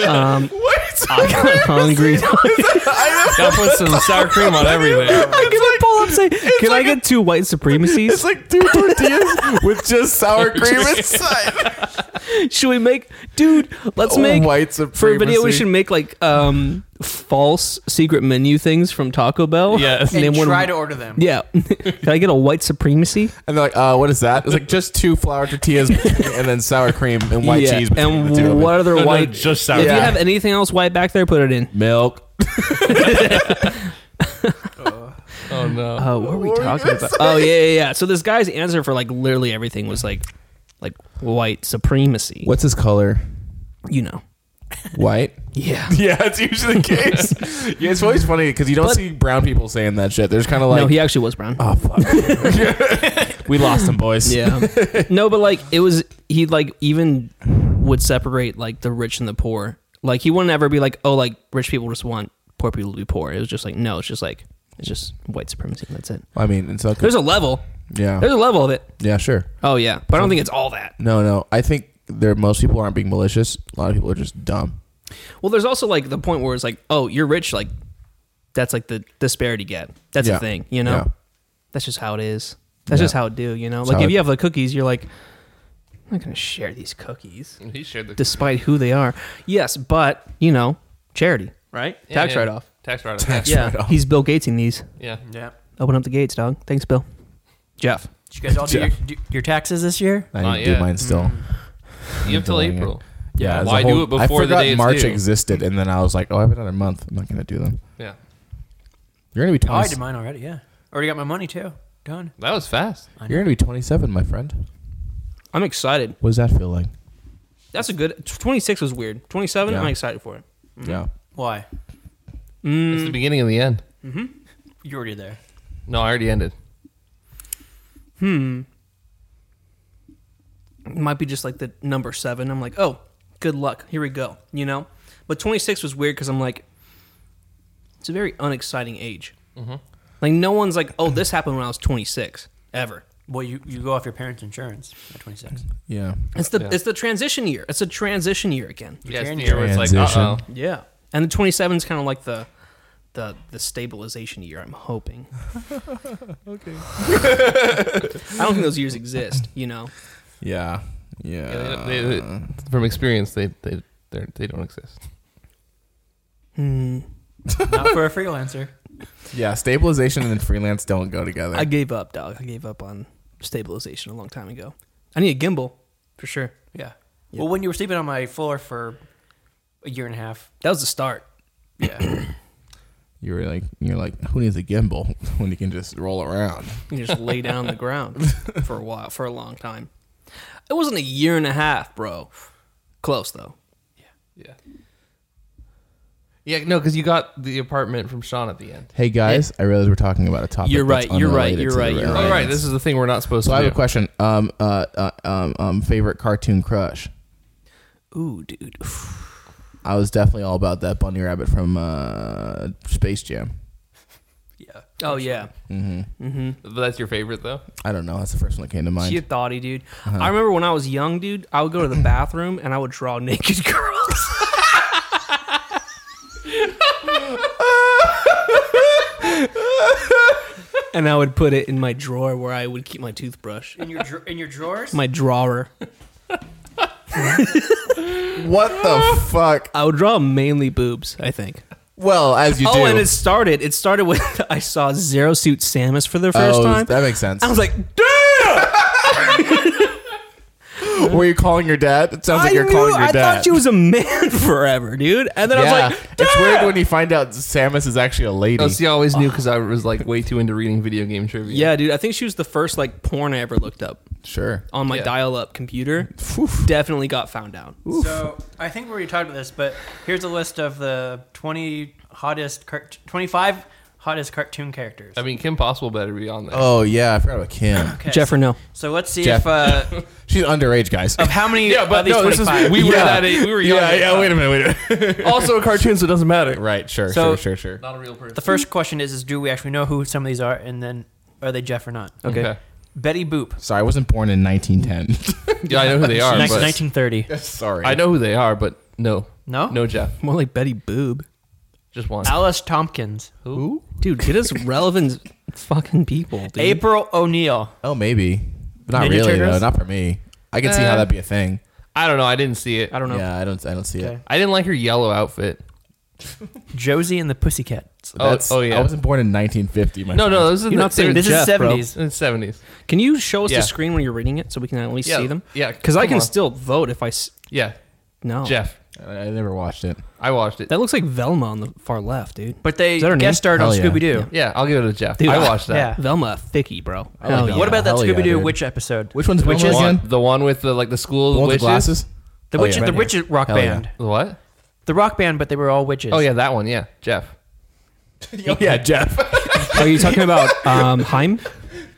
[SPEAKER 4] Um,
[SPEAKER 3] What?
[SPEAKER 4] I got <laughs> hungry.
[SPEAKER 1] Gotta put some sour cream on everything.
[SPEAKER 4] I can pull up say, can I
[SPEAKER 3] like
[SPEAKER 4] get two white
[SPEAKER 3] It's
[SPEAKER 4] supremacies?
[SPEAKER 3] like two tortillas with just sour cream inside.
[SPEAKER 4] should we make, dude? Let's
[SPEAKER 3] Oh,
[SPEAKER 4] make
[SPEAKER 3] white
[SPEAKER 4] for a video. We
[SPEAKER 3] supremacy.
[SPEAKER 4] should make like um false secret menu things from Taco Bell.
[SPEAKER 1] Yes.
[SPEAKER 4] Name
[SPEAKER 7] and
[SPEAKER 4] one-
[SPEAKER 7] try to order them.
[SPEAKER 4] Yeah. <laughs> can I get a white supremacy?
[SPEAKER 3] And they're like, uh, what is that? It's like just two
[SPEAKER 1] <laughs>
[SPEAKER 3] flour tortillas and then sour cream and white
[SPEAKER 4] yeah.
[SPEAKER 3] cheese. between the two of
[SPEAKER 4] And
[SPEAKER 3] it.
[SPEAKER 4] what other
[SPEAKER 1] No, no,
[SPEAKER 4] white?
[SPEAKER 1] just sour
[SPEAKER 4] If you
[SPEAKER 1] cream.
[SPEAKER 4] have anything else white back there, put it in.
[SPEAKER 3] Milk.
[SPEAKER 1] Oh no.
[SPEAKER 4] Oh, what are we talking about? Oh yeah, yeah, yeah. So this guy's answer for like literally everything was like, like white supremacy.
[SPEAKER 3] What's his color?
[SPEAKER 4] you know?
[SPEAKER 3] White.
[SPEAKER 4] Yeah.
[SPEAKER 3] <laughs> Yeah, it's usually the case. <laughs> yeah, it's always funny because you don't
[SPEAKER 4] But-
[SPEAKER 3] see brown people saying that shit. There's kind of like,
[SPEAKER 4] no, he actually was brown.
[SPEAKER 3] oh fuck, <laughs> we lost them, boys.
[SPEAKER 4] Yeah. no, but like it was he like even would separate like the rich and the poor. Like he wouldn't ever be like, oh, like rich people just want poor people to be poor. It was just like no, it's just like it's just white supremacy. That's it.
[SPEAKER 3] I mean, it's okay.
[SPEAKER 4] There's a level.
[SPEAKER 3] yeah,
[SPEAKER 4] There's a level of it.
[SPEAKER 3] yeah, sure.
[SPEAKER 4] Oh yeah, but I don't think it's all that.
[SPEAKER 3] No, no, I think there most people aren't being malicious. A lot of people are just dumb.
[SPEAKER 4] Well, there's also like the point where it's like, oh, you're rich. Like that's like the disparity gap. That's
[SPEAKER 3] Yeah.
[SPEAKER 4] a thing. You know.
[SPEAKER 3] Yeah.
[SPEAKER 4] That's just how it is. That's
[SPEAKER 3] Yeah.
[SPEAKER 4] just how it do. You
[SPEAKER 3] how
[SPEAKER 4] know. Like if
[SPEAKER 3] it-
[SPEAKER 4] you have the cookies, you're like, I'm not gonna share these cookies.
[SPEAKER 3] Mm.
[SPEAKER 1] he shared the
[SPEAKER 4] despite who they are. Yes, but you know, charity, right? Tax
[SPEAKER 1] Yeah, yeah.
[SPEAKER 4] write off.
[SPEAKER 1] Tax write off.
[SPEAKER 4] Yeah,
[SPEAKER 3] write-off.
[SPEAKER 4] he's Bill Gatesing these.
[SPEAKER 1] Yeah.
[SPEAKER 7] Yeah.
[SPEAKER 4] Open up the gates, dog. Thanks, Bill. Jeff.
[SPEAKER 5] Did you guys all do your,
[SPEAKER 3] Jeff.
[SPEAKER 5] do your taxes this year?
[SPEAKER 3] I
[SPEAKER 1] Not
[SPEAKER 3] didn't do
[SPEAKER 1] yet.
[SPEAKER 3] mine still.
[SPEAKER 1] You have till
[SPEAKER 3] Delaying it.
[SPEAKER 1] April.
[SPEAKER 3] Yeah, there's a
[SPEAKER 1] Why do it
[SPEAKER 3] I
[SPEAKER 1] before the
[SPEAKER 3] forgot
[SPEAKER 1] day it's
[SPEAKER 3] March
[SPEAKER 1] due?
[SPEAKER 3] existed, and then I was like, oh, I have another month. I'm not gonna do them.
[SPEAKER 1] Yeah.
[SPEAKER 3] You're gonna be
[SPEAKER 5] Oh, I
[SPEAKER 3] 20,
[SPEAKER 5] did mine already. Yeah, already got my money too. Done.
[SPEAKER 1] That was fast.
[SPEAKER 3] You're gonna be 27, my friend.
[SPEAKER 4] I'm excited.
[SPEAKER 3] What does that feel like?
[SPEAKER 4] That's a good. 26 was weird. 27,
[SPEAKER 3] Yeah.
[SPEAKER 4] I'm excited for it.
[SPEAKER 3] Yeah.
[SPEAKER 5] Why?
[SPEAKER 1] It's the beginning and the end.
[SPEAKER 5] You already there.
[SPEAKER 1] No, I already ended.
[SPEAKER 4] It might be just like the number seven. I'm like, oh, good luck. Here we go. You know? But 26 was weird because I'm like, it's a very unexciting age. Like, no one's like, oh, this happened when I was 26, ever.
[SPEAKER 5] Well, you, you go off your parents' insurance
[SPEAKER 1] <laughs>
[SPEAKER 5] at 26.
[SPEAKER 3] Yeah.
[SPEAKER 4] It's the it's the transition year. It's a transition year again.
[SPEAKER 1] Yeah, it's
[SPEAKER 5] can
[SPEAKER 1] the year where it's like, uh
[SPEAKER 3] transition.
[SPEAKER 1] oh.
[SPEAKER 4] Yeah. And the 27 is kind of like the the the stabilization year, I'm hoping. okay. <laughs> I don't think those years exist, you know.
[SPEAKER 3] Yeah. Yeah.
[SPEAKER 1] Uh, From experience, they they they're- they don't exist.
[SPEAKER 4] Hmm.
[SPEAKER 5] Not for a freelancer.
[SPEAKER 3] yeah. Stabilization and then freelance don't go together.
[SPEAKER 4] I gave up, dog. I gave up on stabilization a long time ago. I need a gimbal for sure.
[SPEAKER 5] Yeah. Well, when you were sleeping on my floor for a year and a half,
[SPEAKER 4] That was the start.
[SPEAKER 5] yeah,
[SPEAKER 3] you were like, you're like, who needs a gimbal <laughs> when you can just roll around?
[SPEAKER 4] You just lay down on <laughs> the ground for a while, for a long time. It wasn't a year and a half, bro. Close though.
[SPEAKER 1] Yeah. Yeah, no, because you got the apartment from Sean at the end.
[SPEAKER 3] Hey guys, I realize we're talking about a topic.
[SPEAKER 4] You're
[SPEAKER 3] that's
[SPEAKER 4] right, you're right,
[SPEAKER 3] unrelated
[SPEAKER 4] you're
[SPEAKER 3] to the
[SPEAKER 4] right, you're
[SPEAKER 3] real.
[SPEAKER 1] All
[SPEAKER 4] Right.
[SPEAKER 1] right, this is the thing we're not supposed
[SPEAKER 3] So
[SPEAKER 1] to.
[SPEAKER 3] I have a
[SPEAKER 1] do.
[SPEAKER 3] question. Um, uh, uh, um, um, favorite cartoon crush.
[SPEAKER 4] Ooh, dude.
[SPEAKER 3] I was definitely all about that bunny rabbit from uh, Space Jam.
[SPEAKER 5] yeah.
[SPEAKER 4] Oh yeah.
[SPEAKER 1] But that's your favorite though.
[SPEAKER 3] I don't know. That's the first one that came to mind. Uh-huh.
[SPEAKER 4] She a thoughty, dude. I remember when I was young, dude, I would go to
[SPEAKER 3] <clears throat>
[SPEAKER 4] the bathroom and I would draw naked <laughs> girls. and I would put it in my drawer where I would keep my toothbrush.
[SPEAKER 5] In your dra- in your drawers.
[SPEAKER 4] My drawer.
[SPEAKER 3] What
[SPEAKER 4] <gasps>
[SPEAKER 3] the fuck?
[SPEAKER 4] I would draw mainly boobs, I think.
[SPEAKER 3] Well, as you do.
[SPEAKER 4] Oh, and it started. It started with <laughs> I saw Zero Suit Samus for the first
[SPEAKER 3] Oh,
[SPEAKER 4] time.
[SPEAKER 3] that makes sense.
[SPEAKER 4] I was like, damn!
[SPEAKER 3] Were you calling your dad? It sounds
[SPEAKER 4] I,
[SPEAKER 3] like you're
[SPEAKER 4] knew,
[SPEAKER 3] calling your
[SPEAKER 4] I
[SPEAKER 3] dad.
[SPEAKER 4] thought she was a man <laughs> forever, dude. And then I was like,
[SPEAKER 3] it's weird when you find out Samus is actually a lady.
[SPEAKER 1] Oh, see, I always <laughs> knew because I was like way too into reading video game trivia.
[SPEAKER 4] Yeah, dude. I think she was the first like porn I ever looked up
[SPEAKER 3] sure.
[SPEAKER 4] on my
[SPEAKER 1] Yeah.
[SPEAKER 4] dial-up computer. Definitely got found out.
[SPEAKER 5] So I think we already talked about this, but here's a list of the 20 hottest, car- 25 hottest cartoon characters.
[SPEAKER 1] I mean, Kim Possible better be on there.
[SPEAKER 3] Oh yeah, I forgot about Kim.
[SPEAKER 5] Okay.
[SPEAKER 4] Jeff or no?
[SPEAKER 5] So let's see
[SPEAKER 3] Jeff.
[SPEAKER 1] <laughs>
[SPEAKER 5] if uh,
[SPEAKER 3] She's underage, guys.
[SPEAKER 5] of how many
[SPEAKER 1] yeah,
[SPEAKER 5] of
[SPEAKER 1] but
[SPEAKER 5] these
[SPEAKER 1] no, this is
[SPEAKER 5] 25.
[SPEAKER 1] <laughs> we were
[SPEAKER 3] Yeah.
[SPEAKER 1] that age. We were young.
[SPEAKER 3] <laughs> yeah, yeah. Wait a minute. Wait a minute.
[SPEAKER 4] <laughs>
[SPEAKER 1] Also, cartoons. It doesn't matter.
[SPEAKER 3] Right, sure,
[SPEAKER 5] So-
[SPEAKER 3] sure, sure, sure.
[SPEAKER 1] Not a real person.
[SPEAKER 5] the first question is: Is do we actually know who some of these are, and then are they Jeff or not?
[SPEAKER 1] okay.
[SPEAKER 5] Betty Boop,
[SPEAKER 3] Sorry, I wasn't born in 1910. <laughs>
[SPEAKER 1] Yeah, I know who they are.
[SPEAKER 5] Nice-
[SPEAKER 1] but
[SPEAKER 5] 1930.
[SPEAKER 3] Sorry.
[SPEAKER 1] I know who they are, but no.
[SPEAKER 5] No?
[SPEAKER 1] No Jeff.
[SPEAKER 4] More like Betty Boob.
[SPEAKER 1] Just one.
[SPEAKER 5] Alice Tompkins.
[SPEAKER 1] Who?
[SPEAKER 4] Dude, get <laughs> us relevant fucking people, dude.
[SPEAKER 5] April O'Neil.
[SPEAKER 3] Oh, maybe. But not
[SPEAKER 5] Ninja
[SPEAKER 3] really
[SPEAKER 5] Turtles?
[SPEAKER 3] though. Not for me. I can see
[SPEAKER 1] Eh.
[SPEAKER 3] how that'd be a thing.
[SPEAKER 1] I don't know. I didn't see it.
[SPEAKER 4] Uh, I don't know.
[SPEAKER 3] Yeah, I don't. I don't see it.
[SPEAKER 1] I didn't like her yellow outfit.
[SPEAKER 5] Josie and the Pussycats.
[SPEAKER 1] Oh, oh yeah.
[SPEAKER 3] I wasn't born in 1950. My
[SPEAKER 1] no,
[SPEAKER 3] friend.
[SPEAKER 1] no. This is
[SPEAKER 4] You're
[SPEAKER 1] the,
[SPEAKER 4] not saying
[SPEAKER 5] This
[SPEAKER 4] Jeff,
[SPEAKER 5] is
[SPEAKER 4] bro.
[SPEAKER 5] 70s.
[SPEAKER 1] seventies.
[SPEAKER 4] Can you show us
[SPEAKER 1] Yeah.
[SPEAKER 4] the screen when you're reading it so we can at least
[SPEAKER 1] Yeah,
[SPEAKER 4] see them?
[SPEAKER 1] yeah,
[SPEAKER 4] Because I
[SPEAKER 1] come
[SPEAKER 4] can
[SPEAKER 1] on.
[SPEAKER 4] still vote if I. S-
[SPEAKER 1] Yeah,
[SPEAKER 4] no.
[SPEAKER 1] Jeff.
[SPEAKER 3] I, I never watched it.
[SPEAKER 1] I watched it.
[SPEAKER 4] That looks like Velma on the far left, dude.
[SPEAKER 5] But they
[SPEAKER 4] Is that her
[SPEAKER 5] guest
[SPEAKER 4] name?
[SPEAKER 5] starred on
[SPEAKER 3] Hell yeah.
[SPEAKER 5] Scooby Doo.
[SPEAKER 1] Yeah, I'll give it to Jeff.
[SPEAKER 4] Dude,
[SPEAKER 1] I
[SPEAKER 4] I-
[SPEAKER 1] watched that.
[SPEAKER 4] Velma Thicky, bro.
[SPEAKER 3] I like
[SPEAKER 4] Hell
[SPEAKER 3] that.
[SPEAKER 4] yeah.
[SPEAKER 5] What about that
[SPEAKER 3] Hell yeah,
[SPEAKER 5] Scooby Doo
[SPEAKER 3] dude.
[SPEAKER 5] witch episode?
[SPEAKER 3] Which one's
[SPEAKER 1] Which
[SPEAKER 3] Velma
[SPEAKER 1] is
[SPEAKER 3] again?
[SPEAKER 1] the one with the like the school
[SPEAKER 3] The one
[SPEAKER 1] witches?
[SPEAKER 3] with the glasses?
[SPEAKER 5] The
[SPEAKER 3] Oh,
[SPEAKER 5] witch,
[SPEAKER 3] yeah.
[SPEAKER 5] the witch rock
[SPEAKER 3] Hell
[SPEAKER 5] band,
[SPEAKER 1] The What?
[SPEAKER 5] the rock band, but they were all witches.
[SPEAKER 1] Oh
[SPEAKER 5] <laughs>
[SPEAKER 1] yeah, that one. Yeah, Jeff.
[SPEAKER 3] <laughs> Oh, yeah, <laughs> Jeff.
[SPEAKER 4] Are you talking <laughs> about um, Heim?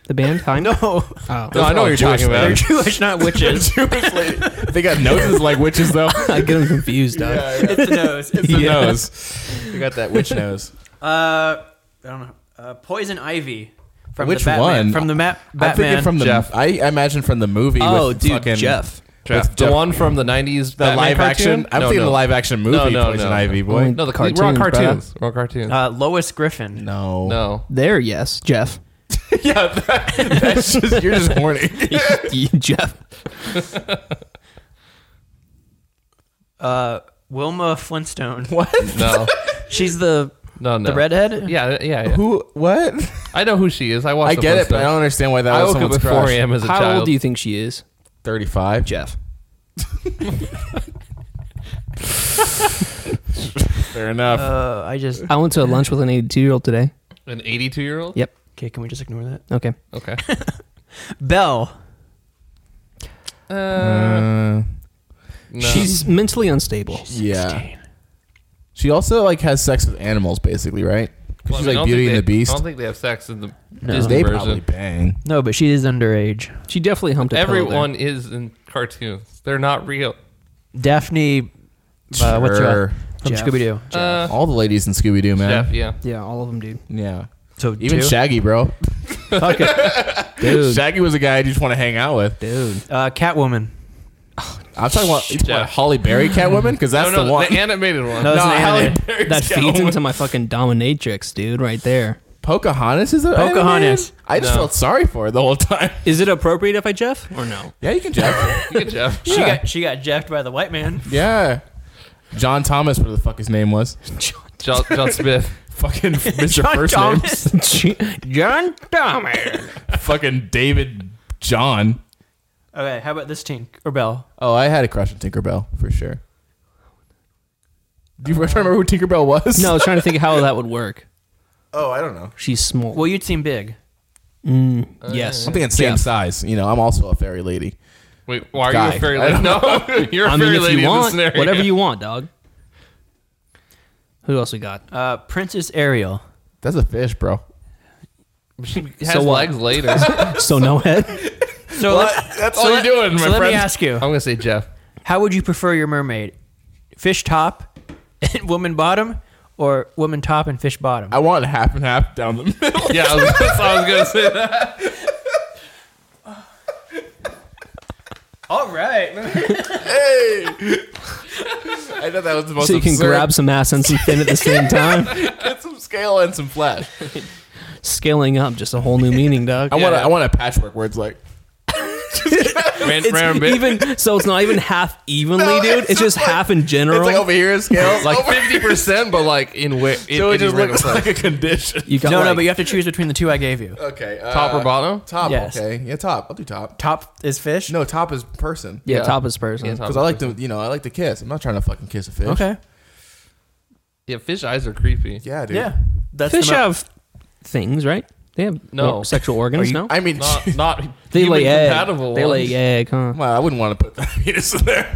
[SPEAKER 4] The band Heim? No. Oh. <laughs>
[SPEAKER 1] no, I know what you're talking about.
[SPEAKER 3] <laughs>
[SPEAKER 5] they're Jewish, not witches.
[SPEAKER 3] Jewish lady. They got noses like witches <laughs> though.
[SPEAKER 4] I get them confused, dog.
[SPEAKER 5] it's a nose.
[SPEAKER 3] <laughs> It's a
[SPEAKER 4] Yeah.
[SPEAKER 3] nose. You
[SPEAKER 1] <laughs>
[SPEAKER 3] got that witch nose.
[SPEAKER 5] Uh, I don't know. Uh, Poison Ivy from
[SPEAKER 3] Which
[SPEAKER 5] the Batman,
[SPEAKER 3] one?
[SPEAKER 5] From the map
[SPEAKER 3] I'm thinking
[SPEAKER 5] Batman.
[SPEAKER 3] from the.
[SPEAKER 1] Jeff.
[SPEAKER 3] I, I imagine from the movie.
[SPEAKER 4] Oh,
[SPEAKER 3] with
[SPEAKER 4] dude,
[SPEAKER 3] fucking,
[SPEAKER 4] Jeff.
[SPEAKER 1] Jeff.
[SPEAKER 3] With
[SPEAKER 1] The
[SPEAKER 3] Jeff-
[SPEAKER 1] one from the nineties.
[SPEAKER 3] The live action. I'm
[SPEAKER 1] no,
[SPEAKER 3] thinking
[SPEAKER 1] no.
[SPEAKER 3] the live action movie.
[SPEAKER 1] No, no,
[SPEAKER 3] Poison
[SPEAKER 1] no.
[SPEAKER 3] Ivy
[SPEAKER 4] Only-
[SPEAKER 3] boy.
[SPEAKER 1] No, the cartoons.
[SPEAKER 4] Cartoons,
[SPEAKER 1] We're on
[SPEAKER 4] bro.
[SPEAKER 1] cartoons. We're on cartoons.
[SPEAKER 5] uh, Lois Griffin.
[SPEAKER 3] No.
[SPEAKER 1] no.
[SPEAKER 4] There, yes. Jeff.
[SPEAKER 3] yeah, that, that's just <laughs> you're just horny.
[SPEAKER 1] <laughs>
[SPEAKER 4] <laughs> Jeff.
[SPEAKER 5] Uh,
[SPEAKER 3] <laughs>
[SPEAKER 5] Wilma Flintstone.
[SPEAKER 1] No.
[SPEAKER 5] She's the
[SPEAKER 1] No. No.
[SPEAKER 5] the redhead.
[SPEAKER 1] Yeah, yeah, yeah.
[SPEAKER 3] <laughs> Who? What?
[SPEAKER 1] I know who she is. I watched.
[SPEAKER 3] I
[SPEAKER 1] the
[SPEAKER 3] get
[SPEAKER 1] first
[SPEAKER 3] it, but I
[SPEAKER 1] one.
[SPEAKER 3] don't understand why that
[SPEAKER 1] I
[SPEAKER 3] was
[SPEAKER 1] woke up
[SPEAKER 3] someone's
[SPEAKER 1] at
[SPEAKER 3] crush.
[SPEAKER 1] 4 a.m. as a
[SPEAKER 4] How
[SPEAKER 1] child.
[SPEAKER 4] old do you think she is?
[SPEAKER 3] Thirty-five. <laughs>
[SPEAKER 4] Jeff.
[SPEAKER 3] Fair enough.
[SPEAKER 5] Uh, I just
[SPEAKER 4] I went to a lunch with an 82 year old today.
[SPEAKER 1] An 82 year old?
[SPEAKER 4] Yep.
[SPEAKER 5] okay. Can we just ignore that?
[SPEAKER 4] Okay.
[SPEAKER 1] Okay.
[SPEAKER 5] Belle.
[SPEAKER 1] Uh, no.
[SPEAKER 4] She's mentally unstable.
[SPEAKER 3] yeah. She also like has sex with animals, basically, right? 'Cause
[SPEAKER 1] Well, I mean, I
[SPEAKER 3] she's like
[SPEAKER 1] don't
[SPEAKER 3] Beauty
[SPEAKER 1] think
[SPEAKER 3] and the
[SPEAKER 1] they-
[SPEAKER 3] Beast.
[SPEAKER 1] I don't think they have sex in the
[SPEAKER 3] they
[SPEAKER 1] Disney
[SPEAKER 3] probably
[SPEAKER 1] version.
[SPEAKER 3] bang.
[SPEAKER 5] No, but she is underage.
[SPEAKER 4] She definitely humped a pillow there.
[SPEAKER 1] Everyone is in cartoons. They're not real.
[SPEAKER 5] Daphne. Uh, what's her?
[SPEAKER 3] Sure.
[SPEAKER 5] From
[SPEAKER 4] Jeff.
[SPEAKER 5] Scooby Doo.
[SPEAKER 1] Uh,
[SPEAKER 3] All the ladies in Scooby Doo, man.
[SPEAKER 1] Jeff, yeah.
[SPEAKER 4] Yeah, all of them, dude.
[SPEAKER 3] Yeah.
[SPEAKER 5] So
[SPEAKER 3] Even
[SPEAKER 5] two?
[SPEAKER 3] Shaggy, bro. <laughs>
[SPEAKER 4] Fuck it. Dude.
[SPEAKER 3] Shaggy was a guy you just want to hang out with.
[SPEAKER 4] Dude.
[SPEAKER 5] uh, Catwoman.
[SPEAKER 3] I'm talking about you talking about
[SPEAKER 1] Jeff.
[SPEAKER 3] Holly Berry Catwoman because that's
[SPEAKER 1] Oh, no, no,
[SPEAKER 3] the one.
[SPEAKER 1] animated one. No,
[SPEAKER 5] No, that's an
[SPEAKER 3] Halle
[SPEAKER 5] anime.
[SPEAKER 3] Berry's
[SPEAKER 4] That feeds
[SPEAKER 3] Catwoman.
[SPEAKER 4] into my fucking dominatrix, dude, right there.
[SPEAKER 3] Pocahontas is a
[SPEAKER 5] Pocahontas.
[SPEAKER 3] animated? I just
[SPEAKER 1] No.
[SPEAKER 3] felt sorry for her the whole time.
[SPEAKER 4] Is it appropriate if I Jeff or <laughs> no?
[SPEAKER 3] <laughs> Yeah, you can Jeff.
[SPEAKER 1] Good Jeff.
[SPEAKER 5] She
[SPEAKER 3] Yeah.
[SPEAKER 5] got she got jeffed by the white man.
[SPEAKER 3] yeah. John Thomas, whatever the fuck his name was.
[SPEAKER 1] John, John Smith.
[SPEAKER 5] <laughs>
[SPEAKER 3] Fucking Mr. First Name.
[SPEAKER 4] John Thomas.
[SPEAKER 3] <laughs> Fucking David John.
[SPEAKER 5] Okay, how about this Tink or Belle?
[SPEAKER 3] Oh, I had a crush on Tinkerbell for sure. Do you remember who Tinkerbell was?
[SPEAKER 4] No, I was trying to think how that would work.
[SPEAKER 3] Oh, I don't know.
[SPEAKER 4] She's small.
[SPEAKER 5] Well, you'd seem big.
[SPEAKER 4] yes.
[SPEAKER 3] I'm thinking same size. You know, I'm also a fairy lady.
[SPEAKER 1] Wait, why are
[SPEAKER 3] Guy.
[SPEAKER 1] you a fairy
[SPEAKER 3] I
[SPEAKER 1] lady?
[SPEAKER 3] don't
[SPEAKER 1] No, <laughs> you're a
[SPEAKER 4] I
[SPEAKER 1] fairy lady
[SPEAKER 4] mean, if you
[SPEAKER 1] in this
[SPEAKER 4] want,
[SPEAKER 1] scenario.
[SPEAKER 4] whatever you want, dog. Who else we got?
[SPEAKER 5] Uh, Princess Ariel.
[SPEAKER 3] That's a fish, bro.
[SPEAKER 1] She has
[SPEAKER 4] So what?
[SPEAKER 1] legs later.
[SPEAKER 4] So
[SPEAKER 1] <laughs>
[SPEAKER 4] no head.
[SPEAKER 5] So let-
[SPEAKER 1] That's
[SPEAKER 5] so
[SPEAKER 1] all you're
[SPEAKER 5] let-
[SPEAKER 1] doing, my
[SPEAKER 5] so
[SPEAKER 1] friend.
[SPEAKER 5] let me ask you:
[SPEAKER 1] I'm gonna say Jeff.
[SPEAKER 5] How would you prefer your mermaid? Fish top and <laughs> woman bottom, or woman top and fish bottom?
[SPEAKER 3] I want half and half down the <laughs> middle.
[SPEAKER 1] Yeah, I was, that's all I was gonna say that.
[SPEAKER 5] All right.
[SPEAKER 3] hey! I thought that was the most.
[SPEAKER 4] so you can
[SPEAKER 3] absurd-
[SPEAKER 4] grab some ass and some thin at the
[SPEAKER 1] <laughs>
[SPEAKER 4] same time.
[SPEAKER 3] get some scale and some flash.
[SPEAKER 4] Scaling up, just a whole
[SPEAKER 3] <laughs>
[SPEAKER 4] new meaning, dog.
[SPEAKER 3] I want.
[SPEAKER 1] Yeah.
[SPEAKER 3] I want a patchwork where it's like
[SPEAKER 1] Ran,
[SPEAKER 4] It's
[SPEAKER 1] ran a bit.
[SPEAKER 4] even so it's not even half evenly,
[SPEAKER 3] No,
[SPEAKER 4] dude.
[SPEAKER 3] it's
[SPEAKER 4] It's,
[SPEAKER 3] just
[SPEAKER 4] just
[SPEAKER 3] like-
[SPEAKER 4] half in general.
[SPEAKER 3] it's like over here is scale,
[SPEAKER 1] like <laughs>
[SPEAKER 3] over-
[SPEAKER 1] fifty percent, but like in where in,
[SPEAKER 3] so
[SPEAKER 1] in
[SPEAKER 3] it just
[SPEAKER 1] any random
[SPEAKER 3] looks
[SPEAKER 1] place.
[SPEAKER 3] like a condition.
[SPEAKER 4] you got
[SPEAKER 5] No, no,
[SPEAKER 4] like-
[SPEAKER 5] but you have to choose between the two I gave you.
[SPEAKER 3] Okay, uh,
[SPEAKER 1] top or bottom.
[SPEAKER 3] Top.
[SPEAKER 5] Yes.
[SPEAKER 3] Okay, yeah, top. I'll do top.
[SPEAKER 5] Top is fish.
[SPEAKER 3] No, top is person.
[SPEAKER 4] yeah,
[SPEAKER 1] yeah.
[SPEAKER 4] top is person.
[SPEAKER 1] Yeah, top.
[SPEAKER 3] Because I like to, you know, I like to kiss. I'm not trying to fucking kiss a fish.
[SPEAKER 5] Okay.
[SPEAKER 1] Yeah, fish eyes are creepy.
[SPEAKER 3] Yeah, dude.
[SPEAKER 5] Yeah. That's
[SPEAKER 4] Fish
[SPEAKER 5] the mo-
[SPEAKER 4] have things, right? They have
[SPEAKER 1] No.
[SPEAKER 4] or- sexual organs. no,
[SPEAKER 3] I mean,
[SPEAKER 1] Not not
[SPEAKER 4] they lay
[SPEAKER 1] human
[SPEAKER 4] egg.
[SPEAKER 1] compatible.
[SPEAKER 4] They
[SPEAKER 1] ones.
[SPEAKER 4] lay egg, huh?
[SPEAKER 3] <laughs> well, I wouldn't want to put that <laughs> penis in there.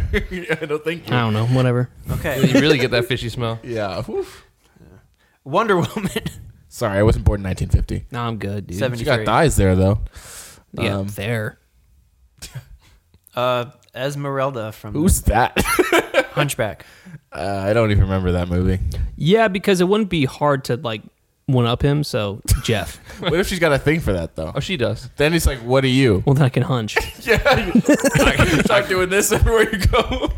[SPEAKER 3] I don't think.
[SPEAKER 4] I don't know. Whatever. <laughs>
[SPEAKER 5] Okay.
[SPEAKER 1] <laughs> You really get that fishy smell.
[SPEAKER 3] Yeah. oof.
[SPEAKER 5] Wonder Woman. <laughs>
[SPEAKER 3] Sorry, I wasn't born in 1950.
[SPEAKER 4] No, I'm good, dude.
[SPEAKER 5] Seven-
[SPEAKER 3] You got
[SPEAKER 5] 73.
[SPEAKER 3] thighs there though.
[SPEAKER 4] Yeah,
[SPEAKER 3] Um,
[SPEAKER 4] there.
[SPEAKER 5] Uh, Esmeralda from
[SPEAKER 3] Who's <laughs> that?
[SPEAKER 5] Hunchback.
[SPEAKER 3] Uh, I don't even remember that movie.
[SPEAKER 4] Yeah, because it wouldn't be hard to like one up him. So Jeff. <laughs>
[SPEAKER 3] What if she's got a thing for that though?
[SPEAKER 1] Oh, she does.
[SPEAKER 3] Then he's like, "What are you?"
[SPEAKER 4] well, then I can hunch.
[SPEAKER 3] Yeah, start doing this <laughs> everywhere you go.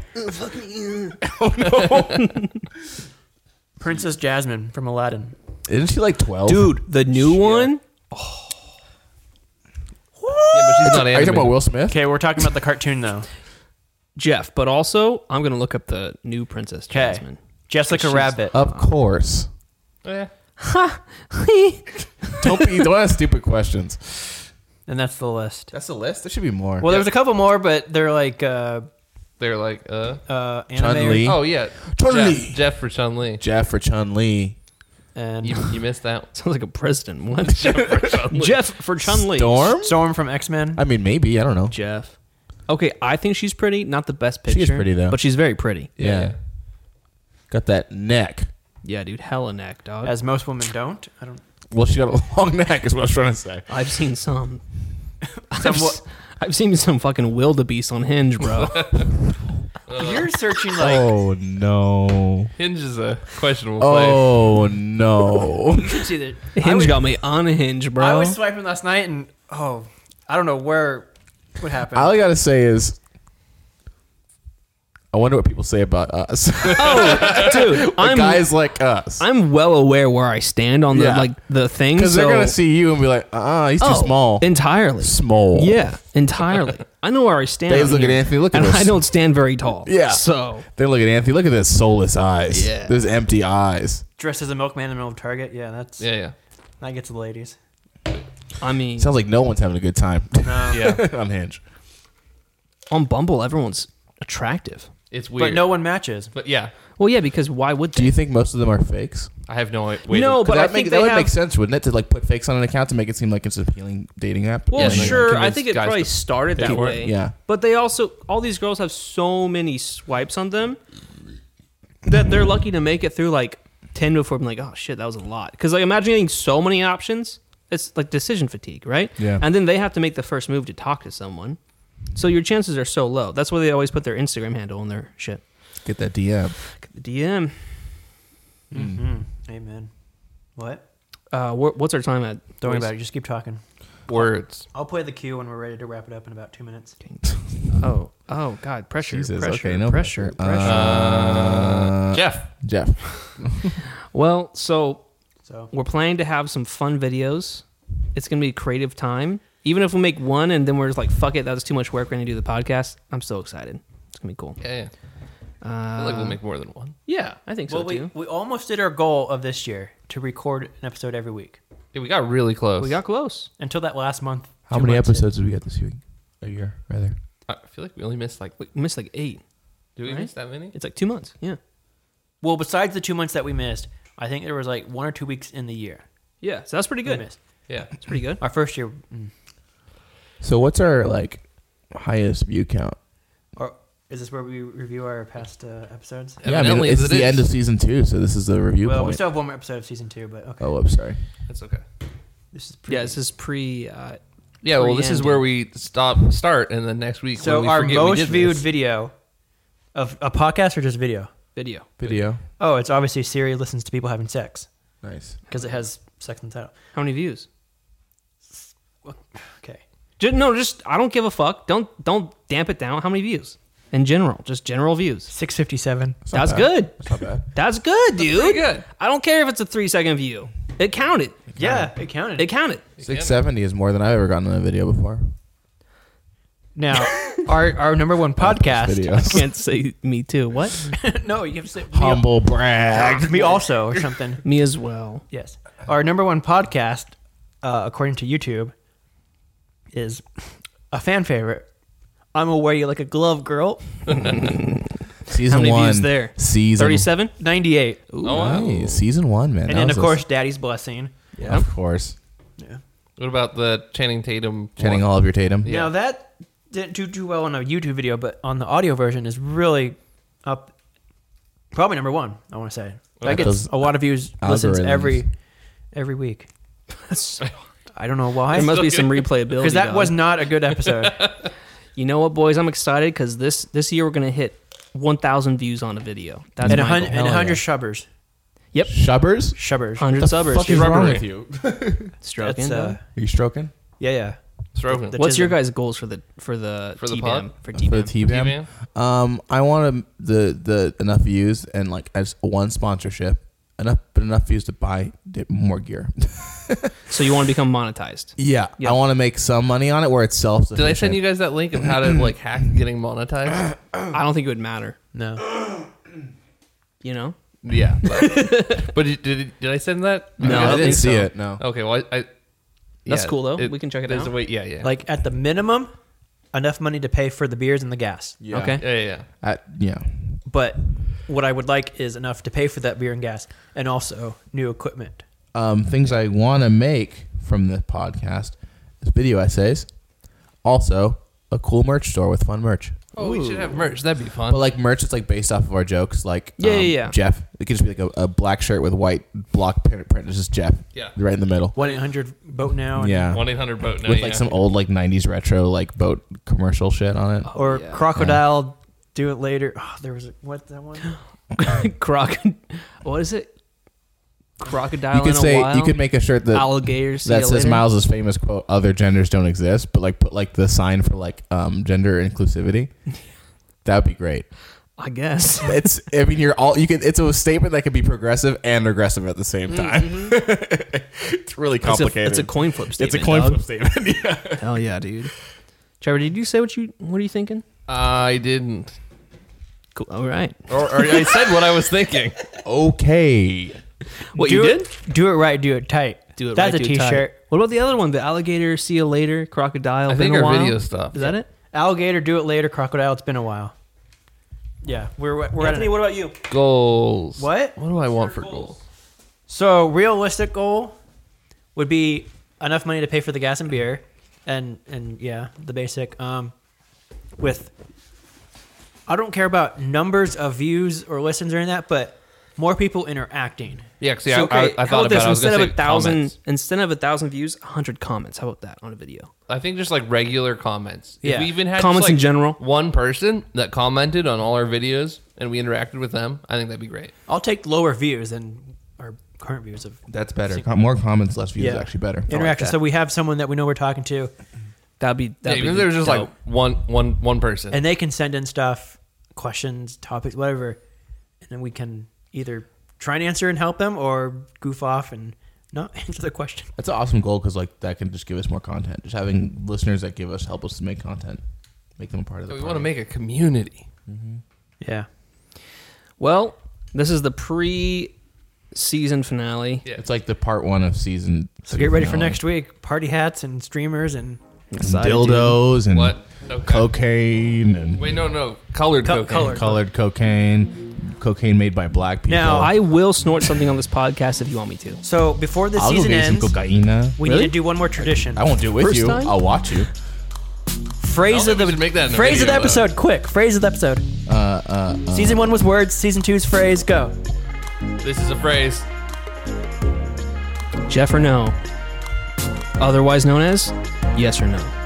[SPEAKER 5] Princess Jasmine from Aladdin.
[SPEAKER 3] Isn't she like twelve?
[SPEAKER 4] Dude, the new one.
[SPEAKER 1] Yeah, but she's not
[SPEAKER 3] are you talking about
[SPEAKER 1] animated.
[SPEAKER 3] Will Smith?
[SPEAKER 5] Okay, we're talking about the cartoon though.
[SPEAKER 4] Jeff, but also I'm gonna look up the new Princess
[SPEAKER 5] Okay,
[SPEAKER 4] Jasmine.
[SPEAKER 5] Jessica Rabbit.
[SPEAKER 3] Of course.
[SPEAKER 1] Yeah. <laughs>
[SPEAKER 4] <laughs>
[SPEAKER 3] Don't be. Don't ask stupid questions.
[SPEAKER 5] and that's the list.
[SPEAKER 3] That's a list. There should be more.
[SPEAKER 5] Well, there's a couple more, but they're like uh,
[SPEAKER 1] They're like, uh.
[SPEAKER 5] uh, anime
[SPEAKER 3] Chun Li.
[SPEAKER 1] Oh, yeah.
[SPEAKER 3] Chun
[SPEAKER 1] Jeff,
[SPEAKER 3] Li.
[SPEAKER 1] Jeff for Chun Li.
[SPEAKER 3] Jeff for Chun Li.
[SPEAKER 5] and
[SPEAKER 1] You, you missed that.
[SPEAKER 4] Sounds like a president. What?
[SPEAKER 5] <laughs>
[SPEAKER 4] Jeff for Chun Li.
[SPEAKER 3] Storm.
[SPEAKER 5] Storm from X Men.
[SPEAKER 3] I mean, maybe I don't know.
[SPEAKER 4] Jeff. Okay, I think she's pretty. Not the best
[SPEAKER 3] is
[SPEAKER 4] picture.
[SPEAKER 3] pretty, though.
[SPEAKER 4] But she's very pretty.
[SPEAKER 3] Yeah. Got that neck.
[SPEAKER 4] Yeah, dude. Hella neck, dog.
[SPEAKER 5] As most women don't. I don't.
[SPEAKER 3] Well, she got a <laughs> long neck, is what I was trying to say.
[SPEAKER 4] I've seen some.
[SPEAKER 5] <laughs> Some
[SPEAKER 4] I've,
[SPEAKER 5] wha-
[SPEAKER 4] s- I've seen some fucking wildebeest on Hinge,
[SPEAKER 5] <laughs>
[SPEAKER 4] bro.
[SPEAKER 5] You're searching like
[SPEAKER 3] oh no!
[SPEAKER 1] Hinge is a questionable place.
[SPEAKER 3] Oh no!
[SPEAKER 5] see <laughs> the I
[SPEAKER 4] Hinge
[SPEAKER 5] was,
[SPEAKER 4] got me on Hinge, bro.
[SPEAKER 5] I was swiping last night, and oh, I don't know where what happened.
[SPEAKER 3] All I gotta say is, I wonder what people say about us.
[SPEAKER 4] oh, dude, I'm
[SPEAKER 3] guys like us,
[SPEAKER 4] I'm well aware where I stand on the
[SPEAKER 3] Yeah.
[SPEAKER 4] like the thing.
[SPEAKER 3] because
[SPEAKER 4] so,
[SPEAKER 3] they're gonna see you and be like, "Ah, he's too
[SPEAKER 4] Oh,
[SPEAKER 3] small."
[SPEAKER 4] entirely.
[SPEAKER 3] small.
[SPEAKER 4] Yeah, entirely. I know where I stand.
[SPEAKER 3] Dave's
[SPEAKER 4] on
[SPEAKER 3] looking at
[SPEAKER 4] here,
[SPEAKER 3] Anthony, look at
[SPEAKER 4] and
[SPEAKER 3] this.
[SPEAKER 4] I don't stand very tall.
[SPEAKER 3] Yeah.
[SPEAKER 4] So
[SPEAKER 3] They look at Anthony. Look at those soulless eyes.
[SPEAKER 4] Yeah.
[SPEAKER 3] Those empty eyes.
[SPEAKER 5] Dressed as a milkman in the middle of Target. Yeah, that's
[SPEAKER 1] Yeah, yeah.
[SPEAKER 5] that gets the ladies.
[SPEAKER 4] I mean,
[SPEAKER 3] Sounds like no one's having a good time
[SPEAKER 1] Yeah.
[SPEAKER 3] <laughs> on Hinge.
[SPEAKER 4] on Bumble, everyone's attractive.
[SPEAKER 1] It's weird.
[SPEAKER 5] But no one matches.
[SPEAKER 1] But yeah,
[SPEAKER 4] Well, yeah, because why would they?
[SPEAKER 3] Do you think most of them are fakes?
[SPEAKER 1] I have no way.
[SPEAKER 4] No,
[SPEAKER 1] to-
[SPEAKER 4] But
[SPEAKER 3] that
[SPEAKER 4] I
[SPEAKER 3] make-
[SPEAKER 4] think
[SPEAKER 3] that
[SPEAKER 4] they
[SPEAKER 3] would
[SPEAKER 4] have-
[SPEAKER 3] make sense, wouldn't it, to like put fakes on an account to make it seem like it's an appealing dating app?
[SPEAKER 4] Well,
[SPEAKER 1] Yeah,
[SPEAKER 3] Like,
[SPEAKER 1] they
[SPEAKER 4] sure. I
[SPEAKER 1] convince
[SPEAKER 4] think it
[SPEAKER 1] guys
[SPEAKER 4] probably
[SPEAKER 1] to
[SPEAKER 4] started
[SPEAKER 1] pay
[SPEAKER 4] that
[SPEAKER 1] for it.
[SPEAKER 4] way.
[SPEAKER 3] Yeah.
[SPEAKER 4] But they also, all these girls have so many swipes on them that they're lucky to make it through like 10 before being like, oh shit, that was a lot. Because like imagine getting so many options, it's like decision fatigue, right?
[SPEAKER 3] Yeah.
[SPEAKER 4] And then they have to make the first move to talk to someone. So your chances are so low. That's why they always put their Instagram handle in their shit.
[SPEAKER 3] Get that DM.
[SPEAKER 4] The DM.
[SPEAKER 5] Amen. What?
[SPEAKER 4] Uh, wh- what's our time at?
[SPEAKER 5] Don't worry about it. Just keep talking.
[SPEAKER 1] words.
[SPEAKER 5] I'll play the cue when we're ready to wrap it up in about two minutes.
[SPEAKER 4] Oh, oh God, pressure,
[SPEAKER 3] Jesus,
[SPEAKER 4] pressure,
[SPEAKER 3] okay, no
[SPEAKER 4] pressure,
[SPEAKER 3] pressure. Uh,
[SPEAKER 4] pressure.
[SPEAKER 1] Jeff.
[SPEAKER 3] Jeff.
[SPEAKER 4] well, so
[SPEAKER 5] So
[SPEAKER 4] We're planning to have some fun videos. It's gonna be a creative time. Even if we make one and then we're just like, fuck it, that was too much work. We're gonna do the podcast. I'm so excited. It's gonna be cool. Uh,
[SPEAKER 1] Yeah, yeah. I feel like we'll make more than one.
[SPEAKER 4] Yeah, I think so
[SPEAKER 5] well, we,
[SPEAKER 4] too.
[SPEAKER 5] we almost did our goal of this year to record an episode every week
[SPEAKER 1] Yeah, we got really close.
[SPEAKER 4] We got close.
[SPEAKER 5] until that last month.
[SPEAKER 3] How
[SPEAKER 5] two
[SPEAKER 3] many
[SPEAKER 5] months
[SPEAKER 3] episodes did we get this week? A year, rather.
[SPEAKER 1] I feel like we only missed like.
[SPEAKER 4] We missed like eight.
[SPEAKER 1] Do we
[SPEAKER 4] Right?
[SPEAKER 1] miss that many?
[SPEAKER 4] It's like two months. Yeah.
[SPEAKER 5] in. Well, besides the two months that we missed, I think there was like one or two weeks in the year
[SPEAKER 4] Yeah. So that's pretty
[SPEAKER 5] we
[SPEAKER 4] good.
[SPEAKER 5] missed.
[SPEAKER 1] Yeah.
[SPEAKER 4] It's pretty good.
[SPEAKER 5] Our first year, mm,
[SPEAKER 3] So what's our like highest view count?
[SPEAKER 5] or is this where we review our past uh, episodes?
[SPEAKER 3] Yeah, I mean,
[SPEAKER 1] Evidently,
[SPEAKER 3] it's
[SPEAKER 1] as it is.
[SPEAKER 3] the end of season two, so this is the review
[SPEAKER 5] well, we
[SPEAKER 3] point.
[SPEAKER 5] still have one more episode of season two, but okay.
[SPEAKER 3] oh, I'm sorry.
[SPEAKER 1] That's okay.
[SPEAKER 5] This is <laughs> pretty
[SPEAKER 4] Yeah, this is pre uh,
[SPEAKER 1] Yeah, well, this is
[SPEAKER 4] Pre-ending.
[SPEAKER 1] where we stop, start, and then next week.
[SPEAKER 5] So
[SPEAKER 1] when we
[SPEAKER 5] our
[SPEAKER 1] forget we
[SPEAKER 5] most
[SPEAKER 1] did
[SPEAKER 5] viewed
[SPEAKER 1] this-
[SPEAKER 5] video of a podcast or just video?
[SPEAKER 4] video.
[SPEAKER 3] Video.
[SPEAKER 5] Oh, it's obviously Siri listens to people having sex
[SPEAKER 3] Nice.
[SPEAKER 5] because it has sex in the title.
[SPEAKER 4] How many views?
[SPEAKER 5] Okay.
[SPEAKER 4] Just, no, just I don't give a fuck. Don't don't damp it down. How many views? In general. Just general views.
[SPEAKER 5] 657.
[SPEAKER 4] That's good.
[SPEAKER 3] That's not bad.
[SPEAKER 4] That's good, dude.
[SPEAKER 1] good.
[SPEAKER 4] I don't care if it's a three second view. It counted.
[SPEAKER 5] Yeah, it counted.
[SPEAKER 4] It counted.
[SPEAKER 3] Six seventy is more than I've ever gotten on a video before.
[SPEAKER 5] now, our, our number one podcast.
[SPEAKER 3] Videos.
[SPEAKER 4] Can't say me too. What?
[SPEAKER 5] no, you have to say
[SPEAKER 3] Humble brag.
[SPEAKER 5] <laughs> me also or something.
[SPEAKER 4] me as well.
[SPEAKER 5] Yes. Our number one podcast, uh, according to YouTube, is a fan favorite. I'm gonna wear you like a glove, girl.
[SPEAKER 3] Season
[SPEAKER 4] many
[SPEAKER 3] one.
[SPEAKER 4] views there?
[SPEAKER 3] Season
[SPEAKER 4] Thirty-seven.
[SPEAKER 5] 98.
[SPEAKER 1] Oh, wow.
[SPEAKER 3] Nice. Season one, man.
[SPEAKER 5] and
[SPEAKER 3] That
[SPEAKER 5] then,
[SPEAKER 3] was
[SPEAKER 5] of
[SPEAKER 3] a-
[SPEAKER 5] course, Daddy's Blessing.
[SPEAKER 3] yeah, of course.
[SPEAKER 1] What about the Channing Tatum?
[SPEAKER 3] Channing
[SPEAKER 1] one?
[SPEAKER 3] all of your Tatum.
[SPEAKER 1] Yeah.
[SPEAKER 5] Now, that didn't do too well on a YouTube video, but on the audio version is really up. Probably number one, I want to say. That gets
[SPEAKER 3] Those
[SPEAKER 5] a lot of views, listens
[SPEAKER 3] algorithms.
[SPEAKER 5] every every week. I don't know
[SPEAKER 4] There
[SPEAKER 5] why.
[SPEAKER 4] must be some replayability.
[SPEAKER 5] Because that
[SPEAKER 4] dog.
[SPEAKER 5] was not a
[SPEAKER 4] <laughs>
[SPEAKER 5] good episode.
[SPEAKER 4] You know what, boys? I'm excited because this this year we're gonna hit 1,000 views on a video. That's
[SPEAKER 5] and
[SPEAKER 4] my
[SPEAKER 5] 100,
[SPEAKER 4] goal.
[SPEAKER 5] and
[SPEAKER 3] Hell
[SPEAKER 5] 100
[SPEAKER 3] yeah.
[SPEAKER 5] shubbers.
[SPEAKER 4] Yep.
[SPEAKER 3] Shubbers?
[SPEAKER 5] Shubbers.
[SPEAKER 4] Hundred subbers.
[SPEAKER 3] What is wrong
[SPEAKER 1] Shrubbery.
[SPEAKER 3] with you?
[SPEAKER 4] Stroking.
[SPEAKER 5] That's, uh,
[SPEAKER 3] Are you stroking?
[SPEAKER 5] yeah, yeah.
[SPEAKER 1] Stroven.
[SPEAKER 5] The
[SPEAKER 4] What's your
[SPEAKER 5] chisel.
[SPEAKER 4] guys' goals for the for the
[SPEAKER 1] For the
[SPEAKER 4] T-Bam,
[SPEAKER 1] pod?
[SPEAKER 4] for T-Bam?
[SPEAKER 3] For the T-Bam?
[SPEAKER 1] T-Bam?
[SPEAKER 3] Um, I want to, the the enough views and like as one sponsorship, enough but enough views to buy di- more gear.
[SPEAKER 4] So you want to become monetized?
[SPEAKER 3] <laughs> yeah,
[SPEAKER 4] Yeah.
[SPEAKER 3] I want to make some money on it where it's self.
[SPEAKER 1] Did I send you guys that link of how to like hack getting monetized?
[SPEAKER 4] I don't think it would matter.
[SPEAKER 5] No.
[SPEAKER 4] You know. <laughs>
[SPEAKER 1] Yeah. But, <laughs> but did, did did I send that?
[SPEAKER 4] No,
[SPEAKER 1] Okay,
[SPEAKER 4] I
[SPEAKER 3] I,
[SPEAKER 4] don't
[SPEAKER 3] didn't
[SPEAKER 4] think
[SPEAKER 3] see
[SPEAKER 4] so.
[SPEAKER 3] it. No.
[SPEAKER 1] Okay, well, I. I
[SPEAKER 4] That's
[SPEAKER 1] yeah,
[SPEAKER 4] cool, though. We can check it
[SPEAKER 1] there's
[SPEAKER 4] out.
[SPEAKER 1] A way, yeah, yeah.
[SPEAKER 5] Like at the minimum, enough money to pay for the beers and the gas.
[SPEAKER 3] Yeah.
[SPEAKER 4] Okay.
[SPEAKER 1] yeah, yeah, yeah.
[SPEAKER 3] I- yeah.
[SPEAKER 5] But what I would like is enough to pay for that beer and gas and also new equipment.
[SPEAKER 3] um, things I want to make from the podcast is video essays. Also, a cool merch store with fun merch.
[SPEAKER 1] Oh, we should have merch. That'd be fun.
[SPEAKER 3] But like merch, it's like based off of our jokes. Like um,
[SPEAKER 4] Yeah, yeah, yeah.
[SPEAKER 3] Jeff. It could just be like a, a black shirt with white block print. print. It's just Jeff.
[SPEAKER 1] Yeah.
[SPEAKER 3] right in the middle.
[SPEAKER 5] One eight hundred boat now. and-
[SPEAKER 3] Yeah,
[SPEAKER 1] One eight hundred boat. No,
[SPEAKER 3] with
[SPEAKER 1] yeah.
[SPEAKER 3] like some old like '90s retro like boat commercial shit on
[SPEAKER 4] Uh,
[SPEAKER 3] it.
[SPEAKER 5] Or
[SPEAKER 1] yeah.
[SPEAKER 5] crocodile. Do it later. Oh, there was a, what
[SPEAKER 4] <gasps>
[SPEAKER 5] that one?
[SPEAKER 4] Croc. What is it? Crocodile.
[SPEAKER 3] you could
[SPEAKER 4] in a
[SPEAKER 3] say
[SPEAKER 4] while?
[SPEAKER 3] you could make a shirt that
[SPEAKER 4] alligators.
[SPEAKER 3] that says Miles' famous quote: "Other genders don't exist," but like put like the sign for like um gender
[SPEAKER 4] <laughs>
[SPEAKER 3] inclusivity. That would be great.
[SPEAKER 4] I guess.
[SPEAKER 3] it's i mean you're all you can it's a statement that can be progressive and aggressive at the
[SPEAKER 5] Mm-hmm.
[SPEAKER 3] same time <laughs> it's really
[SPEAKER 4] It's a,
[SPEAKER 3] complicated
[SPEAKER 4] it's a coin flip statement.
[SPEAKER 3] It's a coin
[SPEAKER 4] dog.
[SPEAKER 3] flip statement yeah
[SPEAKER 4] Hell yeah, dude. Trevor, did you say what you what are you thinking?
[SPEAKER 1] I didn't.
[SPEAKER 4] Cool. All right.
[SPEAKER 1] Or, or I said what I was thinking.
[SPEAKER 3] okay
[SPEAKER 4] What
[SPEAKER 5] do
[SPEAKER 4] you
[SPEAKER 5] it,
[SPEAKER 4] did?
[SPEAKER 5] Do it right. Do it tight.
[SPEAKER 4] Do it.
[SPEAKER 5] That's
[SPEAKER 4] right,
[SPEAKER 5] a
[SPEAKER 4] do it tight.
[SPEAKER 5] t-shirt.
[SPEAKER 4] What about the other one? The alligator. See you later. Crocodile.
[SPEAKER 1] I
[SPEAKER 4] been
[SPEAKER 1] think
[SPEAKER 4] a
[SPEAKER 1] our
[SPEAKER 4] while?
[SPEAKER 1] video stopped.
[SPEAKER 4] Is that it?
[SPEAKER 5] Alligator. Do it later. Crocodile. It's been a while. Yeah, we're we're at
[SPEAKER 8] Anthony, what about you?
[SPEAKER 1] Goals.
[SPEAKER 5] What?
[SPEAKER 1] What do I want for goals?
[SPEAKER 5] So realistic goal would be enough money to pay for the gas and beer, and and yeah, the basic. Um, with I don't care about numbers of views or listens or any of that, but more people interacting.
[SPEAKER 1] Yeah, see,
[SPEAKER 4] So,
[SPEAKER 1] I, I, I
[SPEAKER 4] how
[SPEAKER 1] thought about it.
[SPEAKER 4] this
[SPEAKER 1] I was
[SPEAKER 4] instead
[SPEAKER 1] gonna
[SPEAKER 4] of
[SPEAKER 1] say
[SPEAKER 4] a thousand
[SPEAKER 1] comments.
[SPEAKER 4] instead of a thousand views, hundred comments. How about that on a video?
[SPEAKER 1] I think just like regular comments. If
[SPEAKER 5] Yeah.
[SPEAKER 1] we even had just,
[SPEAKER 4] Comments in
[SPEAKER 1] like,
[SPEAKER 4] general.
[SPEAKER 1] One person that commented on all our videos and we interacted with them. I think that'd be great.
[SPEAKER 5] I'll take lower views than our current views of
[SPEAKER 3] that's better more comments less views
[SPEAKER 5] Yeah.
[SPEAKER 3] is actually better
[SPEAKER 5] interaction.
[SPEAKER 4] that.
[SPEAKER 5] so we have someone that we know we're talking to,
[SPEAKER 4] That'd be
[SPEAKER 1] Yeah,
[SPEAKER 4] that'd
[SPEAKER 1] even
[SPEAKER 4] be
[SPEAKER 1] if there was just
[SPEAKER 4] dope.
[SPEAKER 1] like one one one person.
[SPEAKER 5] and they can send in stuff, questions, topics, whatever, and then we can either try and answer and help them, or goof off and not <laughs> answer the question.
[SPEAKER 3] that's an awesome goal because like that can just give us more content just having listeners that give us help us to make content make them a part of the
[SPEAKER 1] we want to
[SPEAKER 3] party.
[SPEAKER 1] make a community.
[SPEAKER 5] Yeah.
[SPEAKER 4] Well, this is the pre season finale.
[SPEAKER 1] Yeah.
[SPEAKER 3] it's like the part one of season
[SPEAKER 5] So get ready for next week. Party hats and streamers and
[SPEAKER 4] Excited,
[SPEAKER 3] dildos and
[SPEAKER 1] What? Okay.
[SPEAKER 3] cocaine and
[SPEAKER 1] Wait, no, no. Colored
[SPEAKER 5] Co-
[SPEAKER 1] cocaine.
[SPEAKER 5] colored.
[SPEAKER 3] colored cocaine cocaine made by black people
[SPEAKER 5] Now,
[SPEAKER 4] I will snort something on this <laughs> podcast if you want me to.
[SPEAKER 5] so before the
[SPEAKER 3] I'll go
[SPEAKER 5] season
[SPEAKER 3] get you
[SPEAKER 5] ends,
[SPEAKER 3] some cocaina
[SPEAKER 5] we
[SPEAKER 4] Really?
[SPEAKER 5] need to do one more tradition.
[SPEAKER 3] I won't do it with
[SPEAKER 4] First
[SPEAKER 3] you.
[SPEAKER 4] time?
[SPEAKER 3] I'll watch you.
[SPEAKER 5] Phrase
[SPEAKER 1] I don't think
[SPEAKER 5] of the
[SPEAKER 1] we should make that in a
[SPEAKER 5] phrase of the
[SPEAKER 1] video, though.
[SPEAKER 5] episode. Quick phrase of the episode.
[SPEAKER 3] Uh, uh, uh,
[SPEAKER 5] Season one was words. Season two's phrase. Go.
[SPEAKER 1] This is a phrase.
[SPEAKER 4] Jeff or no? Otherwise known as yes or no.